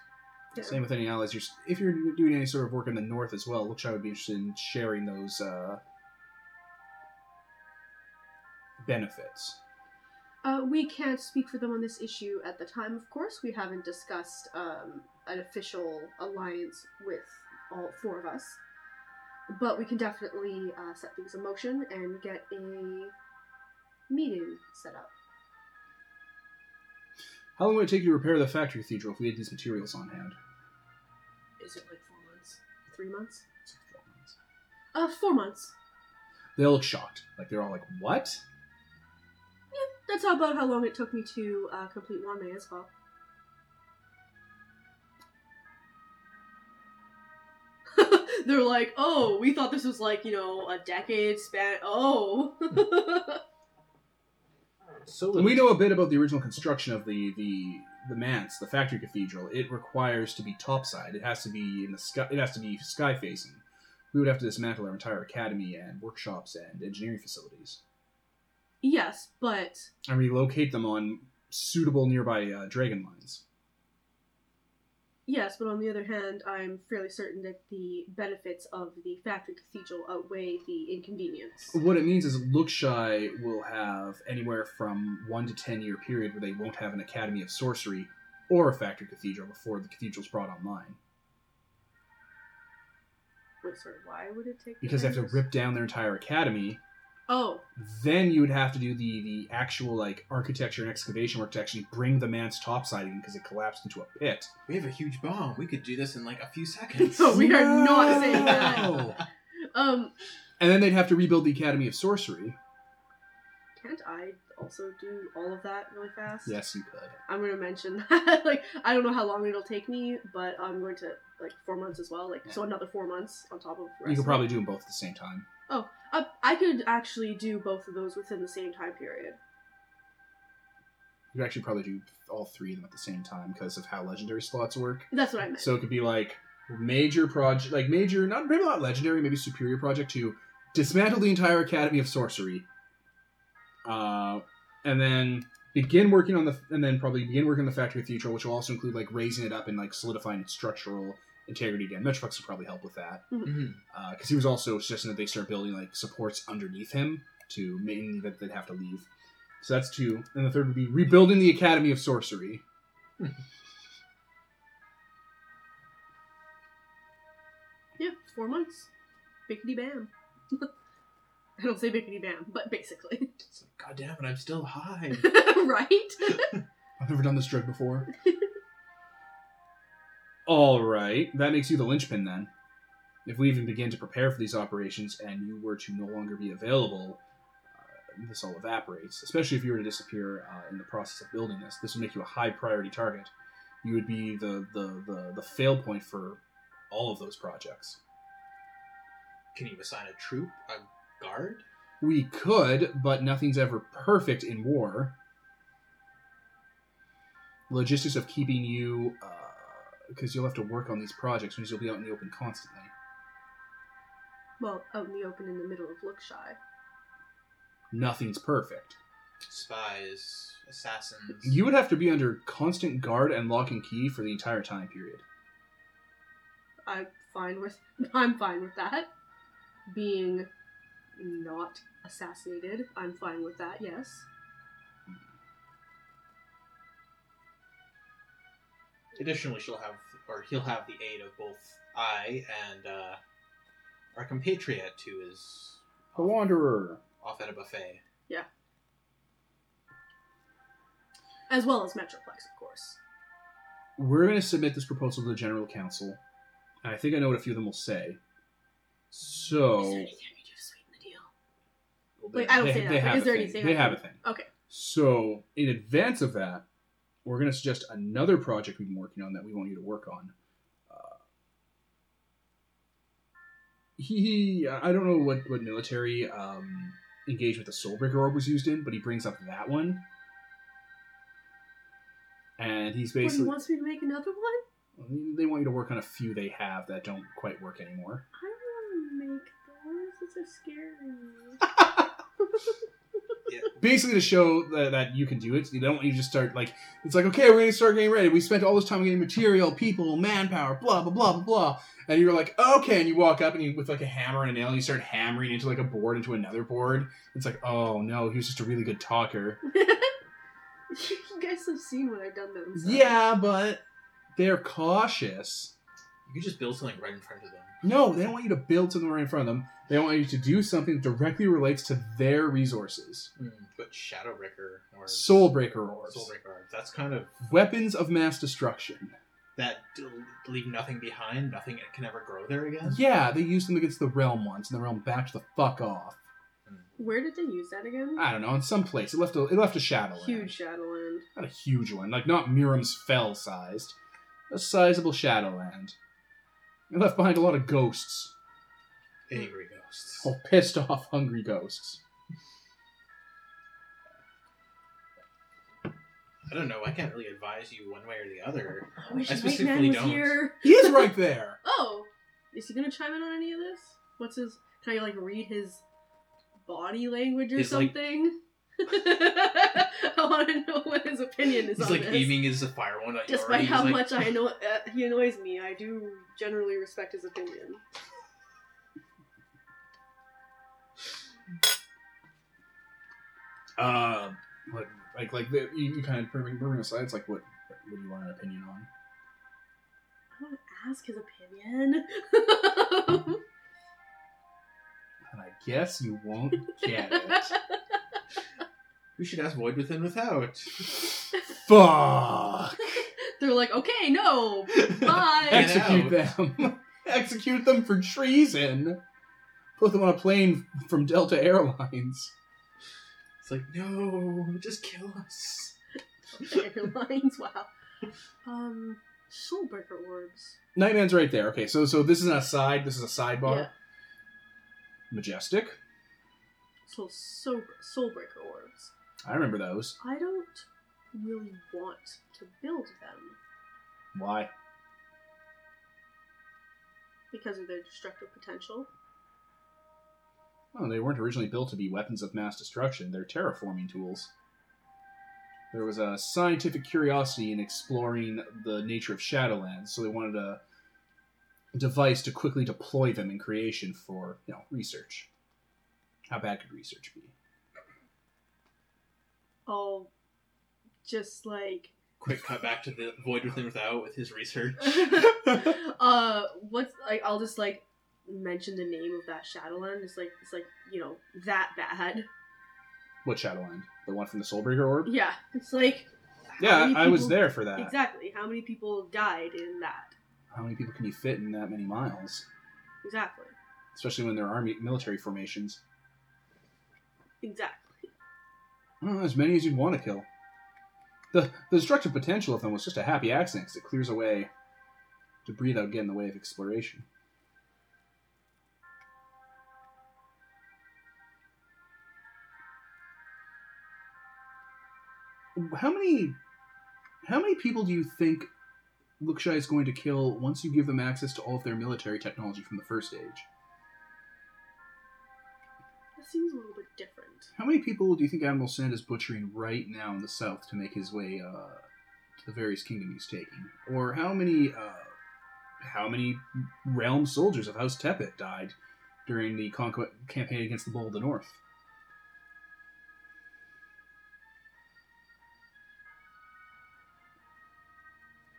Yeah.
Same with any allies. You're, if you're doing any sort of work in the north as well, looks like I would be interested in sharing those uh, benefits.
Uh, we can't speak for them on this issue at the time, of course. We haven't discussed um, an official alliance with all four of us. But we can definitely uh, set things in motion and get a meeting set up.
How long would it take you to repair the factory cathedral if we had these materials on hand?
Is it like four months? Three months?
It's like four months.
Uh, four months.
They all look shocked. Like they're all like, "What?"
Yeah, that's about how long it took me to uh, complete Wanmei as well. *laughs* They're like, oh, we thought this was like, you know, a decade span. Oh. *laughs*
So
And we know a bit about the original construction of the the the manse, the factory cathedral. It requires to be topside. It has to be in the sky. It has to be sky facing. We would have to dismantle our entire academy and workshops and engineering facilities
yes, but
and relocate them on suitable nearby uh, dragon lines.
Yes, but on the other hand, I'm fairly certain that the benefits of the factory cathedral outweigh the inconvenience.
What it means is Lookshy will have anywhere from one to ten year period where they won't have an academy of sorcery or a factory cathedral before the cathedral's brought online
Wait, sorry, why would it take?
because they have to
years?
rip down their entire academy
Oh,
then you would have to do the the actual like architecture and excavation work to actually bring the man's top siding because it collapsed into a pit.
we have a huge bomb. We could do this in like a
*laughs*
few seconds.
No, *laughs* we are not saying
that.
um,
And then they'd have to rebuild the Academy of Sorcery.
can't I also do all of that really fast?
Yes, you could.
I'm gonna mention *laughs* that. like, I don't know how long it'll take me, but I'm going to like four months as well. Like, so another four months on top of. the
You
rest
could
of
probably
it.
do them both at the same time.
Uh, I could actually do both of those within the same time period.
You could actually probably do all three of them at the same time because of how legendary slots work.
That's what I meant.
So it could be like major project, like major, not maybe not legendary, maybe superior project to dismantle the entire Academy of Sorcery, uh, and then begin working on the, and then probably begin working on the Factory Cathedral, which will also include like raising it up and like solidifying its structural integrity again. Metroplex will probably help with that
Mhm.
because uh, he was also suggesting that they start building like supports underneath him to mainly that they'd have to leave. So that's two, and the third would be rebuilding the Academy of Sorcery.
Yeah, four months. Bickety bam. *laughs* I don't say bickety bam, but basically. *laughs*
It's like, God damn it, I'm still high.
right?
I've never done this drug before. *laughs* All right, that makes you the linchpin then. If we even begin to prepare for these operations and you were to no longer be available, uh, this all evaporates. Especially if you were to disappear uh, in the process of building this, this would make you a high priority target. You would be the the the, the fail point for all of those projects.
Can you assign a troop, a guard?
We could, but nothing's ever perfect in war. Logistics of keeping you, because you'll have to work on these projects, means you'll be out in the open constantly.
Well, out in the open in the middle of Look Shy.
Nothing's perfect.
Spies, assassins.
You would have to be under constant guard and lock and key for the entire time period.
I'm fine with *laughs* I'm fine with that. Being not assassinated, I'm fine with that, yes.
Additionally, she'll have, or he'll have the aid of both I and uh, our compatriot who is
The Wanderer.
off at a buffet.
As well as Metroplex, of course.
We're going to submit this proposal to the General Council. I think I know what a few of them will say. So.
Is there anything I can do to sweeten the deal? Wait, I don't say that, but
have
is
a
there
thing.
anything
They
I
have a
can-
thing.
Okay.
So, in advance of that, we're going to suggest another project we've been working on that we want you to work on. Uh, he, he, I don't know what what military um, engagement the Soulbreaker orb was used in, but he brings up that one. And he's
What, he
basically
wants me to make another one?
they want you to work on a few they have that don't quite work anymore.
I don't want to make those. It's so scary.
Basically, to show that, that you can do it, they don't want you to just start like it's like okay, we're gonna start getting ready. We spent all this time getting material, people, manpower, blah blah blah blah blah. And you're like okay, and you walk up and you with like a hammer and a nail, and you start hammering into like a board into another board. It's like oh no, he was just a really good talker.
*laughs* you guys have seen what I've done to them. so-
Yeah, but they're cautious.
You could just build something right in front of them.
No, they don't want you to build something right in front of them. They want you to do something that directly relates to their resources.
But Shadowbreaker or
Soulbreaker orbs.
Soulbreaker orbs. That's kind of
Weapons of mass destruction.
that del- leave nothing behind. Nothing can ever grow there again.
Yeah, they used them against the realm once, and the realm backed the fuck off.
Hmm.
Where did they use that again?
I don't know, in some place. It left a it left a shadow. land.
Huge Shadowland.
Not a huge one. Like not Miram's fell sized. A sizable shadowland. It left behind a lot of ghosts.
Angry ghosts.
Oh pissed off hungry ghosts.
I don't know. I can't really advise you one way or the other.
I wish
I
the white man
specifically
was
don't.
here.
He is right there!
*laughs* Oh, is he gonna chime in on any of this? What's his? Can I like read his body language or
He's like-
something? *laughs* I want to know what his opinion is
He's
on
like
this.
aiming his fire one at
Just
Yori.
by
He's
how
like, *laughs*
much I anno- uh, he annoys me, I do generally respect his opinion.
Uh, like, like, like the, you, you kind of bring, bring aside. It's like, what, what do you want an opinion on?
I don't ask his
*laughs*
opinion.
And I guess you won't get
*laughs*
it.
We should ask Void within without.
Fuck!
They're like, okay, no,
*laughs*
bye.
Get
*laughs*
Execute them. *laughs* Execute them for treason. Put them on a plane from Delta Airlines.
It's like no, just kill us.
Airlines, *laughs* wow. Um, Soulbreaker orbs.
Nightman's right there. Okay, so so this is an aside. This is a sidebar.
Yeah.
Majestic.
So, so Soulbreaker orbs.
I remember those.
I don't really want to build them
Why?
because of their destructive potential.
Oh, they weren't originally built to be weapons of mass destruction. They're terraforming tools. There was a scientific curiosity in exploring the nature of Shadowlands, so they wanted a device to quickly deploy them in creation for, you know, research. How bad could research be?
Oh, just like
Quick cut back to the Void within without with his
*laughs*
research.
uh, what's like? I'll just like mention the name of that Shadowland. It's like it's like you know that bad.
What Shadowland? The one from the Soulbreaker orb?
Yeah, it's like how
Yeah,
many
I was
people-
there for that.
Exactly. How many people died in that?
How many people can you fit in that many miles?
Exactly.
Especially when they're army military formations.
Exactly.
Oh, as many as you'd want to kill. The, the destructive potential of them was just a happy accident 'cause it clears away debris that would get in the way of exploration. How many how many people do you think Lukshai is going to kill once you give them access to all of their military technology from the first age?
That seems a little bit different.
How many people do you think Admiral Sand is butchering right now in the south to make his way uh, to the various kingdom he's taking? Or how many uh, how many realm soldiers of House Tepet died during the conquest campaign against the Bull of the North?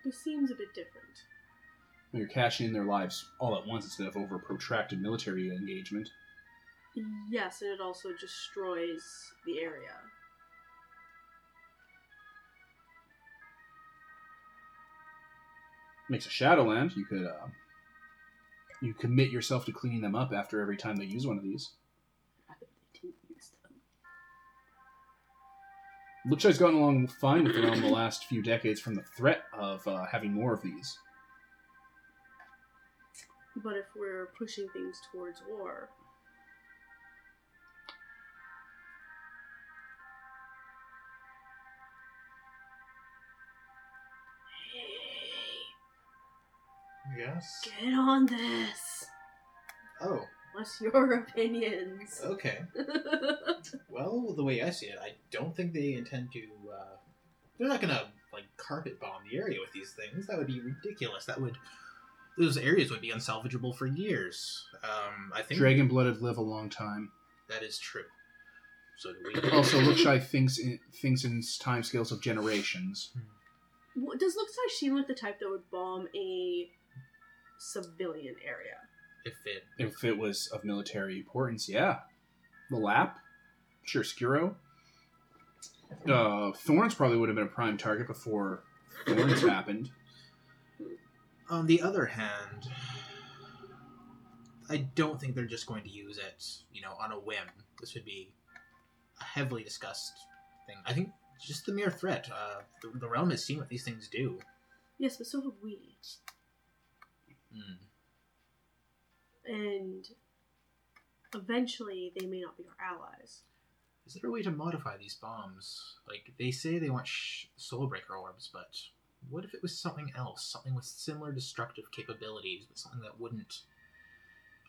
This seems a bit different.
When You're cashing in their lives all at once instead of over a protracted military engagement.
Yes, and it also destroys the area.
Makes a Shadowland. You could uh, you commit yourself to cleaning them up after every time they use one of these.
I think they can use them.
Looks like it's gotten along fine with the realm the last few decades from the threat of uh, having more of these.
But if we're pushing things towards war,
Yes.
Get on this.
Oh,
What's your *laughs* opinions? *laughs*
okay. Well, the way I see it, I don't think they intend to. Uh, they're not gonna like carpet bomb the area with these things. That would be ridiculous. That would those areas would be unsalvageable for years. Um, I think
Dragon blooded live a long time.
that is true. So do we.
Also, Lookshy thinks in, thinks in time scales of generations.
Wh- Does looks like she like the type that would bomb a civilian area?
if it
If it was of military importance, yeah. The Lap, sure, Skiro. Uh, Thorns probably would have been a prime target before Thorns happened.
On the other hand, I don't think they're just going to use it, you know, on a whim. This would be a heavily discussed thing. I think just the mere threat. Uh, the, the realm has seen what these things do.
Yes, but so have we. And eventually, they may not be our allies.
Is there a way to modify these bombs? Like they say they want sh- soulbreaker orbs, but what if it was something else? Something with similar destructive capabilities, but something that wouldn't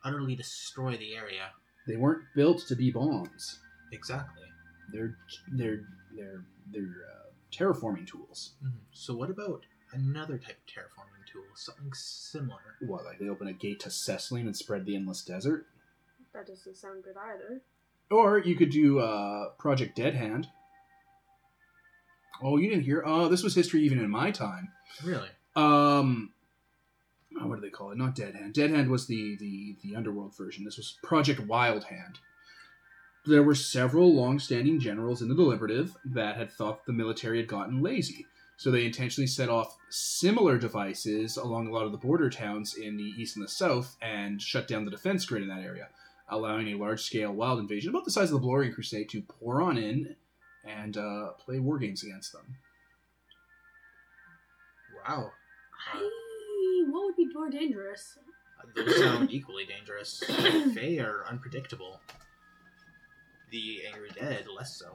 utterly destroy the area.
They weren't built to be bombs.
Exactly.
They're they're they're they're uh, terraforming tools.
Mhm. So what about another type of terraforming tool? Something similar.
What, like they open a gate to Cessline and spread the endless desert?
That doesn't sound good either.
Or you could do uh, Project Dead Hand. Oh, you didn't hear? Oh, this was history even in my time.
Really?
Um, oh, what do they call it? Not Dead Hand. Dead Hand was the the the underworld version. This was Project Wild Hand. There were several long-standing generals in the Deliberative that had thought the military had gotten lazy, so they intentionally set off similar devices along a lot of the border towns in the east and the south, and shut down the defense grid in that area, allowing a large-scale wild invasion, about the size of the Blorian Crusade, to pour on in and uh, play war games against them.
Wow.
I, what would be more dangerous?
Those
*coughs*
sound equally dangerous. Fey are unpredictable. The Angry Dead, less so.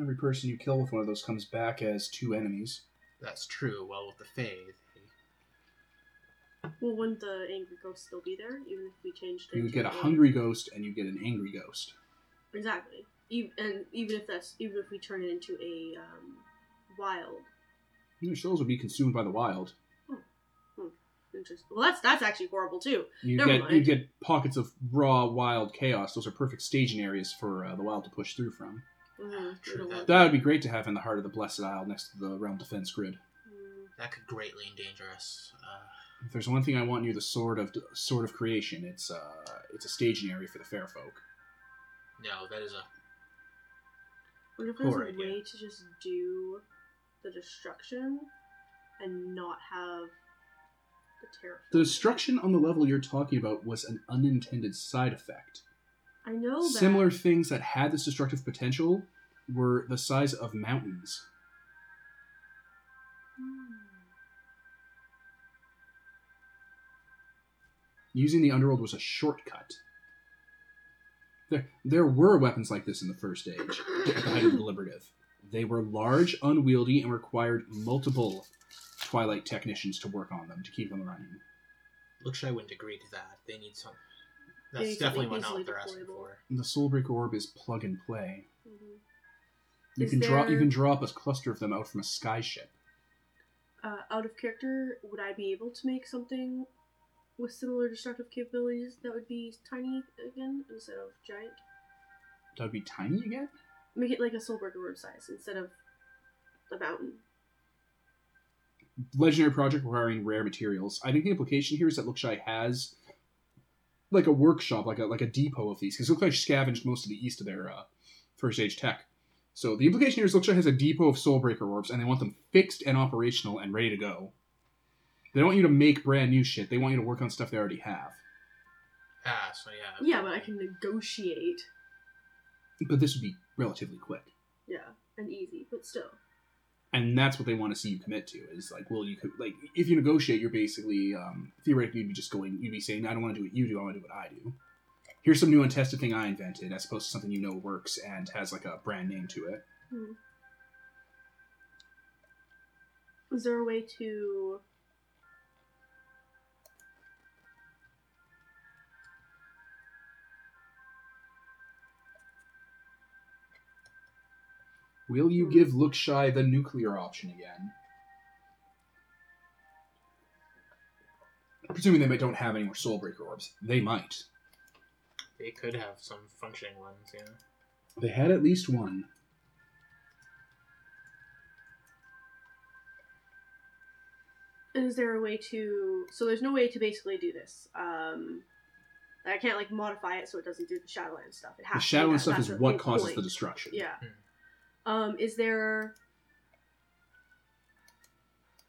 Every person you kill with one of those comes back as two enemies.
That's true. Well, with the Fey, they-
Well, wouldn't the angry ghost still be there, even if we changed it?
You
to
get a
a-
hungry ghost and you get an angry ghost.
Exactly. Even, and even if that's even if we turn it into a um, wild
Your souls will be consumed by the wild.
interest. Well, that's that's actually horrible too.
You
Never
get
mind.
you get pockets of raw wild chaos. Those are perfect staging areas for uh, the wild to push through from.
Mm,
True
we don't want
that.
That would be great to have in the heart of the Blessed Isle, next to the realm defense grid.
Mm,
that could greatly endanger us. Uh,
If there's one thing I want near the sword of sword of creation, it's uh it's a staging area for the fair folk.
no, that is a.
wonder if there's
Poor
a
idea.
way to just do the destruction and not have the terror.
The destruction on the level you're talking about was an unintended side effect.
I know that.
Similar things that had this destructive potential were the size of mountains.
Hmm.
Using the underworld was a shortcut. There, there were weapons like this in the First Age, at the height of the Deliberative. They were large, unwieldy, and required multiple Twilight technicians to work on them to keep them running.
Lookshy wouldn't agree to that. They need some.
They
That's
need
definitely
something
what not
easily
what they're asking
deployable.
for.
The Soulbreaker orb is plug and play.
Mhm.
You
Is
can drop, you
there-
can drop a cluster of them out from a skyship.
uh, out of character, would I be able to make something with similar destructive capabilities that would be tiny again instead of giant?
That would be tiny again.
Make it like a Soulbreaker room size instead of the mountain.
legendary project requiring rare materials. I think the implication here is that Lookshy has like a workshop, like a like a depot of these, because Lookshy scavenged most of the east of their uh, first age tech. So the implication here is Lookshy has a depot of Soulbreaker orbs, and they want them fixed and operational and ready to go. They don't want you to make brand new shit. They want you to work on stuff they already have.
Ah, so yeah.
Yeah, but I can negotiate.
But this would be relatively quick,
Yeah, and easy, but still.
and that's what they want to see you commit to. Is like, well, you could like if you negotiate, you're basically um, theoretically you'd be just going, you'd be saying, I don't want to do what you do, I want to do what I do. here's some new untested thing I invented, as opposed to something you know works and has like a brand name to it.
Is there a way to
Will you give Lookshy the nuclear option again? Presuming they don't have any more Soulbreaker orbs. They might.
They could have some functioning ones, yeah.
They had at least one.
And is there a way to? So there's no way to basically do this. Um, I can't like modify it so it doesn't do the Shadowland stuff. It
The
has to do
Shadowland
that.
stuff
Ah, That's
is
the
what
whole
causes
point.
the destruction.
Yeah.
Hmm.
Um, is there?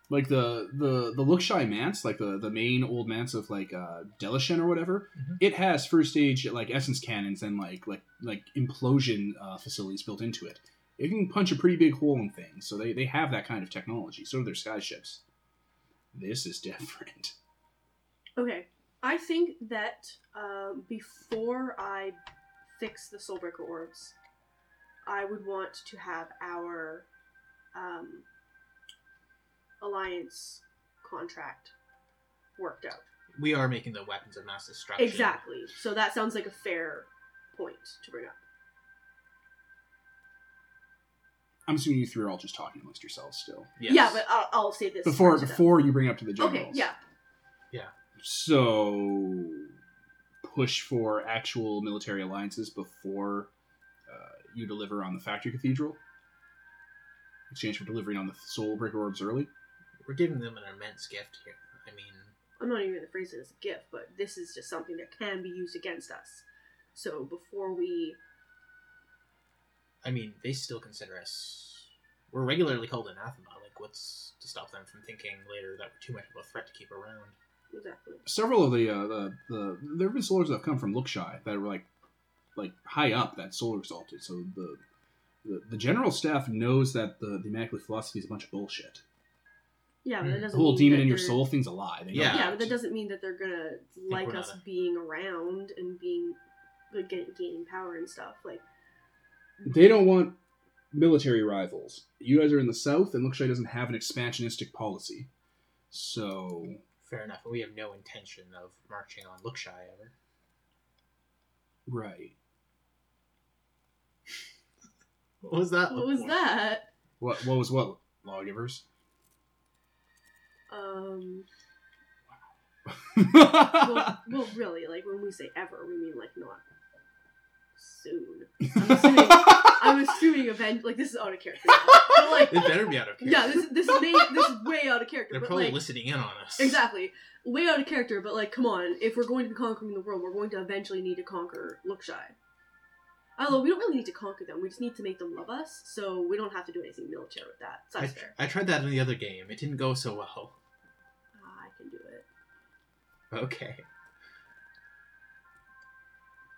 like the the the Lookshy manse, like the the main old manse of like uh Delishen or whatever,
Mhm.
it has first stage like essence cannons and like like like implosion uh, facilities built into it. It can punch a pretty big hole in things, so they they have that kind of technology. So do their sky ships. This is *laughs* different.
Okay, I think that um, before I fix the Soulbreaker orbs, I would want to have our um, alliance contract worked out.
We are making the weapons of mass destruction.
Exactly. So that sounds like a fair point to bring up.
I'm assuming you three are all just talking amongst yourselves still
Yes.
Yeah, but I'll, I'll say this
before
first, though.
before you bring up to the generals.
Okay, yeah.
so push for actual military alliances before uh, you deliver on the factory cathedral in exchange for delivering on the soulbreaker orbs early
we're giving them an immense gift here. I mean,
I'm not even gonna phrase it as a gift, but this is just something that can be used against us. So before we,
I mean, they still consider us. We're regularly called anathema. Like, what's to stop them from thinking later that we're too much of a threat to keep around?
exactly.
several of the uh, the, the there have been solars that have come from lookshy that were like like high up that solar exalted so the the, the general staff knows that the, the immaculate philosophy is a bunch of bullshit
Yeah, but that
Mm.
the
doesn't.
whole
mean
Hmm. demon
that
in your
they're-
soul thing's a lie They know
Yeah.
that.
Yeah, but that doesn't mean that they're gonna like
we're
us
not a-
being around and being like get- gaining power and stuff. Like,
They don't want military rivals. You guys are in the south, and Lookshay doesn't have an expansionistic policy. So,
Fair enough. We have no intention of marching on Lookshy ever.
right.
What was that?
what was that?
What what was what
*laughs*
lawgivers?
Um,
I Hmm.
*laughs*
well, well, really, like when we say ever, we mean like not soon.
*laughs*
I'm assuming, I'm assuming event like this is out of character. now. But like,
It better be out
*laughs*
of character.
yeah, this this is way, this is way out of
*laughs*
character.
They're
but
probably
like,
listening in on us.
Exactly. Way out of character, but like, come on. If we're going to be conquering the world, we're going to eventually need to conquer Lookshy. Although we don't really need to conquer them, we just need to make them love us. So we don't have to do anything military with that. So
I,
that's fair.
I tried that in the other game. It didn't go so well. *laughs*
Ah, I can do it.
Okay.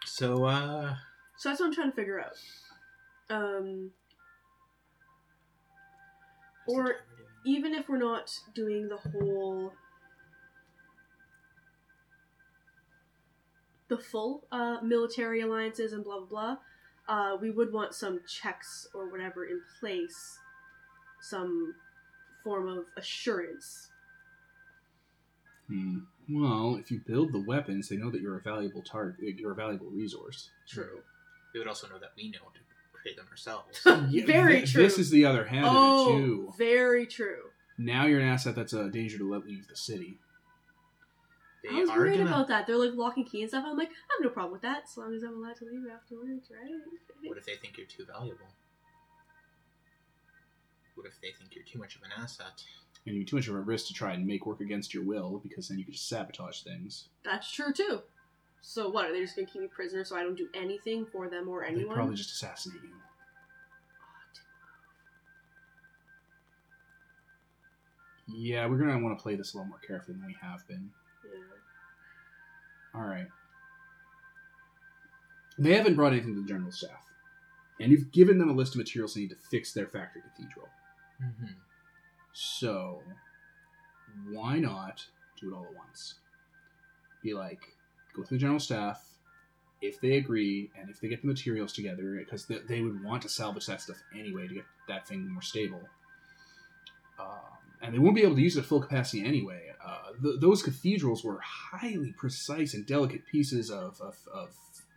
So, uh,
So that's what I'm trying to figure out. Um,
what's the time we're
Or- e
doing?
even if we're not doing the whole, the full uh, military alliances and blah blah blah, uh, we would want some checks or whatever in place, some form of assurance.
Hmm. Well, if you build the weapons, they know that you're a valuable target. You're a valuable resource.
True.
they would also know that we know to create them
*laughs*
ourselves.
Yeah,
very
thi-
true.
This is the other hand of it
oh,
too.
very true.
Now you're an asset that's a danger to let leave the city.
They
I was
are
worried
gonna.
about that. They're like lock and key and stuff. I'm like, I have no problem with that, as long as I'm allowed to leave afterwards, right?
What if they think you're too valuable? What if they think you're too much of an asset?
And you're too much of a risk to try and make work against your will, because then you could just sabotage things.
That's true too. So what? Are they just gonna keep me prisoner so I don't do anything for them or
They
anyone?
probably just assassinate you. Yeah, we're gonna want to play this a little more carefully than we have been.
Yeah.
All right. They haven't brought anything to the general staff, and you've given them a list of materials they need to fix their factory cathedral.
Mm-hmm.
So, why not do it all at once? Be like, go through the general staff. If they agree, and if they get the materials together, because they, they would want to salvage that stuff anyway to get that thing more stable. Um, and they won't be able to use it at full capacity anyway. Uh, th- those cathedrals were highly precise and delicate pieces of, of, of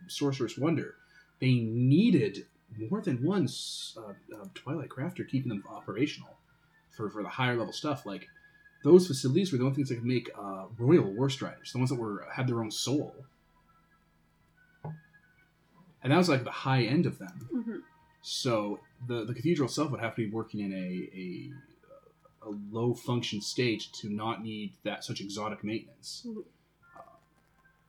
Sorcerer's Wonder. They needed more than one s- uh, uh, Twilight Crafter keeping them operational for, for the higher level stuff. Like those facilities were the only things that could make uh, Royal War Striders, the ones that were had their own soul, and that was like the high end of them.
Mhm.
So the the cathedral itself would have to be working in a a, a low function state to not need that such exotic maintenance,
Mhm.
Uh,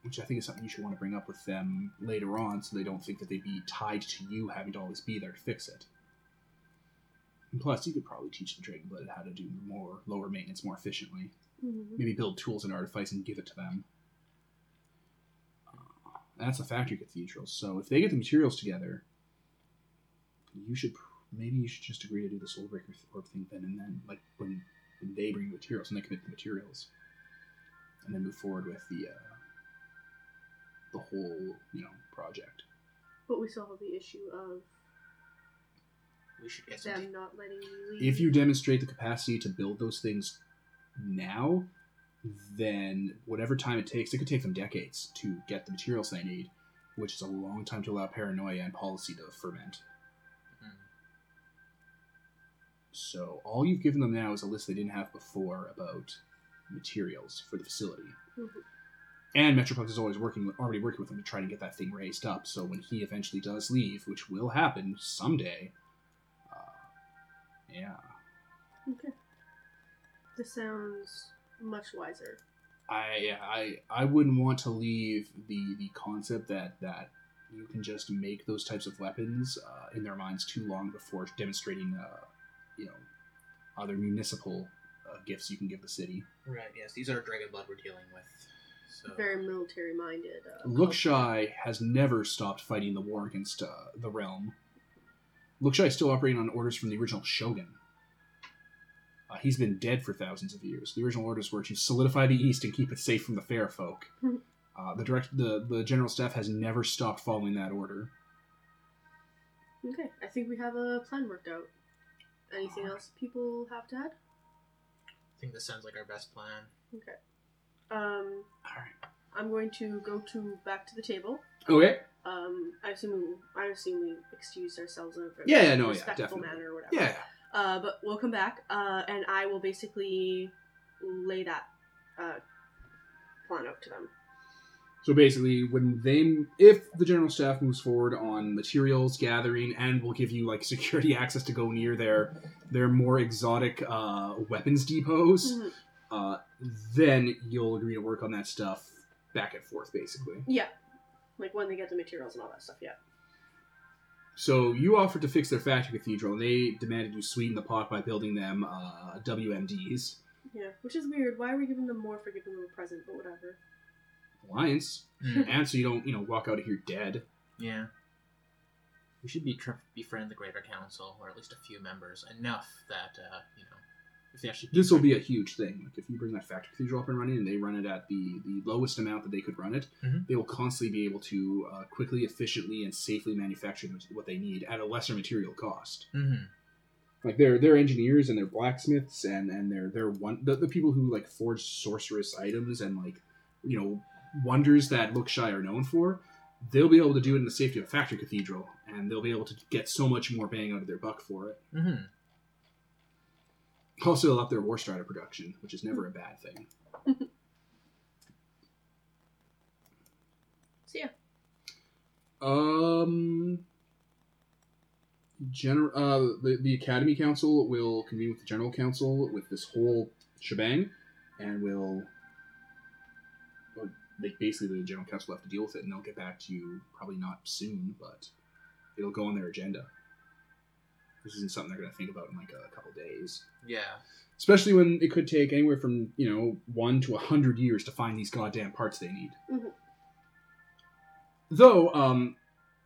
which I think is something you should want to bring up with them later on, so they don't think that they'd be tied to you having to always be there to fix it. And plus, you could probably teach the Dragon Blood how to do more lower maintenance more efficiently.
Mhm.
Maybe build tools and artifice and give it to them. Uh, That's a factory cathedral. So if they get the materials together, you should pr- maybe you should just agree to do the Soulbreaker th- orb thing then and then, like when, when they bring the materials and they commit the materials, and then move forward with the uh, the whole you know project.
But we still have the issue of
We should get some.
them not letting you leave.
If you demonstrate the capacity to build those things now, then whatever time it takes, it could take them decades to get the materials they need, which is a long time to allow paranoia and policy to ferment.
Mm.
So all you've given them now is a list they didn't have before about materials for the facility.
Mhm.
And Metroplex is always working, already working with them to try to get that thing raised up. So when he eventually does leave, which will happen someday, uh, yeah,
Okay. This sounds much wiser.
I yeah, I I wouldn't want to leave the the concept that that you can just make those types of weapons uh, in their minds too long before demonstrating uh, you know other municipal uh, gifts you can give the city.
Right. Yes, these are dragon blood we're dealing with.
Oh.
So
Very military minded. Uh,
Lookshy has never stopped fighting the war against uh, the realm. Lookshy is still operating on orders from the original shogun. Uh, he's been dead for thousands of years. The original orders were to solidify the east and keep it safe from the fair folk. uh, the direct, the the general staff has never stopped following that order.
Okay, I think we have a plan worked out. Anything else people have to add?
I think this sounds like our best plan.
Um,
All right.
I'm going to go to back to the table.
Okay.
Um, I assume I assume we excused ourselves in a very
Yeah, yeah, no, yeah,
respectful
definitely.
manner or whatever.
Yeah.
Uh, but we'll come back. Uh, and I will basically lay that uh, plan out to them.
So basically, when they, if the general staff moves forward on materials gathering, and will give you like security *laughs* access to go near their their more exotic uh, weapons depots,
Mhm.
uh, then you'll agree to work on that stuff back and forth, basically.
Yeah, like when they get the materials and all that stuff. Yeah.
So you offered to fix their factory cathedral, and they demanded you sweeten the pot by building them uh, WMDs,
Yeah, which is weird. Why are we giving them more for giving them a present? But whatever.
alliance,
Mm.
and so you don't you know walk out of here dead.
Yeah. We should be tr- befriend the Greater Council, or at least a few members, enough that uh, you know, if they actually
This will be a huge thing. Like if you bring that factory cathedral up and running, and they run it at the the lowest amount that they could run it,
Mhm.
they will constantly be able to uh, quickly, efficiently, and safely manufacture what they need at a lesser material cost.
Mhm.
like their their engineers and their blacksmiths and and their their one the, the people who like forge sorceress items and like you know wonders that look shy are known for they'll be able to do it in the safety of a factory cathedral and they'll be able to get so much more bang out of their buck for it
Mhm.
also they'll up their war strider production which is never a bad thing
So yeah.
um general uh, the, the academy council will convene with the general council with this whole shebang and will well, like basically the general council will have to deal with it and they'll get back to you probably not soon but it'll go on their agenda this isn't something they're going to think about in like a couple days
Yeah.
especially when it could take anywhere from you know one to a hundred years to find these goddamn parts they need.
Mhm.
Though, um,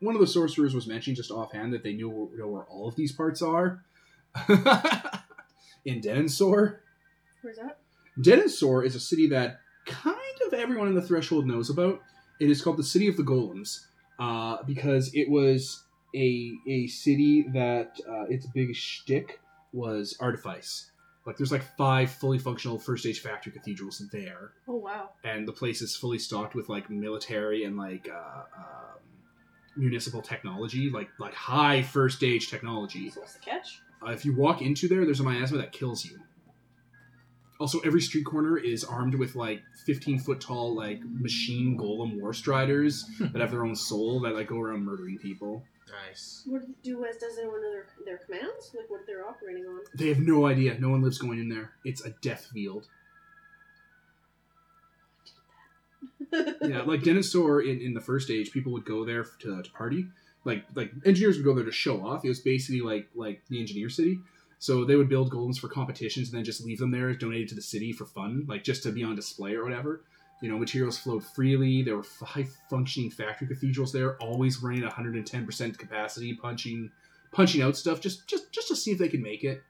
one of the sorcerers was mentioning just offhand that they knew where, know where all of these parts are. *laughs* in Denensor,
Where's that?
Denensor is a city that kind of everyone in the Threshold knows about. It is called the City of the Golems uh, because it was a a city that uh, its biggest shtick was artifice. Like there's like five fully functional first stage factory cathedrals there,
Oh wow.
and the place is fully stocked with like military and like uh, um, municipal technology, like like high first stage technology.
So what's the catch?
Uh, if you walk into there, there's a miasma that kills you. Also, every street corner is armed with like 15 foot tall like machine golem war striders that have their own soul that like go around murdering people.
Nice.
What do as does anyone know their, their commands? Like what they're operating *laughs* on?
They have no idea. No one lives going in there. It's a death field. yeah, like Dinosaur in, in the first age, people would go there to, to party. Like like engineers would go there to show off. It was basically like like the engineer city. So they would build golems for competitions and then just leave them there, donated to the city for fun, like just to be on display or whatever. You know, materials flowed freely. There were high functioning factory cathedrals there, always running 110% capacity, punching punching out stuff just just just to see if they could make it.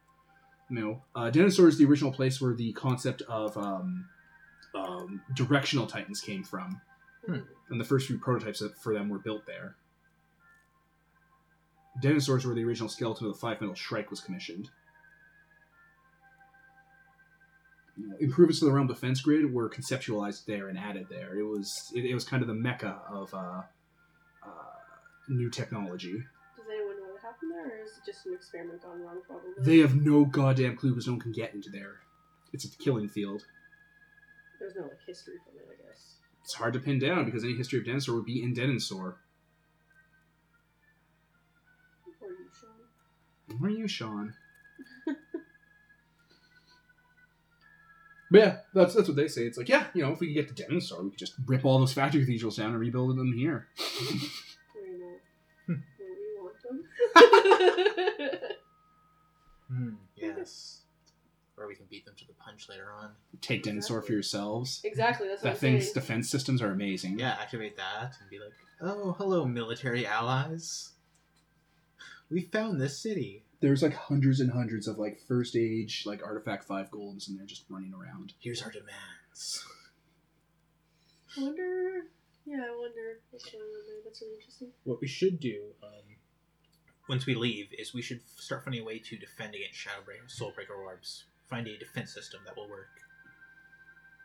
You know, uh, Dinosaur is the original place where the concept of um, um, directional titans came from,
Hmm.
and the first few prototypes that- for them were built there. Dinosaurs were the original skeleton of the five metal shrike was commissioned. You know, improvements to the realm defense grid were conceptualized there and added there. It was it, it was kind of the mecca of uh, uh, new technology.
Does anyone know what happened there, or is it just an experiment gone wrong? Probably.
They have no goddamn clue because no one can get into there. It's a killing field.
There's no like history from it, I guess.
It's hard to pin down because any history of Dinosaur would be in Dinosaur.
Or you, Sean?
Where are you, Sean? but yeah, that's that's what they say. It's like, yeah, you know, if we could get to Dinosaur, we could just rip all those factory cathedrals down and rebuild them here.
Or you know, where we want *laughs* them.
Hmm. yes. Or we can beat them to the punch later on.
Take Dinosaur for
Exactly.
yourselves.
exactly. That's what I'm
That thing's
saying.
defense systems are amazing.
Yeah, activate that and be like, oh, hello, military allies. We found this city.
There's like hundreds and hundreds of like first age, like artifact five golems and they're just running around.
Here's our demands.
I wonder. Yeah, I wonder what's going on there. That's really interesting.
What we should do um, once we leave is we should start finding a way to defend against Shadowbreaker, Soulbreaker orbs. Find a defense system that will work.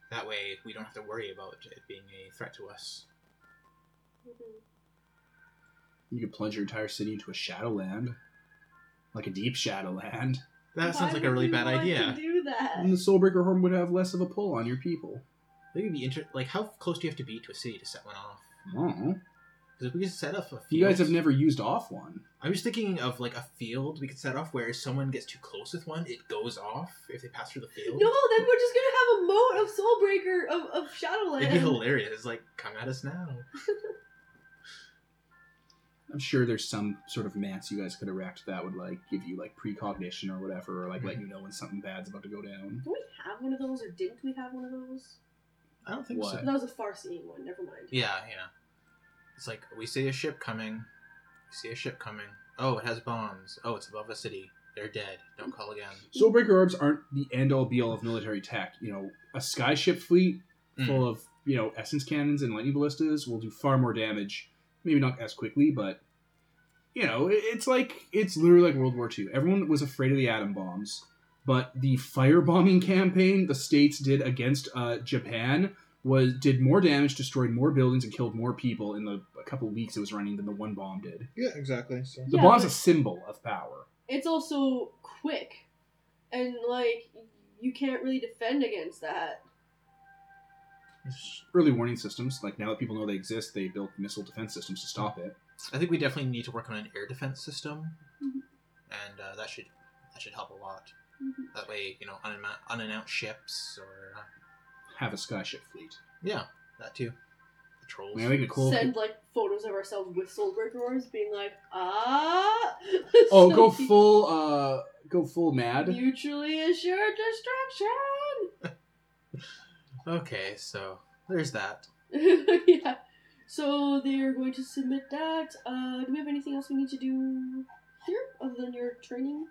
That way, we don't have to worry about it being a threat to us.
Mhm.
You could plunge your entire city into a shadow land, like a deep shadow land.
That
Why
sounds like a
would
really
we
bad
want to
idea. Mm.
do that.
And the Soulbreaker Horn would have less of a pull on your people.
That could be inter- like, how close do you have to be to a city to set one off?
Oh.
Because if we could set up a
You guys
field-
have never used off one.
I'm just thinking of like a field we could set off where if someone gets too close with one, it goes off if they pass through the field.
No, then we're just gonna have a moat of Soulbreaker of, of Shadowland.
It'd be hilarious. It's like, come at us now.
I'm sure there's some sort of mance you guys could erect that would like give you like precognition or whatever, or like let you know when something bad's about to go down.
Do we have one of those, or didn't we have one of those?
I don't think
What?
so.
That was a far-seeing one. Never mind.
Yeah, yeah. It's like we see a ship coming. We see a ship coming. Oh, it has bombs. Oh, it's above a city. They're dead. Don't call again.
Soulbreaker orbs aren't the end all be all of military tech. You know, a skyship fleet
Mm.
full of, you know, essence cannons and lightning ballistas will do far more damage. Maybe not as quickly, but you know, it- it's like it's literally like World War II. Everyone was afraid of the atom bombs, but the firebombing *laughs* campaign the states did against uh, Japan was did more damage, destroyed more buildings, and killed more people in the a couple weeks it was running than the one bomb did.
Yeah, exactly. So.
The
Yeah,
bomb's
but-
a symbol of power.
It's also quick, and like you can't really defend against that.
early warning systems. Like now that people know they exist, they built missile defense systems to stop it.
I think we definitely need to work on an air defense system,
Mhm.
and uh, that should that should help a lot.
Mhm.
That way, you know, unannou- unannounced ships or uh,
Have a skyship fleet.
yeah, that too. The trolls.
I mean, I think a cool.
Send like photos of ourselves with Soulbreaker orbs, being like, ah.
*laughs* oh,
So *laughs*
go
we-
full. uh Go full mad.
Mutually assured destruction.
Okay, so there's that.
*laughs* yeah. So they're going to submit that. Uh, do we have anything else we need to do here other than your training?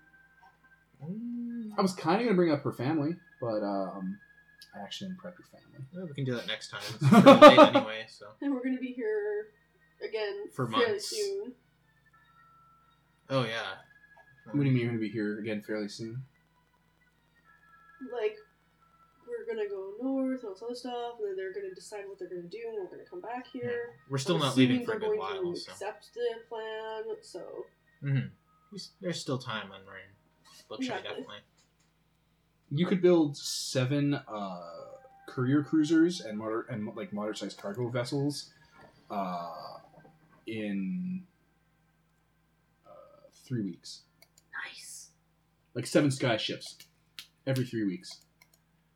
I was kind of gonna bring up her family, but um, I actually didn't prep your family.
Well, we can do that
*laughs*
next time. It's pretty late anyway, so
And we're gonna be here again
For
fairly
months.
soon.
oh yeah.
What do you mean you're gonna be here again fairly soon?
Like we're gonna go north and all this other stuff, and then they're gonna decide what they're gonna do, and we're gonna come back here.
We're still
I'm
not leaving
assuming
for a
they're
good
going
while,
To
so Mm-hmm.
Accept the plan, so
We s- there's still time on Marin. Look, shy,
Exactly.
definitely.
You could build seven uh, courier cruisers and moder- and like moderate-sized cargo vessels uh, in uh, three weeks.
nice.
Like seven sky ships every three weeks.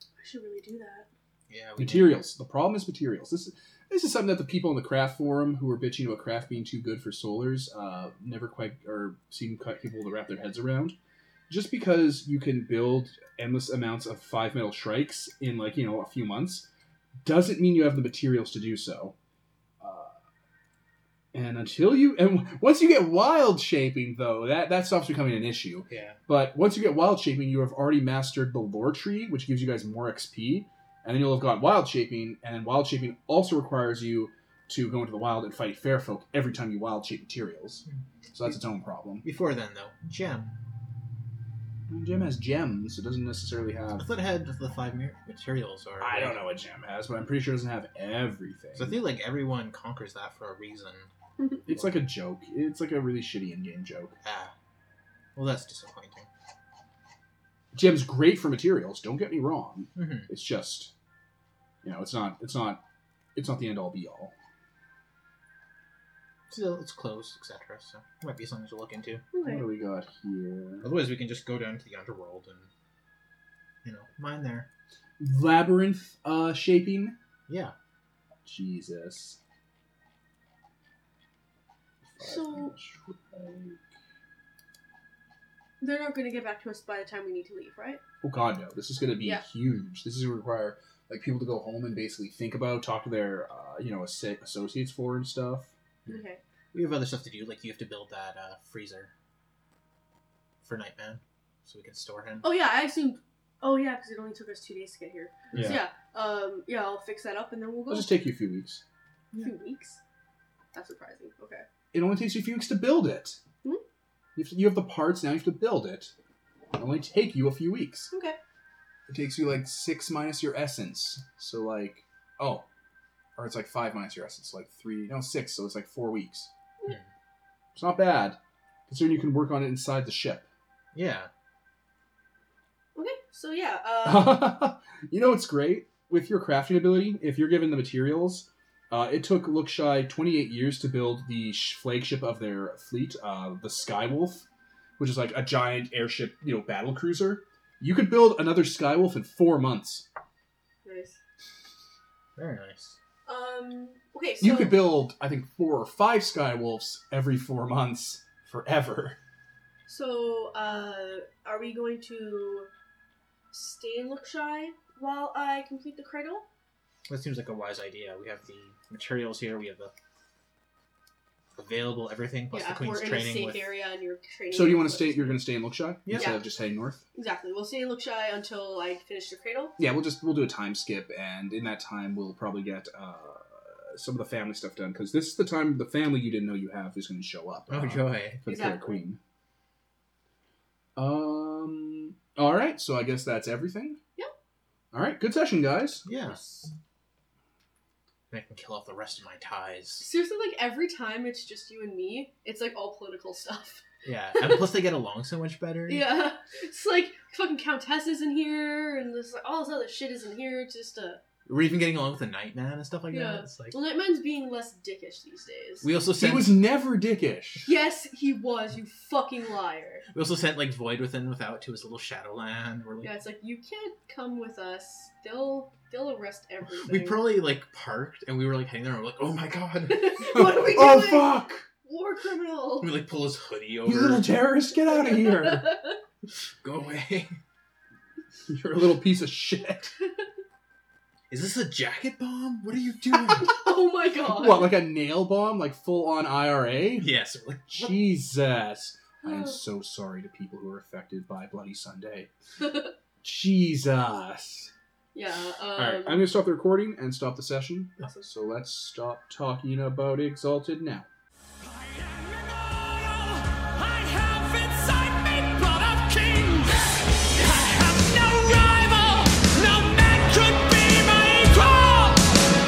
I should really do that.
Yeah, we did.
Materials. The problem is materials. This is, this is something that the people in the craft forum who are bitching about craft being too good for solars uh, never quite or seem quite capable to wrap their heads around. Just because you can build endless amounts of five metal shrikes in like you know a few months, doesn't mean you have the materials to do so. Uh, and until you and once you get wild shaping though, that that stops becoming an issue.
Yeah.
But once you get wild shaping, you have already mastered the lore tree, which gives you guys more XP, and then you'll have got wild shaping, and then wild shaping also requires you to go into the wild and fight fair folk every time you wild shape materials. So that's its own problem.
Before then, though, Gem.
And Gem has gems, it doesn't necessarily
I
have.
thought it had the five mer- materials. Or
I don't know what gem has, but I'm pretty sure it doesn't have everything.
So I think like everyone conquers that for a reason.
it's like a joke. It's like a really shitty in-game joke.
Ah, well, that's disappointing.
Gem's great for materials. Don't get me wrong.
Mhm.
It's just, you know, it's not, it's not, it's not the end all be all.
Still, it's close, etc. So it might be something to look into.
What
Okay.
do we got here?
Otherwise, we can just go down to the underworld and, you know, mine there.
labyrinth uh, shaping.
Yeah.
Jesus.
So- They're not gonna get back to us by the time we need to leave, right?
Oh God, no! This is going to be
Yeah.
huge. This is going to require like people to go home and basically think about, talk to their uh, you know asso- associates for and stuff.
Okay.
We have other stuff to do, like you have to build that uh, freezer for Nightman, so we can store him.
Oh yeah, I assumed. Oh yeah, because it only took us two days to get here. So
Yeah.
yeah, um, yeah, I'll fix that up and then we'll go.
It'll just take you a few weeks.
a few weeks. That's surprising. Okay.
It only takes you a few weeks to build it.
Hmm?
You, have to- you have the parts now. You have to build it. It'll only take you a few weeks.
Okay.
It takes you like six minus your essence. So like oh. Or it's like five minus your essence, so like three no six, so it's like four weeks.
Hmm.
Yeah.
It's not bad. Considering you can work on it inside the ship.
Yeah.
Okay.
*laughs*
So yeah. Uh,
you know what's great? With your crafting ability, if you're given the materials, uh, it took Lookshy 28 years to build the sh- flagship of their fleet, uh, the Skywolf, which is like a giant airship, you know, battle cruiser. You could build another Skywolf in four months.
nice.
Very nice.
Um. Okay. So
You could build, I think, four or five Skywolves every four months forever.
So, uh, are we going to stay in Lookshy while I complete the cradle?
That seems like a wise idea. We have the materials here. We have the available everything plus the queen's
we're in a
training
safe
with.
area and you're training.
So do you want to
with-
stay? You're going to stay in Lookshy
Yeah.
instead of just heading north.
Exactly. We'll stay in Lookshy until I finish the cradle.
Yeah, we'll just we'll do a time skip, and in that time we'll probably get uh, some of the family stuff done because this is the time the family you didn't know you have is going to show up.
Oh
uh,
joy!
for the Fair
Exactly.
queen. Um. All right. So I guess that's everything.
Yeah.
All right. Good session, guys.
Yeah. And I can kill off the rest of my ties.
*laughs* Seriously, like every time it's just you and me, it's like all political stuff.
Yeah, and plus they get along so much better.
Yeah, *laughs* it's like fucking countess is in here, and this like all this other shit is in here. It's just uh,
We're even getting along with the Nightman and stuff like
Yeah.
that. It's like
well, Nightman's being less dickish these days.
we also
He
sent
was never dickish. *laughs*
yes, he was. You fucking liar.
we also sent like Void within without to his little Shadowland. We're like,
Yeah, it's like you can't come with us. They'll they'll arrest everything.
we probably like parked and we were like hanging there. And we're like, oh my god!
*laughs*
*laughs*
what are we doing?
oh fuck!
War criminal.
we like pull his hoodie
You little
over.
terrorist, get out of here! *laughs*
Go away. *laughs*
You're a little piece of shit.
Is this a jacket bomb? What are you doing?
*laughs* oh my god.
What, like a nail bomb, like full on IRA?
yes. We're like,
Jesus. I am so sorry to people who are affected by Bloody Sunday. Jesus.
yeah. Um,
Alright, I'm going to stop the recording and stop the session.
Awesome.
So let's stop talking about Exalted now.